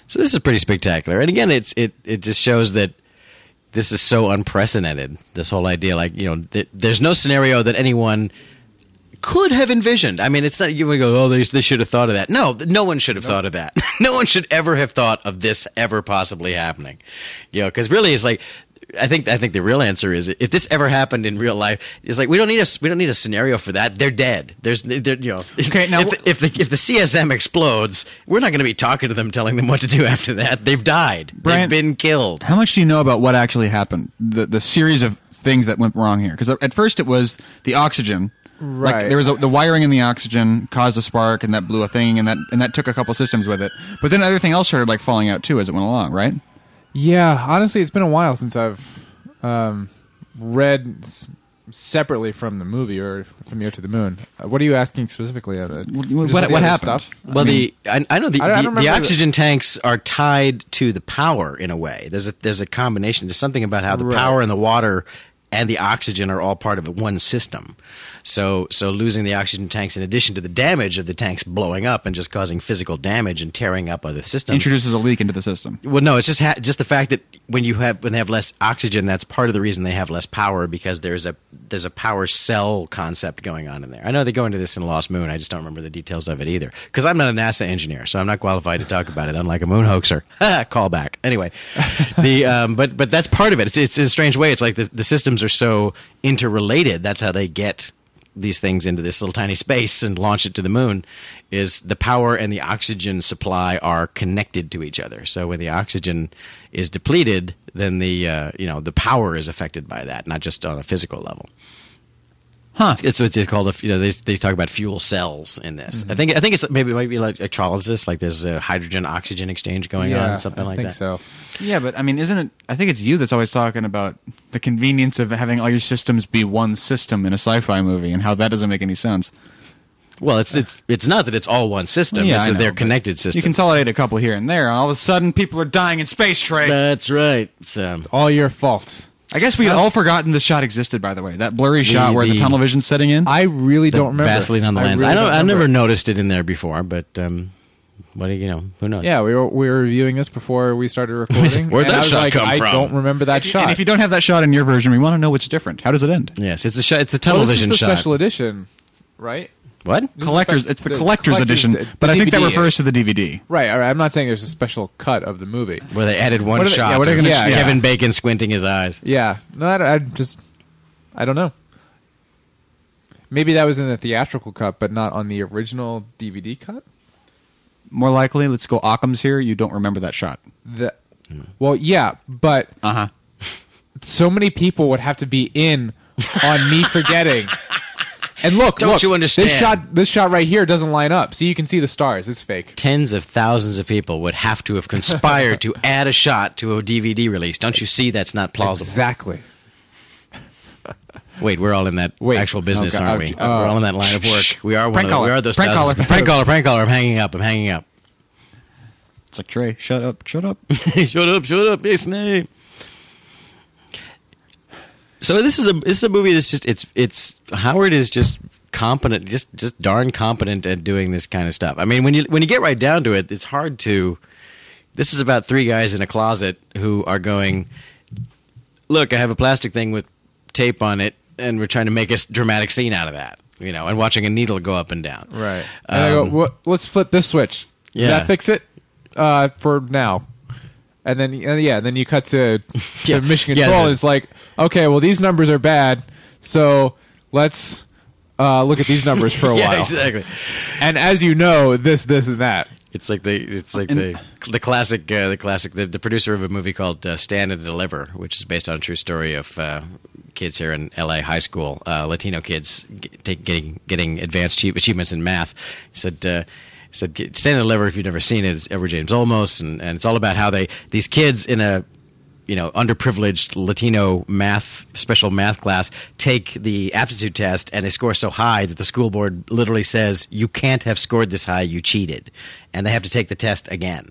So this is pretty spectacular. And again, it's it it just shows that this is so unprecedented. This whole idea, like you know, th- there's no scenario that anyone could have envisioned. I mean, it's not you would go, oh, they, they should have thought of that. No, th- no one should have thought of that. no one should ever have thought of this ever possibly happening. You know, because really, it's like. I think I think the real answer is if this ever happened in real life, it's like we don't need a s- we don't need a scenario for that. They're dead. There's they're, you know Okay, now if, wh- if the if the CSM explodes, we're not going to be talking to them, telling them what to do after that. They've died. Brian- They've been killed. How much do you know about what actually happened? The the series of things that went wrong here? Because at first it was the oxygen. Like Right. there was a, the wiring in the oxygen caused a spark, and that blew a thing, and that and that took a couple systems with it. But then everything else started like falling out too as it went along, right? Yeah, honestly, it's been a while since I've um, read s- separately from the movie or from Year to the Moon. Uh, What are you asking specifically of it? What- Just what- the what other happened? Well, the I, I know the, I don't- I the, don't the remember the- oxygen tanks are tied to the power in a way. There's a there's a combination. There's something about how the Right. power and the water and the oxygen are all part of one system. So so losing the oxygen tanks in addition to the damage of the tanks blowing up and just causing physical damage and tearing up other systems. Introduces a leak into the system. well, no, it's just ha- just the fact that when you have when they have less oxygen, that's part of the reason they have less power because there's a there's a power cell concept going on in there. I know they go into this in Lost Moon. I just don't remember the details of it either because I'm not a NASA engineer, so I'm not qualified to talk about it. Unlike a moon hoaxer, call back anyway. The um, but but that's part of it. It's it's in a strange way. It's like the, the systems are so interrelated. That's how they get these things into this little tiny space and launch it to the moon is the power and the oxygen supply are connected to each other. So when the oxygen is depleted, then the uh, you know the power is affected by that, not just on a physical level. Huh. It's it's, it's called a, you know they, they talk about fuel cells in this. Mm-hmm. I think I think it's maybe it might be like electrolysis, like there's a hydrogen oxygen exchange going Yeah, on, something I like think that. So Yeah, but I mean, isn't it? I think it's you that's always talking about the convenience of having all your systems be one system in a sci-fi movie, and how that doesn't make any sense. Well, it's it's it's not that it's all one system; Yeah, it's I that know, they're but connected You systems. consolidate a couple here and there, and all of a sudden, people are dying in space. Trey, That's right. So all your fault. I guess we'd all forgotten this shot existed, by the way. That blurry shot where the, the- tunnel vision's setting in. I really don't remember Vaseline on the lens. really I don't. don't I've remember. never noticed it in there before, but um, what do you know? Who knows? Yeah, we were we were reviewing this before we started recording. Where'd and that I was shot like, come I from? don't remember that shot. And if you don't have that shot in your version, we want to know what's different. How does it end? Yes, it's a shot. It's a well, tunnel this is vision the shot. special edition, right? what? This is Collectors. spec- It's the, collector's, edition, ed- but the I think that DVD. refers to the DVD. Right, all right. I'm not saying there's a special cut of the movie. Where they added one What are they- shot. yeah, what are they of gonna- yeah, Kevin yeah. Bacon squinting his eyes. Yeah, no, I, I just, I don't know. Maybe that was in the theatrical cut, but not on the original DVD cut. More likely, let's go Occam's here. You don't remember that shot. The, Hmm. well, yeah, but Uh huh. so many people would have to be in on me forgetting. And look, Don't look, you understand? This shot, this shot right here doesn't line up. See, you can see the stars. It's fake. Tens of thousands of people would have to have conspired to add a shot to a DVD release. Don't you see? That's not plausible. Exactly. Wait, we're all in that Wait. actual business, Oh, God. aren't we? Oh, we're all in that line of work. We are one Prank of the, we caller. are those Prank thousands- caller. prank caller, prank caller. I'm hanging up. I'm hanging up. It's like Trey, shut up, shut up. shut up, shut up, yes, name. So this is a this is a movie that's just it's it's Howard is just competent, just just darn competent at doing this kind of stuff. I mean, when you when you get right down to it, it's hard to. This is about three guys in a closet who are going. Look, I have a plastic thing with tape on it, and we're trying to make a s- dramatic scene out of that, you know, and watching a needle go up and down. Right. And I go, Um, "What- let's flip this switch. Does Yeah. that fix it uh, for now? And then, uh, yeah, then you cut to, to Yeah. mission Yeah, control. the- and it's like, okay, well, these numbers are bad. So let's uh, look at these numbers for a yeah, while. exactly. And as you know, this, this, and that. It's like the it's like the the classic uh, the classic the, the producer of a movie called uh, Stand and Deliver, which is based on a true story of uh, kids here in L.A. high school, uh, Latino kids g- take, getting getting advanced achie- achievements in math. He said. Uh, he said "Get- Stand and Deliver, if you've never seen it, it's Edward James Olmos, and, and it's all about how they these kids in a you know underprivileged Latino math special math class take the aptitude test and they score so high that the school board literally says you can't have scored this high you cheated and they have to take the test again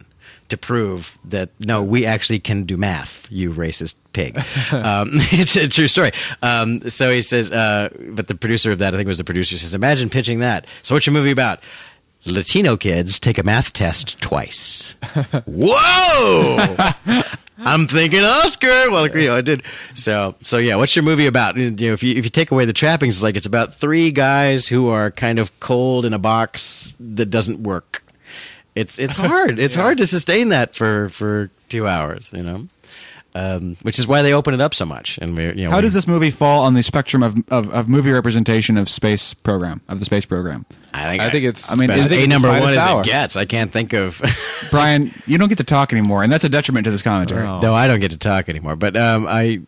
to prove that no we actually can do math you racist pig um, it's a true story um, so he says uh, but the producer of that I think it was the producer says imagine pitching that so what's your movie about Latino kids take a math test twice. Whoa! I'm thinking Oscar. Well, you know, I did. So, so yeah. What's your movie about? You know, if you if you take away the trappings, it's like it's about three guys who are kind of cold in a box that doesn't work. It's it's hard. It's hard to sustain that for for two hours. You know, um, which is why they open it up so much. And we, you know, How we- does this movie fall on the spectrum of, of, of movie representation of space program of the space program? I think I think it's- I mean, I think a it's number finest one as hour. it gets. I can't think of. Brian, you don't get to talk anymore, and that's a detriment to this commentary. Oh. No, I don't get to talk anymore. But um, I,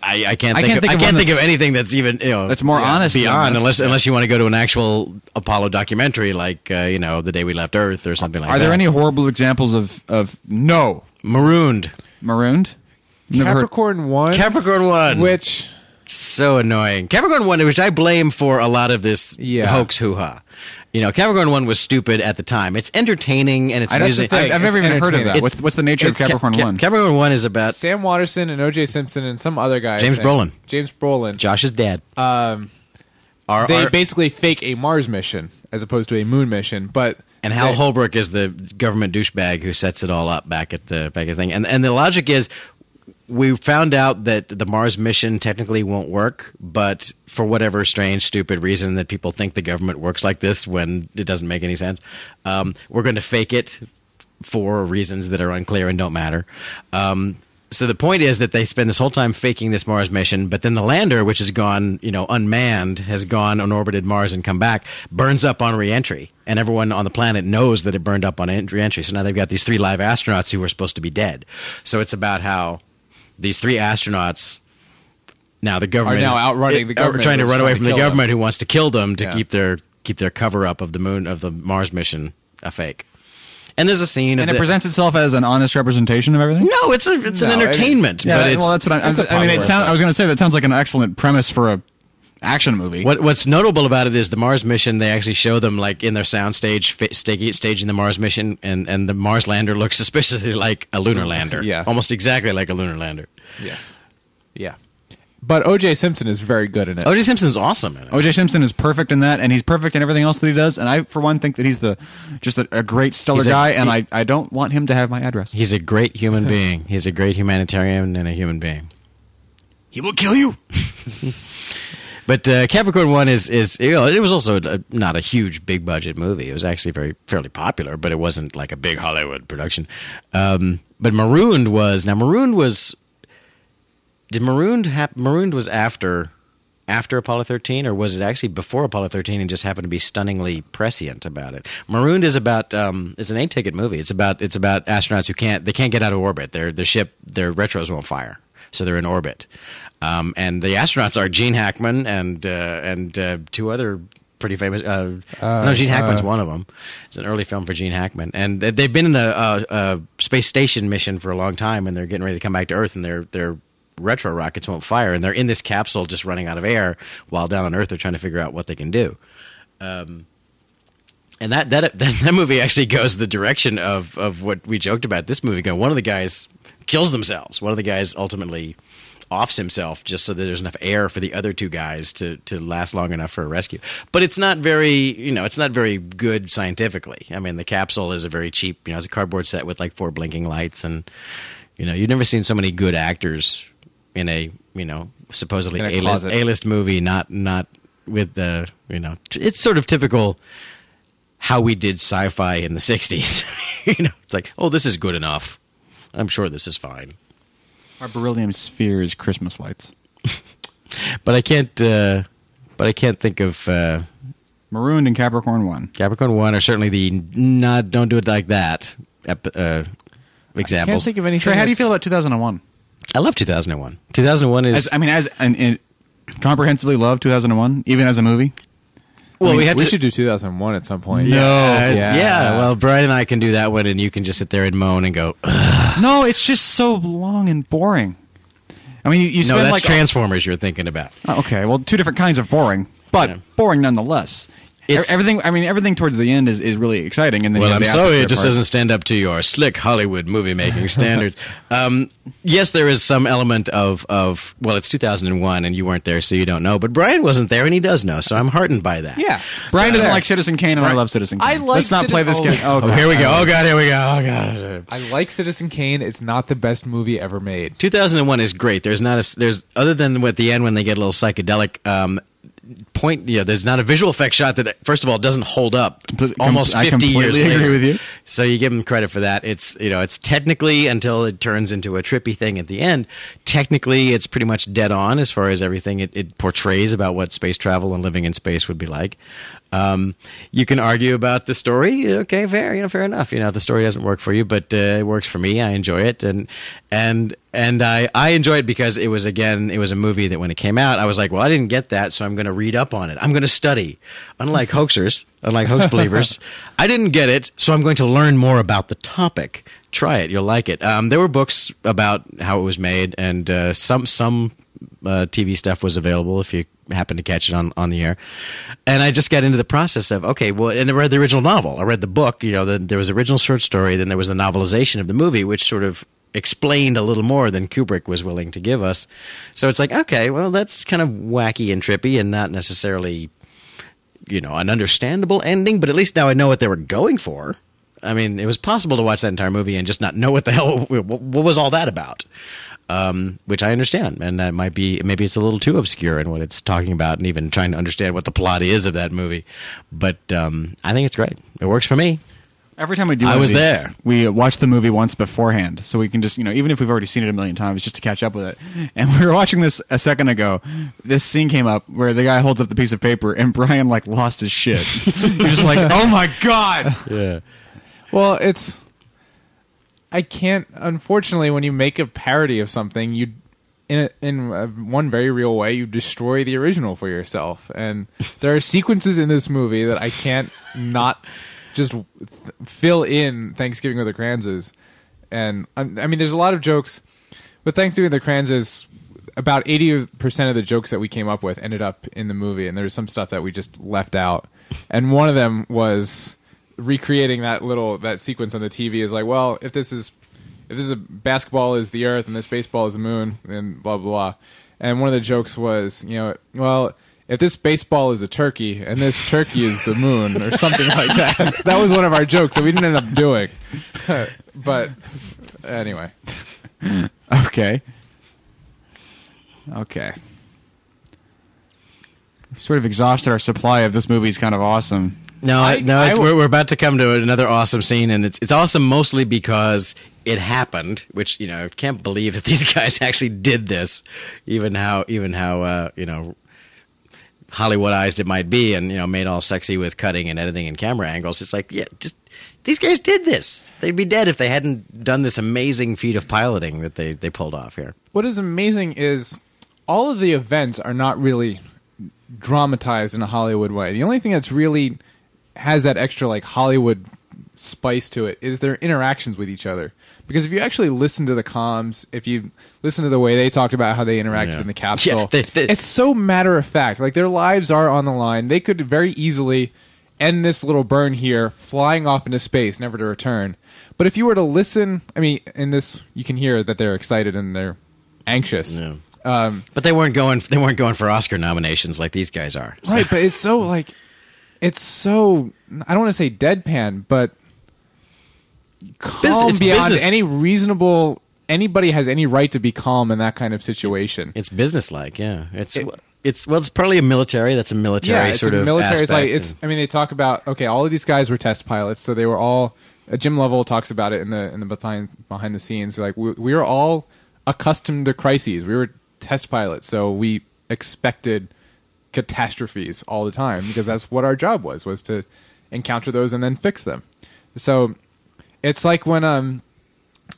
I, I can't I think. can't of, think I of one can't think of that's- anything that's even you know That's more honest than beyond this. unless unless you want to go to an actual Apollo documentary like uh, you know the day we left Earth or something like Are that. there any horrible examples of of no marooned marooned? Never heard. Capricorn One, Capricorn One, which so annoying. Capricorn One, which I blame for a lot of this Yeah. hoax hoo ha. You know, Capricorn One was stupid at the time. It's entertaining and it's I- that's the music. thing. I've, I've never It's even heard of that. entertaining. What's, what's the nature of It's- Capricorn Ca- One? Capricorn One is about Sam Watterson and O.J. Simpson and some other guy, I James think. Brolin. James Brolin. Josh's dad. Um, Our- they our- basically fake a Mars mission as opposed to a moon mission, but And Hal they- Holbrook is the government douchebag who sets it all up back at the back at the thing. And and the logic is we found out that the Mars mission technically won't work, but for whatever strange, stupid reason that people think the government works like this when it doesn't make any sense, um, we're going to fake it for reasons that are unclear and don't matter. Um, so the point is that they spend this whole time faking this Mars mission, but then the lander, which has gone, you know, unmanned, has gone on orbited Mars and come back, burns up on reentry, and everyone on the planet knows that it burned up on en- reentry. So now they've got these three live astronauts who were supposed to be dead. So it's about how these three astronauts now the government now is- outrunning it- the government trying to who's run trying away to from the kill them. government who wants to kill them to Yeah. keep their keep their cover up of the moon of the Mars mission a fake. And there's a scene and of it the- presents itself as an honest representation of everything. no, it's a, it's No, an it- entertainment, Yeah, but it's well, that's what I'm, it's a I mean. It popular sound, I was going to say that sounds like an excellent premise for a action movie. What, what's notable about it is the Mars mission. They actually show them like in their soundstage fi- stag- staging the Mars mission, and, and the Mars lander looks suspiciously like a lunar lander. Yeah. almost exactly like a lunar lander. yes, yeah. But O.J. Simpson is very good Oh, in it. O.J. Simpson's awesome in it. O.J. Simpson is perfect in that, and he's perfect in everything else that he does. And I, for one, think that he's the just a, a great stellar He's a- guy, and he- I, I don't want him to have my address. He's a great human being. He's a great humanitarian and a human being. He will kill you. But uh, Capricorn One is is you know, it was also a, not a huge big budget movie. It was actually very fairly popular, but it wasn't like a big Hollywood production. Um, but Marooned was now Marooned was did Marooned hap- Marooned was after after Apollo 13 or was it actually before Apollo 13 and just happened to be stunningly prescient about it. Marooned is about um, it's an A ticket movie. It's about it's about astronauts who can't they can't get out of orbit. Their their ship their retros won't fire. So they're in orbit. Um, and the astronauts are Gene Hackman and uh, and uh, two other pretty famous uh, no Gene Hackman's one of them. It's an early film for Gene Hackman, and they- they've been in a, a, a space station mission for a long time, and they're getting ready to come back to Earth, and their their retro rockets won't fire, and they're in this capsule just running out of air, while down on Earth they're trying to figure out what they can do. Um, and that, that that that movie actually goes the direction of of what we joked about this movie. Going, one of the guys kills themselves. One of the guys ultimately offs himself just so that there's enough air for the other two guys to to last long enough for a rescue. But it's not very you know it's not very good scientifically. I mean, the capsule is a very cheap you know it's a cardboard set with like four blinking lights and you know you've never seen so many good actors in a you know supposedly In a A-list, closet. A-list movie, not not with the you know t- it's sort of typical how we did sci-fi in the 60s. you know, it's like, oh, this is good enough. I'm sure this is fine. Our beryllium sphere is Christmas lights. But I can't uh but I can't think of uh Marooned in Capricorn One. Capricorn 1 or certainly the not don't do it like that ep- uh I can't examples. I, think of anything. Trey, how do you that's- feel about 2001? love 2001. 2001 is As, uh, I mean, as an, an comprehensively love 2001, even as a movie. well, we, we have to should do 2001 at some point. yeah, Yeah. yeah, well, Brian and I can do that one, and you can just sit there and moan and go, "Ugh." No, it's just so long and boring. I mean, you, you "No, spend that's like Transformers you're thinking about." Oh, Okay, well, two different kinds of boring, but Yeah. boring nonetheless. It's- Ev- everything. I mean, everything towards the end is, is really exciting. And then Well, you I'm have the sorry, aftercare it just part. doesn't stand up to your slick Hollywood movie making standards. um, yes, there is some element of of well, it's 2001, and you weren't there, so you don't know. But Brian wasn't there, and he does know, so I'm heartened by that. Yeah. Brian doesn't There. like Citizen Kane, and I love Citizen Kane. I like Let's not play this Citizen- game. Oh, Oh, God. here we go. Oh God, here we go. Oh God. I like Citizen Kane. It's not the best movie ever made. 2001 is great. There's not a there's other than at the end when they get a little psychedelic. Um, point. Yeah, there's not a visual effect shot that, first of all, doesn't hold up. Complete- com- almost I 50 years completely later. agree with you. So you give them credit for that. It's you know it's technically until it turns into a trippy thing at the end. Technically, it's pretty much dead on as far as everything it, it portrays about what space travel and living in space would be like. Um, you can argue about the story. Okay, fair, you know, fair enough. You know, if the story doesn't work for you, but uh, it works for me. I enjoy it, and and and I I enjoy it because it was again it was a movie that when it came out I was like, well, I didn't get that, so I'm going to read up on it. I'm going to study. Unlike hoaxers, unlike hoax believers, I didn't get it, so I'm going to learn more about the topic. Try it, you'll like it. Um, there were books about how it was made, and uh, some some uh, TV stuff was available if you happened to catch it on on the air. And I just got into the process of okay, well, and I read the original novel. I read the book. You know, the, there was the original short story, then there was the novelization of the movie, which sort of explained a little more than Kubrick was willing to give us. So it's like, okay, well, that's kind of wacky and trippy and not necessarily you know, an understandable ending, but at least now I know what they were going for. I mean, it was possible to watch that entire movie and just not know what the hell, what, what was all that about? Um, which I understand, and that might be maybe it's a little too obscure in what it's talking about, and even trying to understand what the plot is of that movie. But um, I think it's great; it works for me. Every time we do, I one of was these, there. We uh, watch the movie once beforehand, so we can just you know even if we've already seen it a million times, just to catch up with it. And we were watching this a second ago. This scene came up where the guy holds up the piece of paper, and Brian like lost his shit. You're just like, oh my god. Yeah, Well, it's I can't. Unfortunately, when you make a parody of something, you in a, in a, one very real way you destroy the original for yourself. And there are sequences in this movie that I can't not just th- fill in Thanksgiving with the Kranzes. And um, I mean, there's a lot of jokes with Thanksgiving with the Kranzes. About eighty percent of the jokes that we came up with ended up in the movie, and there was some stuff that we just left out. And one of them was recreating that little that sequence on the TV is like, well, if this is if this is a basketball is the Earth and this baseball is the moon, and blah blah blah. And one of the jokes was, you know, well, if this baseball is a turkey and this turkey is the moon or something like that. That was one of our jokes that we didn't end up doing. but anyway, Okay. Okay. We've Sort of exhausted our supply of this movie's kind of awesome. No, I, I- no, I it's, w- we're, we're about to come to another awesome scene, and it's it's awesome mostly because it happened, which you know I can't believe that these guys actually did this, even how even how uh, you know Hollywoodized it might be, and you know made all sexy with cutting and editing and camera angles. It's like yeah, just, these guys did this. They'd be dead if they hadn't done this amazing feat of piloting that they they pulled off here. what is amazing is all of the events are not really dramatized in a Hollywood way. The only thing that's really has that extra like Hollywood spice to it is their interactions with each other. Because if you actually listen to the comms, if you listen to the way they talked about how they interacted Yeah. in the capsule, Yeah, they- they- it's so matter of fact. Like their lives are on the line. They could very easily end this little burn here, flying off into space, never to return. But if you were to listen, I mean, in this, you can hear that they're excited and they're anxious. Yeah. Um, But they weren't going they weren't going for Oscar nominations like these guys are. So- Right, but it's so like it's so I don't want to say deadpan, but calm it's beyond business. any reasonable anybody has any right to be calm in that kind of situation. It's businesslike, yeah. It's it's well, it's probably a military. That's a military yeah, it's sort a of military. It's like aspect. it's. I mean, they talk about okay, all of these guys were test pilots, so they were all. Uh, Jim Lovell talks about it in the in the behind behind the scenes. Like we, we were all accustomed to crises. We were test pilots, so we expected catastrophes all the time because that's what our job was was to encounter those and then fix them. So it's like when um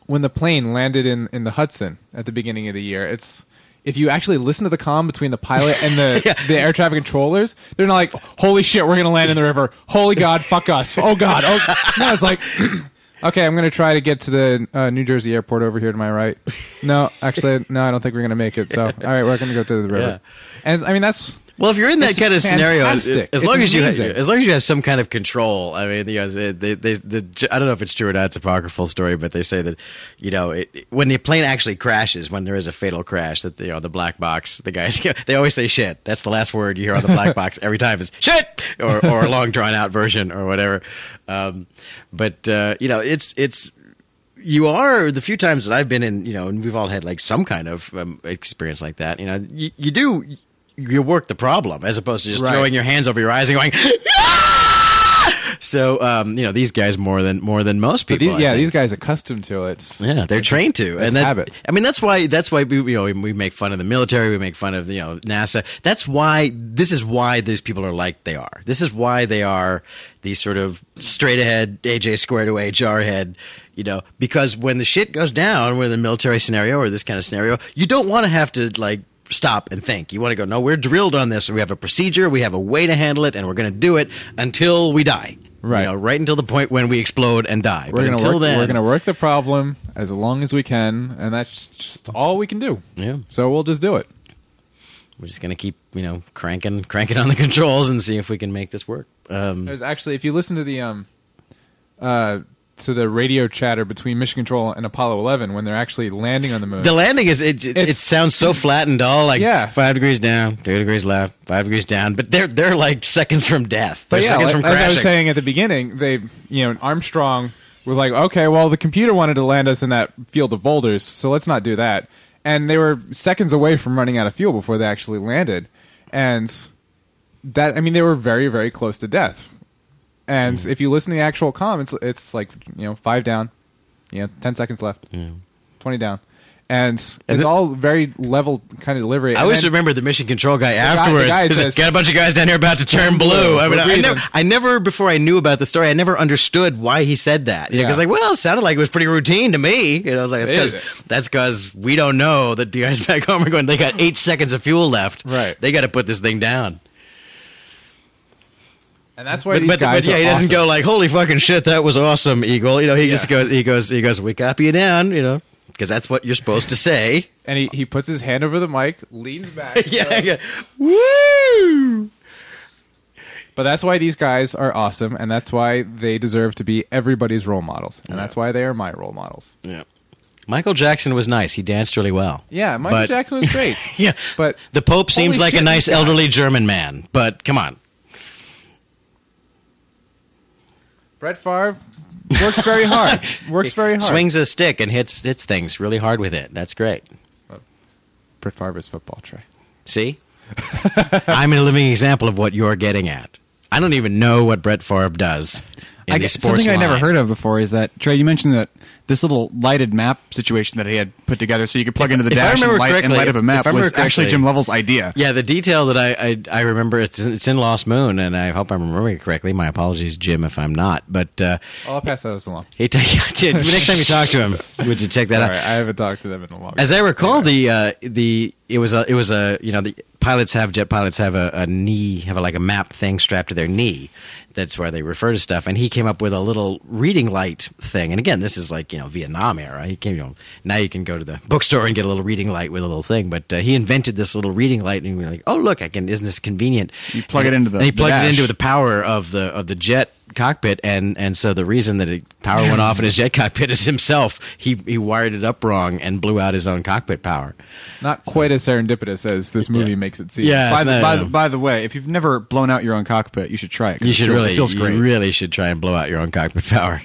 when the plane landed in in the Hudson at the beginning of the year. It's if you actually listen to the comm between the pilot and the, the air traffic controllers, they're not like, "Holy shit, we're gonna land in the river! Holy God, fuck us! Oh God!" Oh no, it's like, "Okay, I'm gonna try to get to the uh, New Jersey airport over here to my right." No, actually, no, I don't think we're gonna make it. So, all right, we're gonna go to the river. And I mean, that's well, if you're in that it's kind of scenario, as fantastic. It's long as you amazing. as long as you have some kind of control. I mean, you know, they, they, they, the, I don't know if it's true or not. It's a apocryphal story, but they say that you know it, it- when the plane actually crashes, when there is a fatal crash, that you know the black box, the guys they always say shit. That's the last word you hear on the black box every time is shit or or a long drawn out version or whatever. Um, but uh, you know, it's it's you are the few times that I've been in, you know, and we've all had like some kind of um, experience like that. You know, you, you do you work the problem as opposed to just Right. throwing your hands over your eyes and going. "Ah!" So um, you know these guys more than more than most But these- people. I yeah, think. these guys accustomed to it. Yeah, they're trained to, it's and that's. habit. I mean, that's why. That's why we, you know, we make fun of the military. We make fun of you know NASA. That's why. This is why these people are like they are. This is why they are these sort of straight ahead AJ squared away jarhead. You know, because when the shit goes down, with a military scenario or this kind of scenario, you don't want to have to like stop and think. You want to go, no, we're drilled on this. We have a procedure. We have a way to handle it, and we're going to do it until we die. Right. You know, right until the point when we explode and die. We're but gonna until work. then, We're gonna work the problem as long as we can, and that's just all we can do. Yeah. So we'll just do it. we're just gonna keep you know cranking cranking on the controls and see if we can make this work um There's actually, if you listen to the um, uh, to the radio chatter between Mission Control and Apollo 11 when they're actually landing on the moon. the landing is it, it, it It's- sounds so flat and dull like Yeah. five degrees down two degrees left five degrees down but they're they're like seconds from death they're but yeah, seconds like, from as I was crashing saying at the beginning, they you know Armstrong was like, okay, well the computer wanted to land us in that field of boulders, so let's not do that. And they were seconds away from running out of fuel before they actually landed, and that I mean they were very very close to death. And if you listen to the actual comm, it's it's like you know five down, you know ten seconds left, twenty down, and, it's the- all very level kind of delivery. I And always then- remember the mission control guy the afterwards. guy he's like, says- Got a bunch of guys down here about to turn blue. I mean, We're I never, breathing. I never before I knew about the story. I never understood why he said that. You know, Yeah. 'cause like, well, it sounded like it was pretty routine to me. You know, I was like, It that's is. because that's because we don't know that the guys back home are going. They got eight seconds of fuel left. Right. They got to put this thing down. and that's why But, these but, guys but yeah, are he doesn't awesome. go like, holy fucking shit, that was awesome, Eagle. You know, he just Yeah. goes, he goes, he goes, we copy you down. You know, because that's what you're supposed to say. and he, he puts his hand over the mic, leans back. yeah, goes- yeah. Woo. But that's why these guys are awesome, and that's why they deserve to be everybody's role models, and that's why they are my role models. Yeah. Michael Jackson was nice. He danced really well. Yeah, Michael But- Jackson was great. Yeah. but The Pope seems Holy like a shit, nice this guy. elderly German man, but come on. Brett Favre works very hard. Works very hard. Swings a stick and hits hits things really hard with it. That's great. Brett Favre's football tray. See? I'm a living example of what you're getting at. I don't even know what Brett Favre does. In I the guess sports something I never line. heard of before is that Trey. You mentioned that this little lighted map situation that he had put together, so you could plug into the if I dash and remember light, and correctly- light up a if map I remember was actually correctly- Jim Lovell's idea. Yeah, the detail that I, I I remember it's it's in Lost Moon, and I hope I'm remembering it correctly. My apologies, Jim, if I'm not. But uh, I'll pass those along. he t- next time you talk to him, would you check that out? Sorry, I haven't talked to them in a long. As I recall, the uh, the it was a it was a you know the pilots have jet pilots have a, a knee have a, like a map thing strapped to their knee. That's where they refer to stuff. And he came up with a little reading light thing. And again, this is like you know Vietnam era. He came you know now you can go to the bookstore and get a little reading light with a little thing. But uh, he invented this little reading light, and we were like, oh look, I can. Isn't this convenient? You plug it into the- and he the plugged it dash. into the power of the of the jet cockpit and and so the reason that the power went off in his jet cockpit is himself he he wired it up wrong and blew out his own cockpit power Not quite as serendipitous as this movie makes it seem. Yeah. By, That's the, not- by, no. the, by the way, if you've never blown out your own cockpit, you should try it. 'cause you it should feels- really it feels you great. really should try and blow out your own cockpit power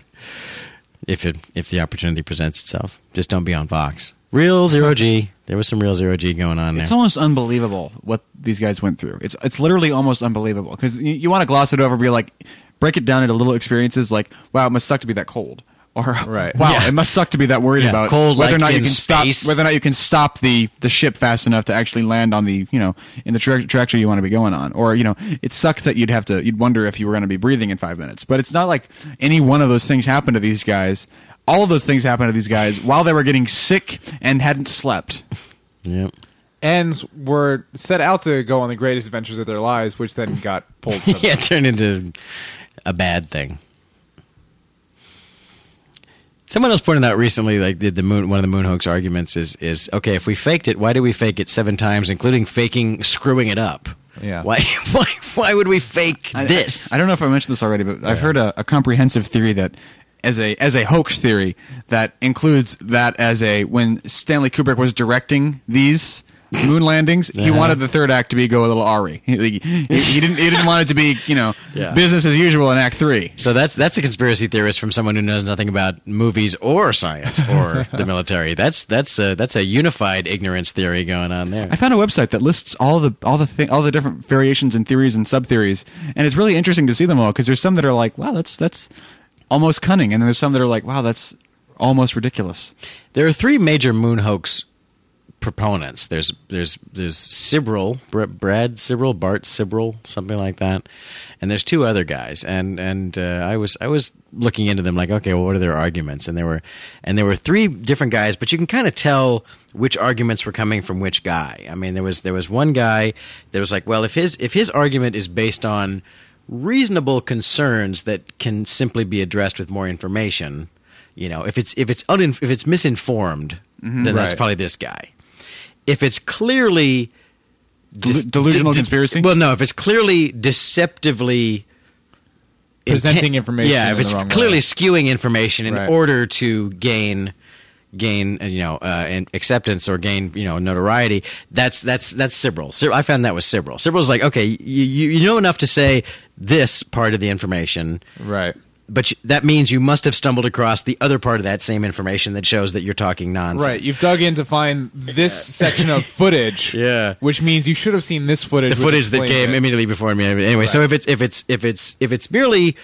if it if the opportunity presents itself just don't be on vox real zero g there was some real zero g going on there It's almost unbelievable what these guys went through. It's it's literally almost unbelievable because you, you want to gloss it over, be like, break it down into little experiences. Like, wow, it must suck to be that cold, or Right. wow, Yeah. it must suck to be that worried Yeah, about cold, whether or like not you in can space. stop whether or not you can stop the the ship fast enough to actually land on the you know in the tra- trajectory you want to be going on, or you know, it sucks that you'd have to you'd wonder if you were going to be breathing in five minutes. But it's not like any one of those things happened to these guys. All of those things happened to these guys while they were getting sick and hadn't slept. yep and were set out to go on the greatest adventures of their lives, which then got pulled. From yeah, it turned into a bad thing. Someone else pointed out recently, like the, the moon, one of the moon hoax arguments is is okay. If we faked it, why did we fake it seven times, including faking screwing it up? Yeah. Why why why would we fake this? I don't know if I mentioned this already, but I've heard a, a comprehensive theory that as a as a hoax theory that includes that as a when Stanley Kubrick was directing these moon landings. He Uh-huh. wanted the third act to be go a little awry. He, he- he didn't. He didn't want it to be you know Yeah. business as usual in Act Three. So that's that's a conspiracy theorist from someone who knows nothing about movies or science or the military. That's that's a, that's a unified ignorance theory going on there. I found a website that lists all the all the thing, all the different variations and theories and sub theories, and it's really interesting to see them all because there's some that are like, wow, that's that's almost cunning, and then there's some that are like, wow, that's almost ridiculous. There are three major moon hoax proponents. There's there's there's Sibrel, Br- Brad Sibrel, Bart Sibrel, something like that, and there's two other guys. And and uh, I was I was looking into them like, okay, well, what are their arguments? And there were and there were three different guys, but you can kind of tell which arguments were coming from which guy. I mean, there was there was one guy that was like, well, if his if his argument is based on reasonable concerns that can simply be addressed with more information you know if it's if it's unin- if it's misinformed then that's Right. probably this guy if it's clearly Delu- delusional de- de- conspiracy? well no if it's clearly deceptively Presenting inten- information yeah in if the it's wrong clearly way. skewing information in Right. order to gain gain uh, you know uh, and acceptance or gain you know notoriety that's that's that's Sibrel. Sib- I found that was Sibrel. Sibrel's like okay you, you you know enough to say this part of the information Right. but you, that means you must have stumbled across the other part of that same information that shows that you're talking nonsense. Right. You've dug in to find this section of footage. Yeah. Which means you should have seen this footage. the which footage that explains came it. immediately before me. Anyway, so if it's if it's if it's if it's merely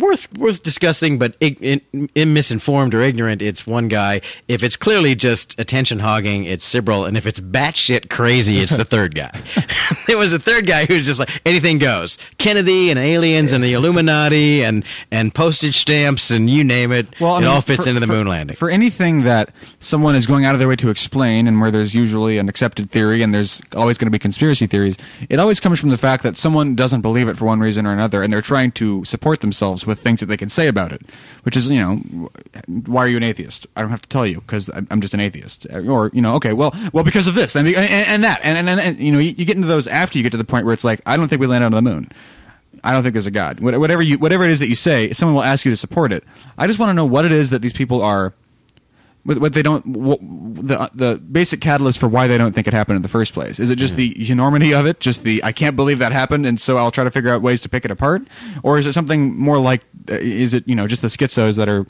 worth worth discussing, but ig- in, in misinformed or ignorant, it's one guy. If it's clearly just attention hogging, it's Sibrel, and if it's batshit crazy, it's the third guy. it was the third guy who's just like anything goes. Kennedy and aliens and the Illuminati and and postage stamps and you name it. Well, I it mean, all fits for- into the for- moon landing. For anything that someone is going out of their way to explain, and where there's usually an accepted theory, and there's always going to be conspiracy theories, it always comes from the fact that someone doesn't believe it for one reason or another, and they're trying to support themselves with things that they can say about it. Which is, you know, why are you an atheist? I don't have to tell you because I'm just an atheist. Uh, Or you know, okay, well, well, because of this and and, and that, and, and and and you know, you, you get into those after you get to the point where it's like, I don't think we landed on the moon. I don't think there's a God. What- Whatever you, whatever it is that you say, someone will ask you to support it. I just want to know what it is that these people are, what, what they don't, what, the the basic catalyst for why they don't think it happened in the first place. Is it just the enormity of it? Just the I can't believe that happened, and so I'll try to figure out ways to pick it apart, or is it something more like, uh, is it you know just the schizos that are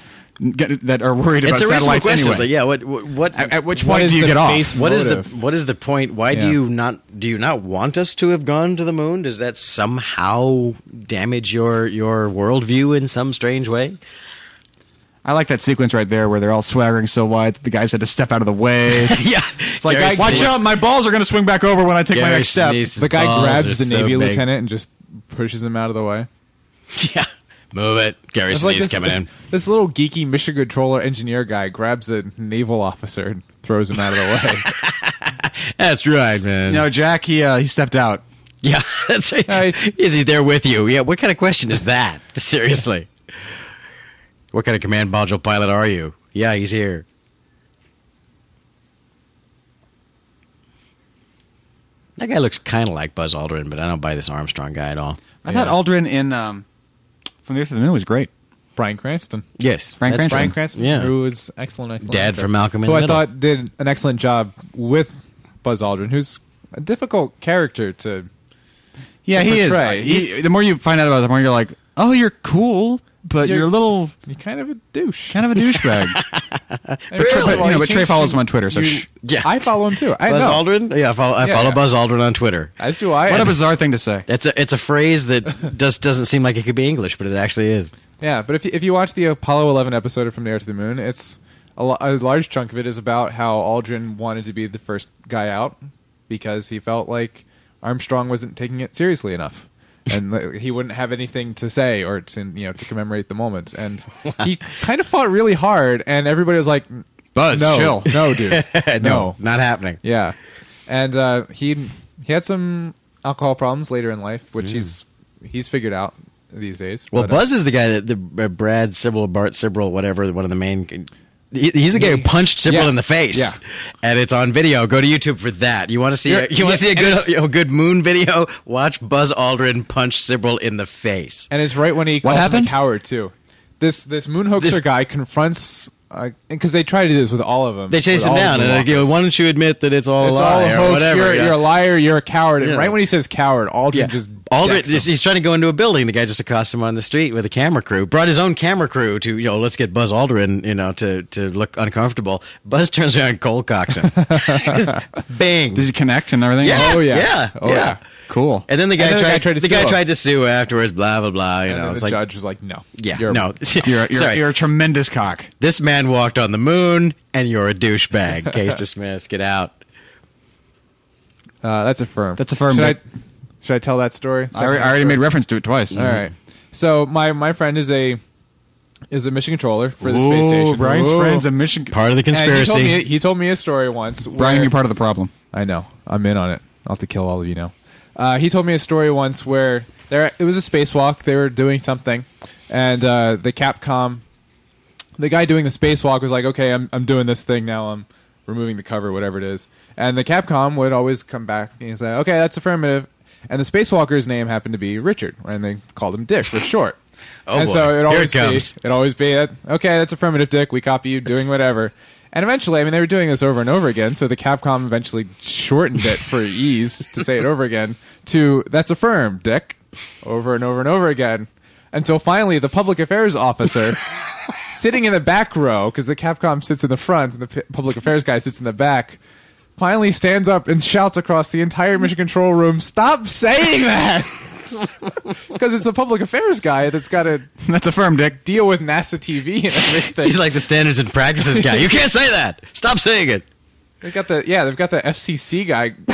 get, that are worried it's a about reasonable satellites question. anyway? It's like, yeah, what what, what At, at which What point is do you the get off? base- What is the motive. what is the point? Why do Yeah. you not do you not want us to have gone to the moon? Does that somehow damage your your worldview in some strange way? I like that sequence right there where they're all swaggering so wide that the guys had to step out of the way. yeah, It's like, guys, watch out, my balls are going to swing back over when I take my next step. The guy Oh, grabs the Navy lieutenant and just pushes him out of the way. Yeah, move it. Gary It's like Sinise this, coming in. This little geeky mission controller engineer guy grabs a naval officer and throws him out of the way. That's right, man. No, Jack, he uh, he stepped out. Yeah, that's right. No, he's- is he there with you? Yeah. What kind of question is that? Seriously. What kind of command module pilot are you? Yeah, he's here. That guy looks kind of like Buzz Aldrin, but I don't buy this Armstrong guy at all. I thought Aldrin in um, From the Earth to the Moon was great. Brian Cranston. Yes, Bryan that's Cranston. Brian Bryan Cranston, Yeah, who was excellent, excellent. Dad actor, from Malcolm in who the I Middle. thought did an excellent job with Buzz Aldrin, who's a difficult character to. Yeah, he is. Right. He's- the more you find out about it, the more you're like, oh, you're cool, but you're, You're- a little You're kind of a douche. kind of a douchebag. And first But, of all, you know, he but Trey changed- follows him on Twitter, so you- shh. Yeah. I follow him too. I Buzz know. Aldrin. Yeah, I follow, I Yeah, follow yeah. Buzz Aldrin on Twitter. As do I. What a And- bizarre thing to say. That's a it's a phrase that just doesn't seem like it could be English, but it actually is. Yeah, but if you, if you watch the Apollo 11 episode of From the Earth to the Moon, it's a, lo- a large chunk of it is about how Aldrin wanted to be the first guy out because he felt like Armstrong wasn't taking it seriously enough. And like, he wouldn't have anything to say or to you know to commemorate the moments, and he kind of fought really hard. And everybody was like, Buzz, no, chill." no, dude, no, not happening. yeah, and uh, he he had some alcohol problems later in life, which he's he's figured out these days. Well, but, uh, Buzz is the guy that the uh, Brad Sibrel, Bart Sibrel, whatever, one of the main. he- He's the guy who punched Sibrel Yeah. in the face. Yeah. and it's on video. Go to YouTube for that. You want to see? A, You're- you want to yeah, see a and good a good moon video? Watch Buzz Aldrin punch Sibrel in the face. And it's right when he calls happened? him a coward too. This this moon hoaxer This- guy confronts because they try to do this with all of them. They chase him down, and they go, "Why don't you admit that it's all It's a all lie a or hoax. whatever?" you're, yeah. you're a liar. You're a coward. And Yeah. right when he says coward, Aldrin yeah. just Aldrin, decks him. he's, he's trying to go into a building. The guy just across him on the street with a camera crew brought his own camera crew to you know let's get Buzz Aldrin you know to to look uncomfortable. Buzz turns around, and cold cocks him. Bang. Does he connect and everything? yeah, Oh, yeah. yeah, Oh, yeah. yeah. Cool. And then the guy, And then the tried, guy tried to the sue guy him. tried to sue afterwards. Blah blah blah. You And know, then it's the like judge was like, "No, yeah, you're- no, You're, you're, sorry. you're a tremendous cock. this man walked on the moon, and you're a douchebag. Case dismissed. Get out. Uh, that's a firm. That's a firm, Should I, but- should I tell that story? I already, I already made reference to it twice. All right. So my my friend is a is a mission controller for the space Ooh, station. Brian's Ooh. friends a mission. Part of the And he conspiracy. told me he told me a story once. Brian, where- you're part of the problem. I know. I'm in on it. I'll have to kill all of you now. Uh, he told me a story once where there it was a spacewalk. They were doing something, and uh, the Capcom, the guy doing the spacewalk was like, "Okay, I'm I'm doing this thing now. I'm removing the cover, whatever it is." And the Capcom would always come back and say, "Okay, that's affirmative." And the spacewalker's name happened to be Richard, and they called him Dick for short. Oh, and boy. so Here it it always comes. be It'd always be it. Okay, that's affirmative, Dick. We copy you doing whatever. And eventually, I mean, they were doing this over and over again. So the Capcom eventually shortened it for ease to say it over again to "That's affirmed, Dick," over and over and over again, until finally the public affairs officer, sitting in the back row, because the Capcom sits in the front and the p- public affairs guy sits in the back, finally stands up and shouts across the entire mission control room, "Stop saying that!" Because it's the public affairs guy that's got to That's a firm, Dick. deal with NASA TV and everything. He's like the standards and practices guy. You can't say that. Stop saying it. they've got the yeah, they've got the FCC guy.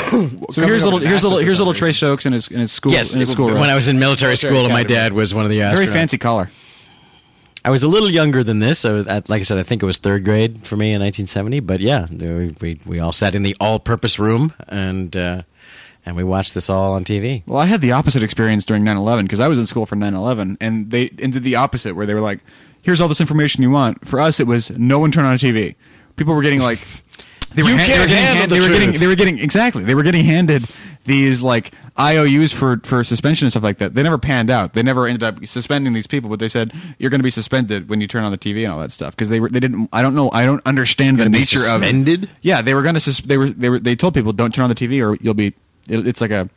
So here's little here's little here's little Trey Stokes in his in his school Yes, in his school when I room. was in military school, and my academy. dad was one of the astronauts. Very fancy collar. I was a little younger than this. I was, at, like I said, I think it was third grade for me in 1970. But yeah, there we, we, we all sat in the all-purpose room and uh, and we watched this all on TV. Well, I had the opposite experience during 9/11 because I was in school for 9/11, and they and did the opposite where they were like, "Here's all this information you want." For us, it was no one turn on a TV. People were getting like, they were, You they were can't getting handle hand- the they were getting truth. they were getting exactly they were getting handed these like IOUs for for suspension and stuff like that. They never panned out. They never ended up suspending these people, but they said you're going to be suspended when you turn on the TV and all that stuff because they were they didn't. I don't know. I don't understand the be nature suspended? of yeah, they were going to. Sus- they were. They were. They told people, "Don't turn on the TV, or you'll be." It, it's like a,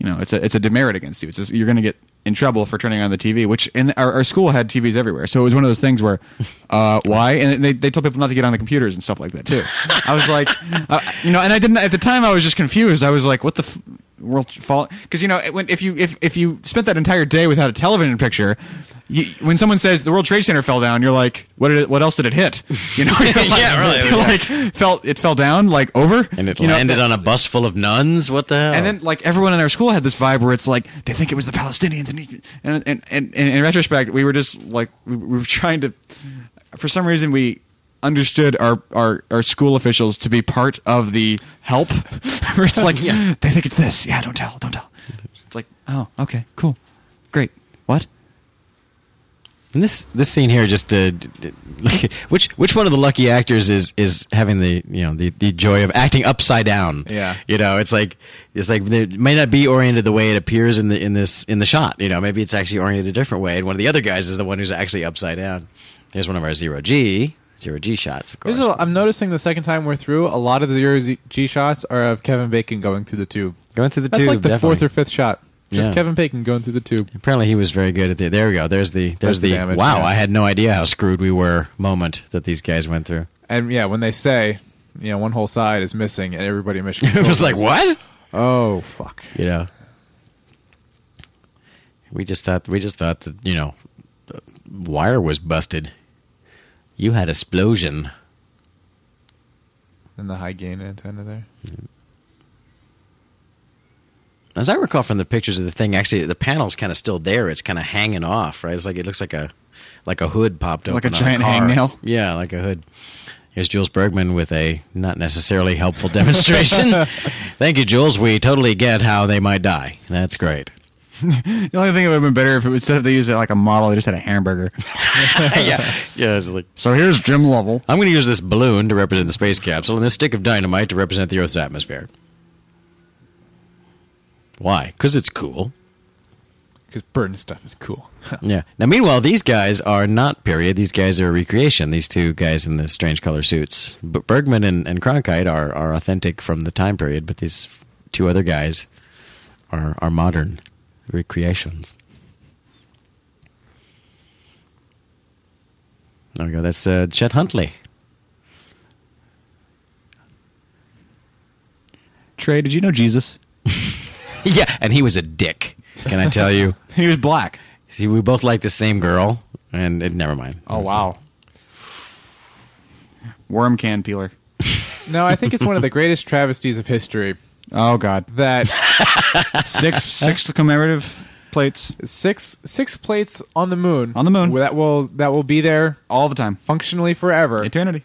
you know, it's a it's a demerit against you. It's just, you're going to get in trouble for turning on the TV. Which in our, our school had TVs everywhere, so it was one of those things where, uh, why? And they they told people not to get on the computers and stuff like that too. I was like, uh, you know, and I didn't at the time. I was just confused. I was like, what the. F- World fall because you know it- when, if you if, if you spent that entire day without a television picture, you, when someone says the World Trade Center fell down, you're like, what did it, what else did it hit? You know, You're like- Yeah, really. you're like, felt it fell down like over And it you know, landed th- on a bus full of nuns. What the hell? and then like everyone in our school had this vibe where it's like they think it was the Palestinians and he- and and, and, and in retrospect we were just like we, we were trying to for some reason we understood our, our our school officials to be part of the help where it's like Yeah. they think it's this yeah don't tell don't tell it's like oh okay cool great what And this this scene here just uh, d- d- which which one of the lucky actors is is having the you know the, the joy of acting upside down Yeah. you know it's like it's like it may not be oriented the way it appears in the in this in the shot you know maybe it's actually oriented a different way and one of the other guys is the one who's actually upside down here's one of our zero g zero g shots of course There's a, I'm noticing the second time we're through, a lot of the zero Z- G shots are of Kevin Bacon going through the tube. going through the That's tube like the definitely. fourth or fifth shot. Just Yeah. Kevin Bacon going through the tube. apparently he was very good at the there we go there's the there's There's the the, damage, wow yeah. I had no idea how screwed we were moment that these guys went through And yeah, when they say, you know, one whole side is missing, and everybody in Michigan it was like what oh fuck. you know we just thought we just thought that you know the wire was busted you had explosion And the high gain antenna there. as i recall from the pictures of the thing actually the panel's kind of still there it's kind of hanging off right it's like it looks like a like a hood popped Like a open on giant car. hangnail? yeah like a hood here's jules bergman with a not necessarily helpful demonstration thank you jules we totally get how they might die that's great the only thing that would have been better if it was instead of they used it like a model they just had a hamburger yeah yeah it's like so here's Jim Lovell I'm going to use this balloon to represent the space capsule and this stick of dynamite to represent the Earth's atmosphere. Why? Because it's cool. because burden stuff is cool. Yeah. Now, meanwhile, these guys are not period. These guys are recreation. These two guys in the strange color suits. But Bergman and, and Cronkite are, are authentic from the time period, but these two other guys are, are modern recreations. There we go. That's uh, Chet Huntley. Trey, did you know Jesus? yeah, and he was a dick. Can I tell you? He was black. See, we both like the same girl, and it, never mind. Oh wow. Worm can peeler. No, I think it's one of the greatest travesties of history Oh god. that Six six commemorative plates six six plates on the moon On the moon. that will that will be there all the time. functionally forever Eternity.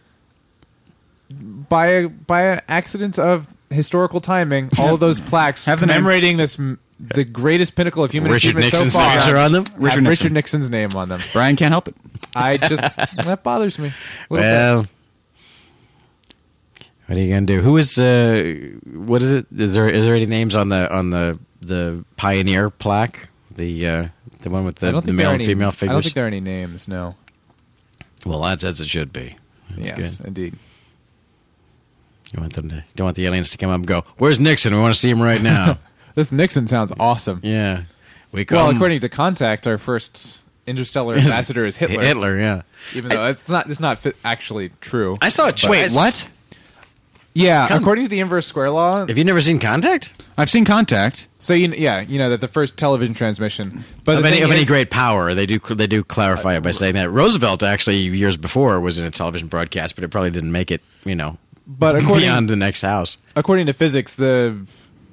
by a, by an accident of historical timing. All of those plaques Have the name. commemorating this m- the greatest pinnacle of human Richard achievement Nixon's so far. signature on them. Have Richard Richard, Nixon. Nixon's name on them. Brian can't help it. I just that bothers me. a little bit. Well, what are you gonna do? Who is uh, what is it? Is there is there any names on the on the the pioneer plaque? The uh, the one with I the, don't the think male there are and any, female I don't think figures. there are any names. No. Well, that's as it should be. That's yes, good. indeed. You want them to you don't want the aliens to come up and go. Where's Nixon? We want to see him right now. This Nixon sounds awesome. yeah, Um, we come. Well, according to Contact, our first interstellar ambassador is Hitler. Hitler, yeah. Even though it's not it's not fi- actually true. I saw a ch- Wait, I s- what? yeah, Con- according to the inverse square law, Have you never seen Contact? I've seen contact. So you, yeah, you know that the first television transmission, but of the any, thing of any is- great power. They do they do clarify it by saying that Roosevelt actually years before was in a television broadcast, but it probably didn't make it. You know, But according beyond the next house, according to physics, the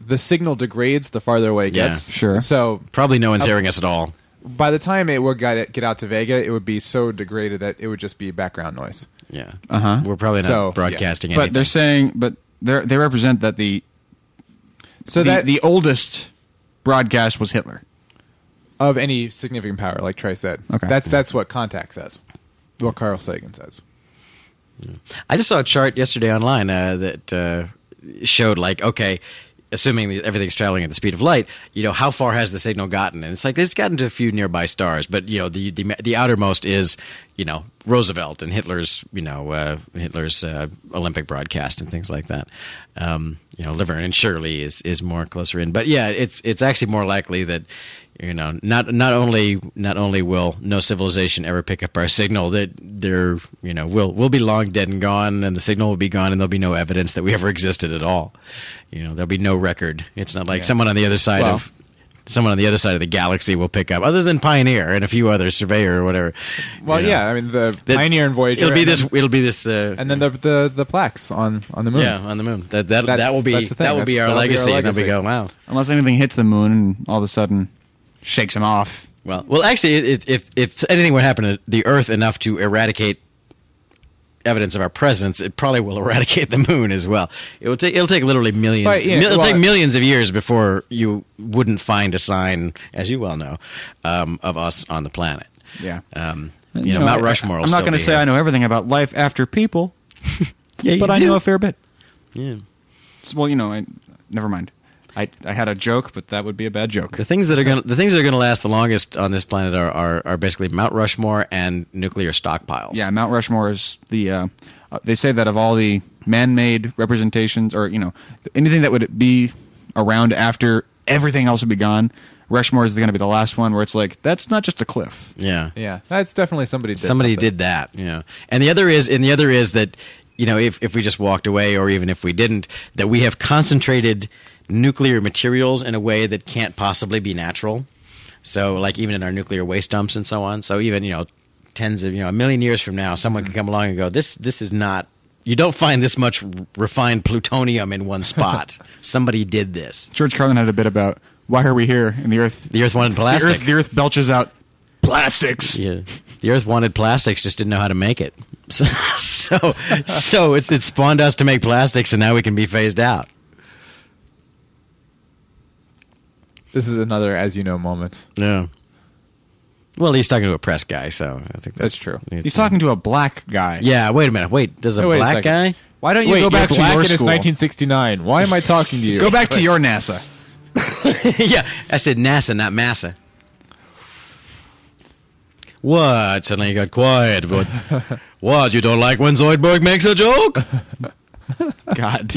the signal degrades the farther away it Yeah. gets. Sure. So probably no Uh, one's hearing us at all. by the time it would get get out to Vega, it would be so degraded that it would just be background noise. Yeah, Uh-huh. We're probably not So, yeah. broadcasting But they're anything. saying but they they represent that the So the, that the oldest broadcast was Hitler. of any significant power, like Trey said, Okay. that's that's what contact says, what Carl Sagan says. I just saw a chart yesterday online uh, that uh, showed like okay. Assuming that everything's traveling at the speed of light, you know how far has the signal gotten? And it's like it's gotten to a few nearby stars, but you know the the, the outermost is you know Roosevelt and Hitler's you know uh, Hitler's uh, Olympic broadcast and things like that. Um, you know, Liver and Shirley is is more closer in, but yeah, it's it's actually more likely that you know not not only not only will no civilization ever pick up our signal that they're you know we'll we'll be long dead and gone and the signal will be gone and there'll be no evidence that we ever existed at all you know there'll be no record it's not like someone on the other side Well- of someone on the other side of the galaxy will pick up other than pioneer and a few others surveyor or whatever Well, you know, yeah, I mean the that- Pioneer and Voyager. it'll be and this then- it'll be this uh, and then the, the the plaques on on the moon. yeah on the moon that that, that That's- will be that's the thing. that will be That's- that'll be our our legacy, and then we legacy. go wow Unless anything hits the moon and all of a sudden shakes him off. Well, well, actually, if if, if anything would happen to the Earth enough to eradicate evidence of our presence, it probably will eradicate the Moon as well. It will take it'll take literally millions. But, yeah, mil- it'll well- take millions of years before you wouldn't find a sign, as you well know, um, of us on the planet. Yeah. Um, you know, Mount I, Rushmore. will am not going gonna to say I know everything about life after people, yeah, but I know a fair bit. Yeah. So, well, you know, I never mind. I I had a joke, but that would be a bad joke. The things that are going to the things that are going to last the longest on this planet are, are are basically Mount Rushmore and nuclear stockpiles. Yeah, Mount Rushmore is the. Uh, uh, they say that of all the man-made representations, or you know, anything that would be around after everything else would be gone, Rushmore is going to be the last one where it's like that's not just a cliff. yeah, yeah, that's definitely somebody. Did somebody something. did that yeah and the other is and the other is that you know if, if we just walked away or even if we didn't that we have concentrated nuclear materials in a way that can't possibly be natural so like even in our nuclear waste dumps and so on so even you know tens of you know a million years from now someone could come along and go this this is not you don't find this much refined plutonium in one spot somebody did this George Carlin had a bit about why are we here and the Earth. the earth wanted the plastic Earth, the Earth belches out plastics. Yeah, the Earth wanted plastics, just didn't know how to make it. So, so, so it's it spawned us to make plastics, and now we can be phased out. This is another as you know moment. Yeah. Well, he's talking to a press guy, so I think that's, That's true. it's- He's talking to a black guy. Yeah. Wait a minute. Wait. There's a Wait a black second. guy. Why don't you Wait, go back you're to black your and it's school? 1969. Why am I talking to you? Go back to your NASA. yeah. I said NASA, not massa. What? Suddenly you got quiet. But what? You don't like when Zoidberg makes a joke? God.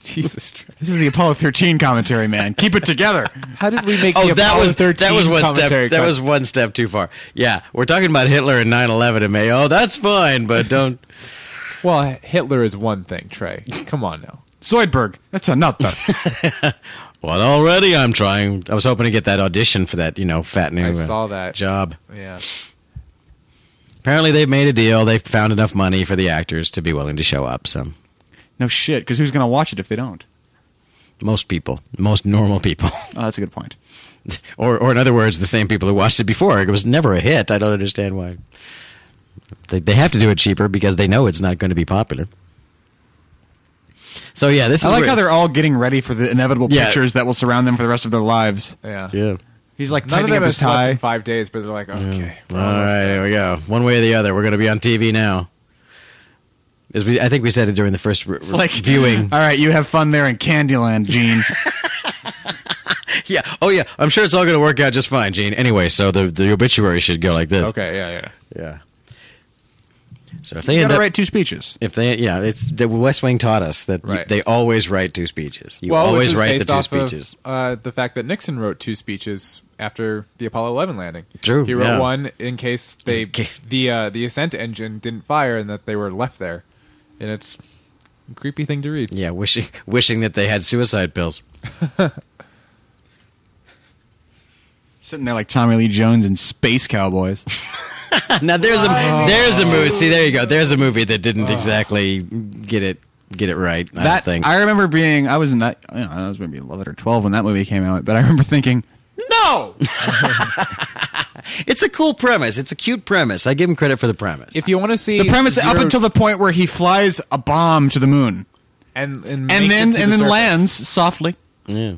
Jesus Christ. This is the Apollo 13 commentary, man. Keep it together. How did we make Oh, the that Apollo was 13 that was one step. commentary That cut? was one step too far. Yeah, we're talking about Hitler and 9/11 and May. Oh, that's fine, but don't. Well, Hitler is one thing, Trey. Come on now. Zoidberg, that's another. Well, already I'm trying. I was hoping to get that audition for that, you know, fat new I uh, saw that. job. Yeah. Apparently, they've made a deal. They've found enough money for the actors to be willing to show up. So, No shit, because who's going to watch it if they don't? most people, most normal people, Oh, that's a good point. or, or in other words, the same people who watched it before. It was never a hit. I don't understand why. They, they have to do it cheaper because they know it's not going to be popular. So yeah, this I is like where- how they're all getting ready for the inevitable Yeah. pictures that will surround them for the rest of their lives. Yeah. yeah. He's like None of tightening them up have his slept tie. in five days, but they're like, okay. All right, here we go. One way or the other, we're going to be on TV now. As we, I think we said it during the first r- It's like viewing. All right, you have fun there in Candyland, Gene. yeah. Oh yeah. I'm sure it's all going to work out just fine, Gene. Anyway, so the the obituary should go like this. Okay, yeah, yeah. Yeah. So if they you got end to up, write two speeches. if they, yeah, it's the West Wing taught us that you- Right. they always write two speeches. You which always is write the based two off of, speeches. uh, the fact that Nixon wrote two speeches after the Apollo 11 landing. True, He wrote yeah. one in case they Okay. the uh, the ascent engine didn't fire and that they were left there, and it's a creepy thing to read. yeah, wishing wishing that they had suicide pills. Sitting there like Tommy Lee Jones in Space Cowboys. now there's a there's a movie. See, there you go. There's a movie that didn't exactly get it get it right. I That think. I remember being, I was in that, you know, I was maybe 11 or 12 when that movie came out, but I remember thinking, no! It's a cool premise. It's a cute premise. I give him credit for the premise. If you want to see The premise up zero- until the point where he flies a bomb to the moon and and, and makes it then to the and then surface. lands softly. yeah.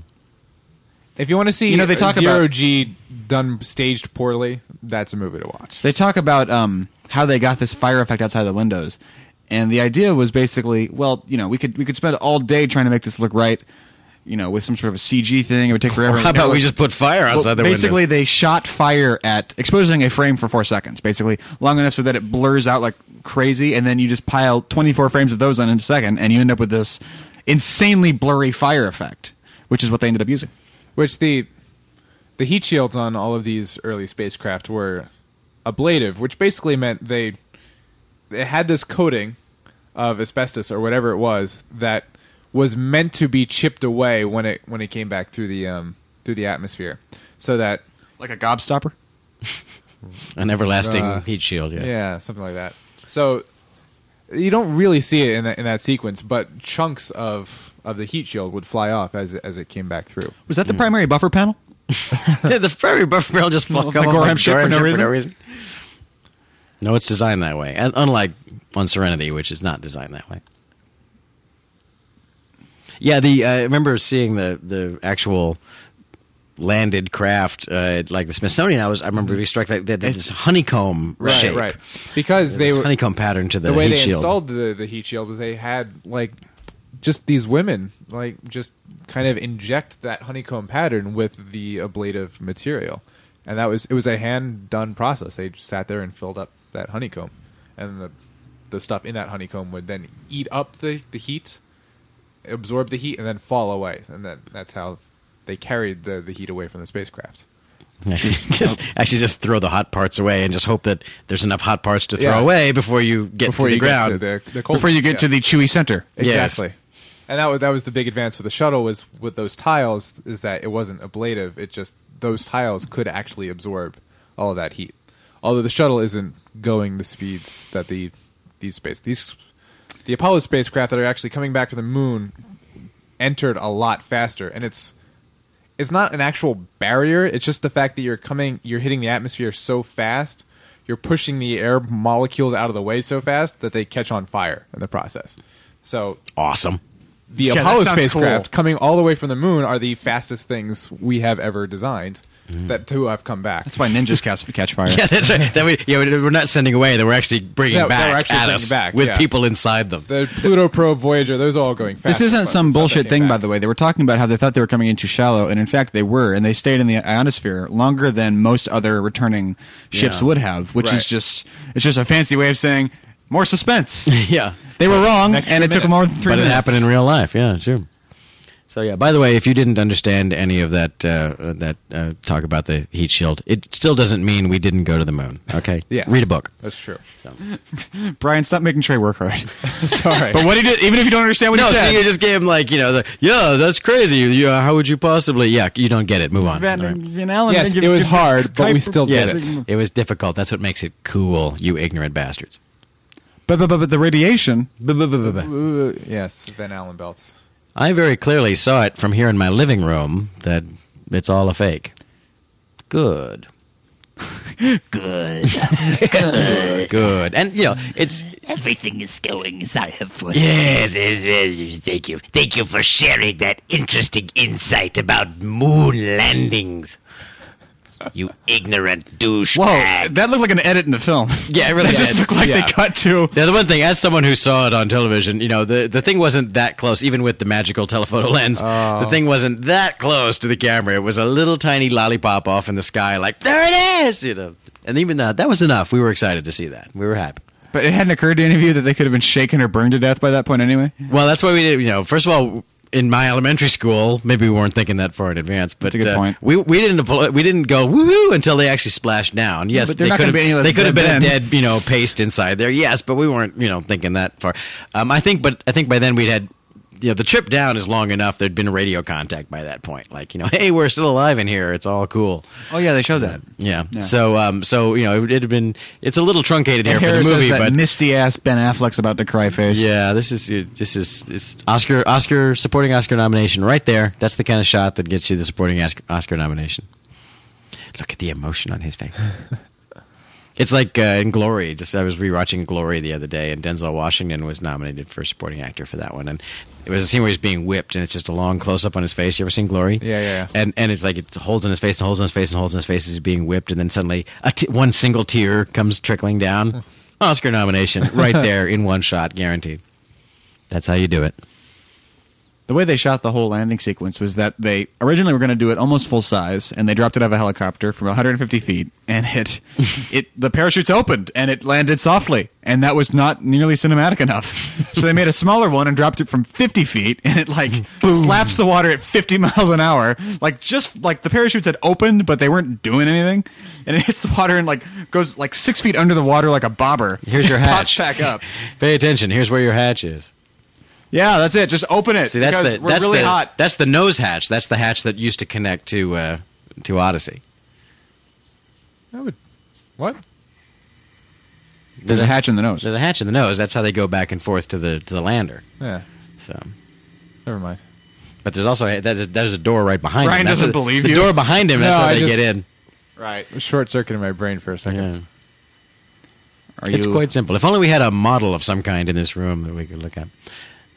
If you want to see You know, they talk zero about- G done staged poorly, that's a movie to watch. They talk about um, how they got this fire effect outside the windows, and the idea was basically, well, you know, we could we could spend all day trying to make this look right, you know, with some sort of a CG thing. It would take forever. How about we just put fire Well, outside the basically, window? they shot fire at exposing a frame for four seconds, basically long enough so that it blurs out like crazy, and then you just pile twenty four frames of those on in a second, and you end up with this insanely blurry fire effect, which is what they ended up using. Which the the heat shields on all of these early spacecraft were ablative, which basically meant they they had this coating of asbestos or whatever it was that was meant to be chipped away when it when it came back through the um through the atmosphere, so that Like a gobstopper. An everlasting Uh, heat shield. Yes. Yeah, something like that. So you don't really see it in that, in that sequence, but chunks of of the heat shield would fly off as it- as it came back through. Was Mm. that the primary buffer panel? Did the fairy buffer barrel just fuck Like up a on Gorham ship for no reason? No, it's designed that way. As- Unlike on Serenity, which is not designed that way. Yeah, the uh, I remember seeing the the actual landed craft uh, at, like the Smithsonian. I was I remember we struck that they had this honeycomb shape, right. Because they This were honeycomb pattern to the, the way heat they shield. installed the, the heat shield was they had like just these women like just kind of inject that honeycomb pattern with the ablative material and that was it was a hand done process they just sat there and filled up that honeycomb and the the stuff in that honeycomb would then eat up the, the heat absorb the heat and then fall away and then that's how they carried the, the heat away from the spacecraft Actually, just actually just throw the hot parts away and just hope that there's enough hot parts to throw Yeah. away before you get before to the you ground. get to the, the cold Before you get yeah. to the chewy center. Yes. Exactly. And that was, that was the big advance for the shuttle was with those tiles is that it wasn't ablative. It just those tiles could actually absorb all of that heat. Although the shuttle isn't going the speeds that the these space these the Apollo spacecraft that are actually coming back to the moon entered a lot faster and it's it's not an actual barrier it's just the fact that you're coming you're hitting the atmosphere so fast you're pushing the air molecules out of the way so fast that they catch on fire in the process so Awesome. the Yeah, that apollo sounds spacecraft cool. coming all the way from the moon are the fastest things we have ever designed Mm-hmm. that too have come back. That's why ninjas cast catch fire. Yeah, that's right. That we, yeah, we- we're not sending away. That we're actually bringing Yeah, that back we're actually at bringing us back, with yeah. people inside them. The Pluto probe, Voyager, those are all going fast. This isn't some bullshit thing, by the way. They were talking about how they thought they were coming in too shallow, and in fact, they were, and they stayed in the ionosphere longer than most other returning ships Yeah. would have, which Right. is just it's just a fancy way of saying more suspense. yeah, they were wrong, Next and few it took them minutes. more than three but it minutes. happened in real life. Yeah, sure. So yeah. By the way, if you didn't understand any of that uh, uh, that uh, talk about the heat shield, it still doesn't mean we didn't go to the moon. Okay. Yes. Read a book. That's true. Brian, stop making Trey work hard. Sorry. but what he did, even if you don't understand what No, he so said, you just gave him like you know the yeah that's crazy. You, uh, how would you possibly? Yeah, you don't get it. Move on. Van- All right. Van Allen Yes, didn't give- it was give- hard, but we Kuiper- still did Yes, it. it was difficult. That's what makes it cool. You ignorant bastards. But, but, but, but the radiation. B-b-b-b-b. Ooh, yes, Van Allen belts. I very clearly saw it from here in my living room that it's all a fake. Good. Good. Good. And, you know, it's. Everything is going as I have foreseen. Yes, yes, yes, thank you. Thank you for sharing that interesting insight about moon landings. You ignorant douchebag. Whoa, that looked like an edit in the film. Yeah, it really It is. just looked like yeah. they cut to. Yeah, the one thing, as someone who saw it on television, you know, the, the thing wasn't that close, even with the magical telephoto lens. The thing wasn't that close to the camera. It was a little tiny lollipop off in the sky, like, there it is, you know. And even that, that was enough. We were excited to see that. We were happy. But it hadn't occurred to any of you that they could have been shaken or burned to death by that point anyway. Well, that's why we did. You know, first of all, in my elementary school, maybe we weren't thinking that far in advance, but a good uh, point. we we didn't appl- we didn't go woohoo until they actually splashed down. Yes, but they're they not could gonna have be any less they could have dead been a then. dead you know paste inside there. Yes, but we weren't you know thinking that far. Um, I think, but I think by then we'd had. you know, the trip down is long enough. There'd been radio contact by that point. Like, you know, hey, we're still alive in here. It's all cool. Oh, yeah, they showed that. Yeah. So, um, so you know, it had been. It's a little truncated here And for Harris the has movie, that but misty ass Ben Affleck's about to cry face. yeah, this is this is this Oscar Oscar supporting Oscar nomination right there. That's the kind of shot that gets you the supporting Oscar, Oscar nomination. Look at the emotion on his face. it's like uh, in Glory. Just I was rewatching Glory the other day, and Denzel Washington was nominated for supporting actor for that one, and it was a scene where he's being whipped, and it's just a long close up on his face. You ever seen Glory? Yeah, yeah, yeah. And and it's like it holds on his face and holds on his face and holds on his face as he's being whipped, and then suddenly a t- one single tear comes trickling down. Oscar nomination right there in one shot, guaranteed. That's how you do it. The way they shot the whole landing sequence was that they originally were going to do it almost full size, and they dropped it out of a helicopter from 150 feet, and it, it the parachutes opened and it landed softly, and that was not nearly cinematic enough. so they made a smaller one and dropped it from 50 feet, and it like slaps the water at 50 miles an hour, like just like the parachutes had opened, but they weren't doing anything, and it hits the water and like goes like six feet under the water like a bobber. Here's your It pops hatch. back up. Pay attention. Here's where your hatch is. Yeah, that's it. Just open it. See, that's because the we're that's really the hot. that's the nose hatch. That's the hatch that used to connect to uh, to Odyssey. That would. What? There's a hatch in the nose. There's a hatch in the nose. That's how they go back and forth to the to the lander. Yeah. So, Never mind. but there's also a, there's, a, there's a door right behind Brian him. That's doesn't a- believe the you. door behind him. That's No, how I they just- get in. Right. Short circuit in my brain for a second. Yeah. Are It's quite simple. If only we had a model of some kind in this room that we could look at.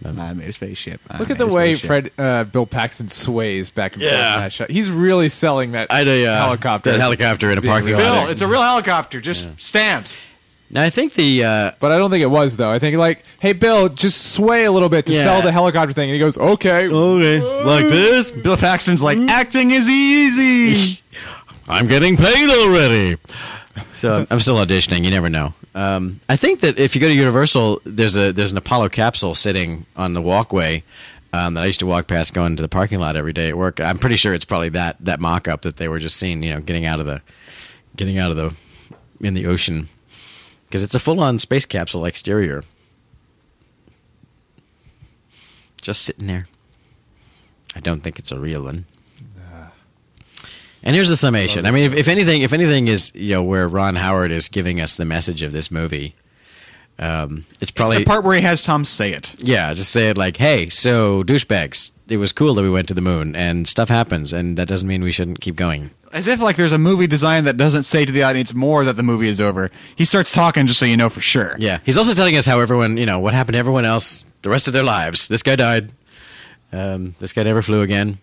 I made a spaceship. I Look at made the uh, a way spaceship. Fred uh, Bill Paxton sways back and forth Yeah. in that shot. He's really selling that I'd, uh, helicopter. that helicopter in a Being parking real. lot. Bill, it's a real helicopter. Just stand. Now I think the uh, But I don't think it was though. I think like, hey Bill, just sway a little bit to Yeah. sell the helicopter thing, and he goes, okay. okay like this. Bill Paxton's like acting is easy. I'm getting paid already. So I'm still auditioning. You never know. Um, I think that if you go to Universal, there's a there's an Apollo capsule sitting on the walkway um, that I used to walk past going to the parking lot every day at work. I'm pretty sure it's probably that that mock up that they were just seeing. You know, getting out of the getting out of the in the ocean because it's a full on space capsule exterior, just sitting there. I don't think it's a real one. And here's the summation. I mean, if, if anything, if anything is you know where Ron Howard is giving us the message of this movie, um, it's probably the part where he has Tom say it. yeah, just say it like, hey, so douchebags. It was cool that we went to the moon, and stuff happens, and that doesn't mean we shouldn't keep going. As if like there's a movie design that doesn't say to the audience more that the movie is over. He starts talking just so you know for sure. Yeah, he's also telling us how everyone, you know, what happened to everyone else the rest of their lives. This guy died. Um, this guy never flew again.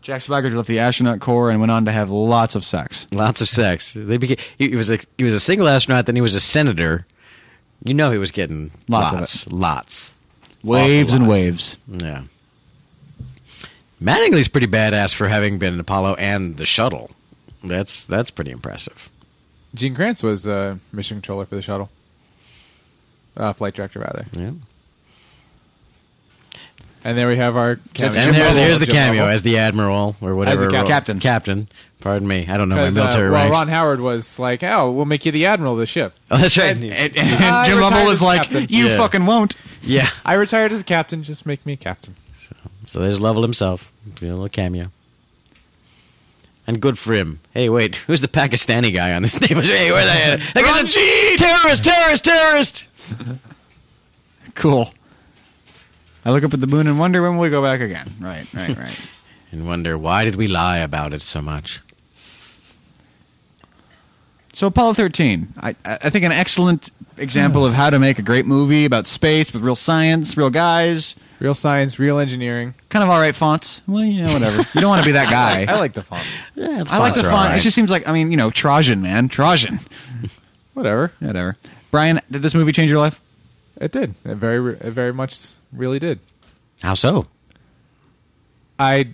Jack Swigert left the astronaut corps and went on to have lots of sex. Lots of sex. They became, he he was a he was a single astronaut. Then he was a senator. You know he was getting Lots of lots, lots. Waves and lots. waves. Yeah. Mattingly's pretty badass for having been in Apollo and the shuttle. That's that's pretty impressive. Gene Kranz was uh, mission controller for the shuttle, uh, flight director rather. Yeah. And there we have our. That's cameo. And Jim there's, Lovell, here's the Jim cameo Lovell. as the admiral or whatever. cap- role- captain. Captain. Pardon me. I don't know my Because, uh, military well, ranks. Ron Howard was like, "Oh, we'll make you the admiral of the ship." oh, that's right. And, I and Jim Lovell retired was as like, captain. "You Yeah. fucking won't." yeah. I retired as a captain. Just make me a captain. So there's Lovell himself. A little cameo. And good for him. Hey, wait, who's the Pakistani guy on this name? Hey, where they at? That guy's a terrorist, terrorist, terrorist. Cool. I look up at the moon and wonder when will we go back again. Right, right, right. And wonder why did we lie about it so much? So Apollo 13, I, I I think an excellent example of how to make a great movie about space with real science, real guys, Real science, real engineering. kind of all right fonts. Well, you know, whatever. You don't want to be that guy. I like the font. Yeah, I like the font. It just seems like I mean, you know, Trajan, man, Trajan. Whatever. Whatever. Brian, did this movie change your life? It did. It very, it very much really did. How so? I,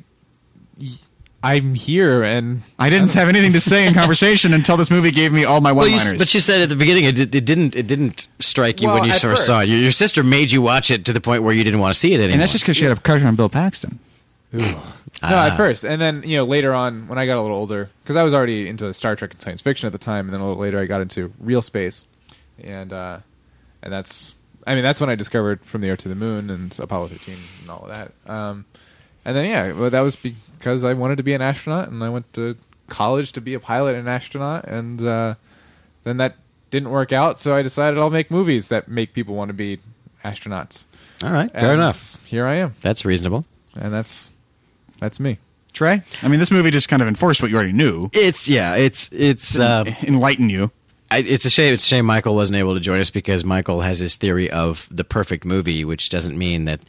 I'm here, and I didn't have anything to say in conversation until this movie gave me all my Well, one you, s- liners. but you said at the beginning it, di- it didn't it didn't strike you when Well, you at first, saw it. first. Your, your sister made you watch it to the point where you didn't want to see it anymore. and that's just because she had a crush on Bill Paxton. No, at first, and then you know later on when I got a little older, because I was already into Star Trek and science fiction at the time, and then a little later I got into real space, and uh, and that's I mean that's when I discovered From the Earth to the Moon and Apollo 13 and all of that. Um, and then yeah, well, that was because I wanted to be an astronaut, and I went to college to be a pilot and astronaut, and uh, then that didn't work out, so I decided I'll make movies that make people want to be astronauts. all right, fair And enough. Here I am, That's reasonable. and that's that's me. Trey, I mean, this movie just kind of enforced what you already knew, It's yeah, it's it's uh, enlighten you. I, it's a shame. It's a shame Michael wasn't able to join us because Michael has his theory of the perfect movie, which doesn't mean that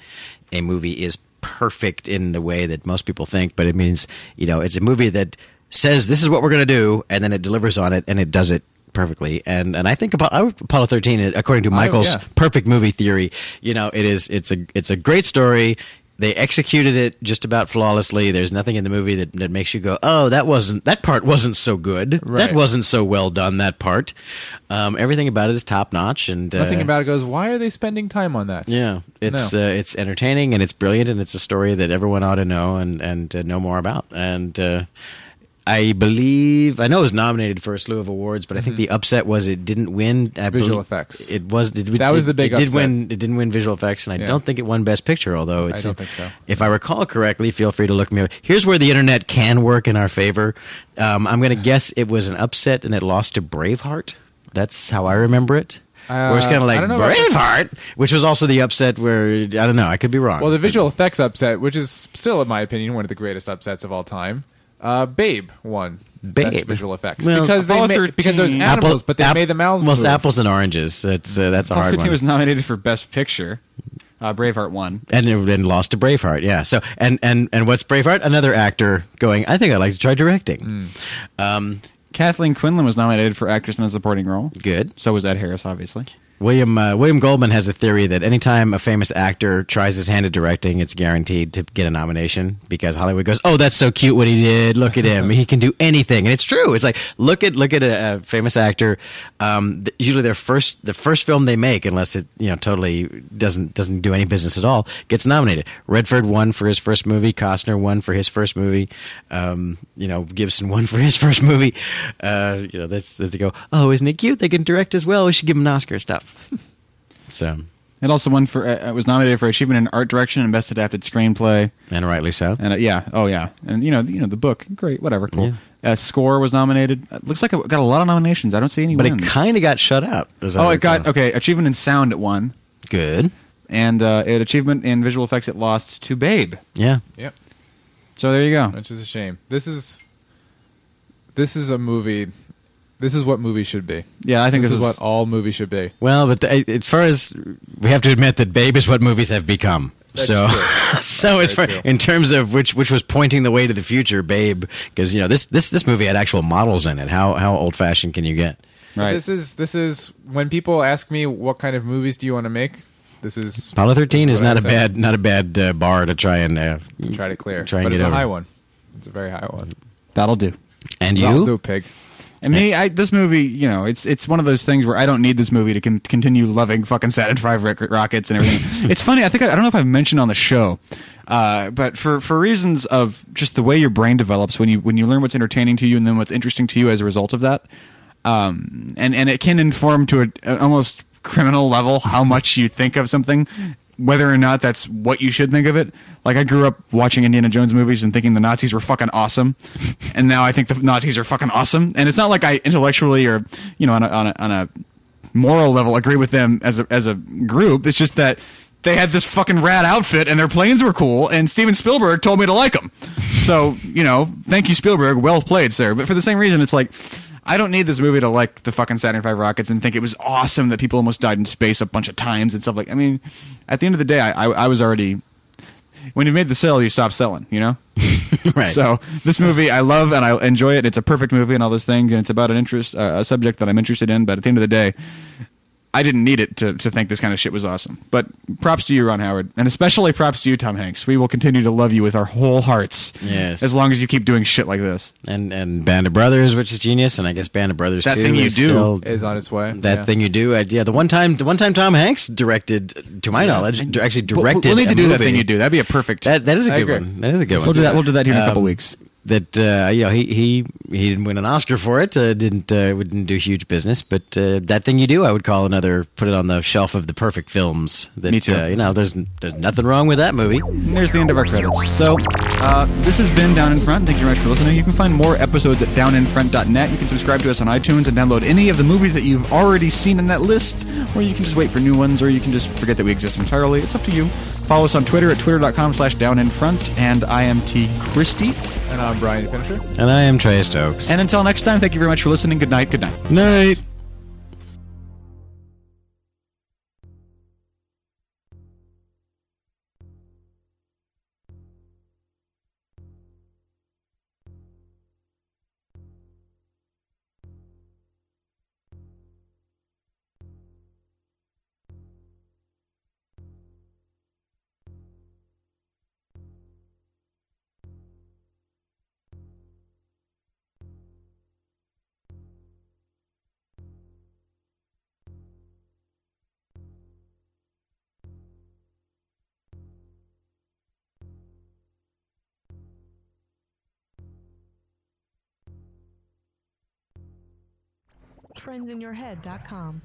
a movie is perfect in the way that most people think, but it means you know it's a movie that says this is what we're going to do, and then it delivers on it, and it does it perfectly. And and I think about I would- Apollo thirteen, according to Michael's yeah. perfect movie theory, you know it is it's a it's a great story. They executed it just about flawlessly. There's nothing in the movie that, that makes you go, "Oh, that wasn't that part wasn't so good. Right. That wasn't so well done." That part, um, everything about it is top notch, and uh, Nothing about it goes. Why are they spending time on that? yeah, it's No. uh, it's entertaining and it's brilliant, and it's a story that everyone ought to know and and uh, know more about. And uh, I believe I know it was nominated for a slew of awards, but I think the upset was it didn't win I Mm-hmm. Visual bel- effects. It was did, we- That was it- the big It did upset. win. It didn't win visual effects, and I Yeah. don't think it won best picture. Although it's, don't think so. If I recall correctly, feel free to look me up. Here's where the internet can work in our favor. Um, I'm going to guess it was an upset, and it lost to Braveheart. That's how I remember it. Uh, Where it's kind of like I don't know about this- Braveheart, which was also the upset where I don't know. I could be wrong. Well, the visual effects upset, which is still, in my opinion, one of the greatest upsets of all time. Uh, Babe won best Babe. visual effects Well, because they Apollo ma- because there was 13 animals, Apple- but they app- made the mouths. Most move. apples and oranges. That's uh, Oh, that's a Apollo hard 15 one. was nominated for Best Picture. Uh, Braveheart won. and it- and lost to Braveheart. Yeah. So and and and what's Braveheart? Another actor going. I think I'd like to try Hmm. directing. Um, Kathleen Quinlan was nominated for Actress in a Supporting Role. good. So was Ed Harris, obviously. William uh, William Goldman has a theory that anytime a famous actor tries his hand at directing, it's guaranteed to get a nomination because Hollywood goes, "Oh, that's so cute what he did. Look at him. he can do anything." And it's true. It's like look at look at a, a famous actor. Um, th- usually their first the first film they make, unless it you know totally doesn't doesn't do any business at all, gets nominated. Redford won for his first movie. Costner won for his first movie. Um, you know Gibson won for his first movie. Uh, you know that's that they go. Oh, isn't it cute? They can direct as well. We should give them an Oscar stuff. so It also won for uh, was nominated for Achievement in Art Direction and Best Adapted Screenplay. and rightly so. And uh, yeah, oh yeah, and you know, you know, the book, great, whatever, cool. Uh, score was nominated. Uh, looks like it got a lot of nominations. I don't see any But wins. it kind of got shut out. as I Oh, it got recall. okay. Achievement in Sound it won, good. and uh, it Achievement in Visual Effects it lost to Babe. Yeah, Yep, So there you go. which is a shame. This is this is a movie. This is what movies should be. Yeah, I think this, this is, is- what all movies should be. Well, but the, as far as we have to admit that Babe is what movies have become. so, so as far in terms of which which was pointing the way to the future, Babe, because you know this this this movie had actual models in it. How how old fashioned can you get? Right. This is this is when people ask me what kind of movies do you want to make. This is Apollo thirteen this is not what a I say. bad not a bad uh, bar to try and uh, Try to clear, Try and but get it's a over. high one. It's a very high one. That'll do. And I'll you, do pig. And me, I, this movie, you know, it's it's one of those things where I don't need this movie to con- continue loving fucking Saturn Five rec- rockets and everything. it's funny. I think I, I don't know if I've mentioned on the show, uh, but for for reasons of just the way your brain develops when you when you learn what's entertaining to you and then what's interesting to you as a result of that, um, and and it can inform to a, an almost criminal level how much you think of something. Whether or not that's what you should think of it, like I grew up watching Indiana Jones movies and thinking the Nazis were fucking awesome, and now I think the Nazis are fucking awesome. And it's not like I intellectually or you know on a, on a, on a moral level agree with them as a as a group. It's just that they had this fucking rad outfit and their planes were cool, and Steven Spielberg told me to like them. So you know, thank you Spielberg, well played, sir. But for the same reason, it's like. I don't need this movie to like the fucking Saturn V rockets and think it was awesome that people almost died in space a bunch of times and stuff like. I mean, at the end of the day, I, I, I was already when you made the sale, you stop selling. You know, right? so this movie I love and I enjoy it. It's a perfect movie and all those things, and it's about an interest, uh, a subject that I'm interested in. But at the end of the day, I didn't need it to to think this kind of shit was awesome. But props to you, Ron Howard, and especially props to you, Tom Hanks. We will continue to love you with our whole hearts, Yes. as long as you keep doing shit like this. and and Band of Brothers, which is genius, and I guess Band of Brothers That 2 thing you is do. still- Is on its way. that Yeah. thing you do. I, yeah, the one time, the one time Tom Hanks directed, to my knowledge, d- actually We'll- directed. We'll need to a do that movie. thing you do. That'd be a perfect. That that is a I good agree. one. That is a good one. we'll do that. We'll do that here in a couple Um, weeks. That uh, you know he he he didn't win an Oscar for it. Uh, didn't uh, didn't do huge business, but uh, that thing you do, I would call another. Put it on the shelf of the perfect films. That, Me too. Uh, you know, there's there's nothing wrong with that movie. And there's the end of our credits. So, uh, this has been Down in Front. Thank you very much for listening. You can find more episodes at downinfront.net. You can subscribe to us on iTunes and download any of the movies that you've already seen in that list, or you can just wait for new ones, or you can just forget that we exist entirely. It's up to you. Follow us on Twitter at twitter.com slash downinfront, and I am T. Christie. And I'm Brian Finisher. And I am Trey Stokes. And until next time, thank you very much for listening. Good night. Good night. night. Friendsinyourhead.com.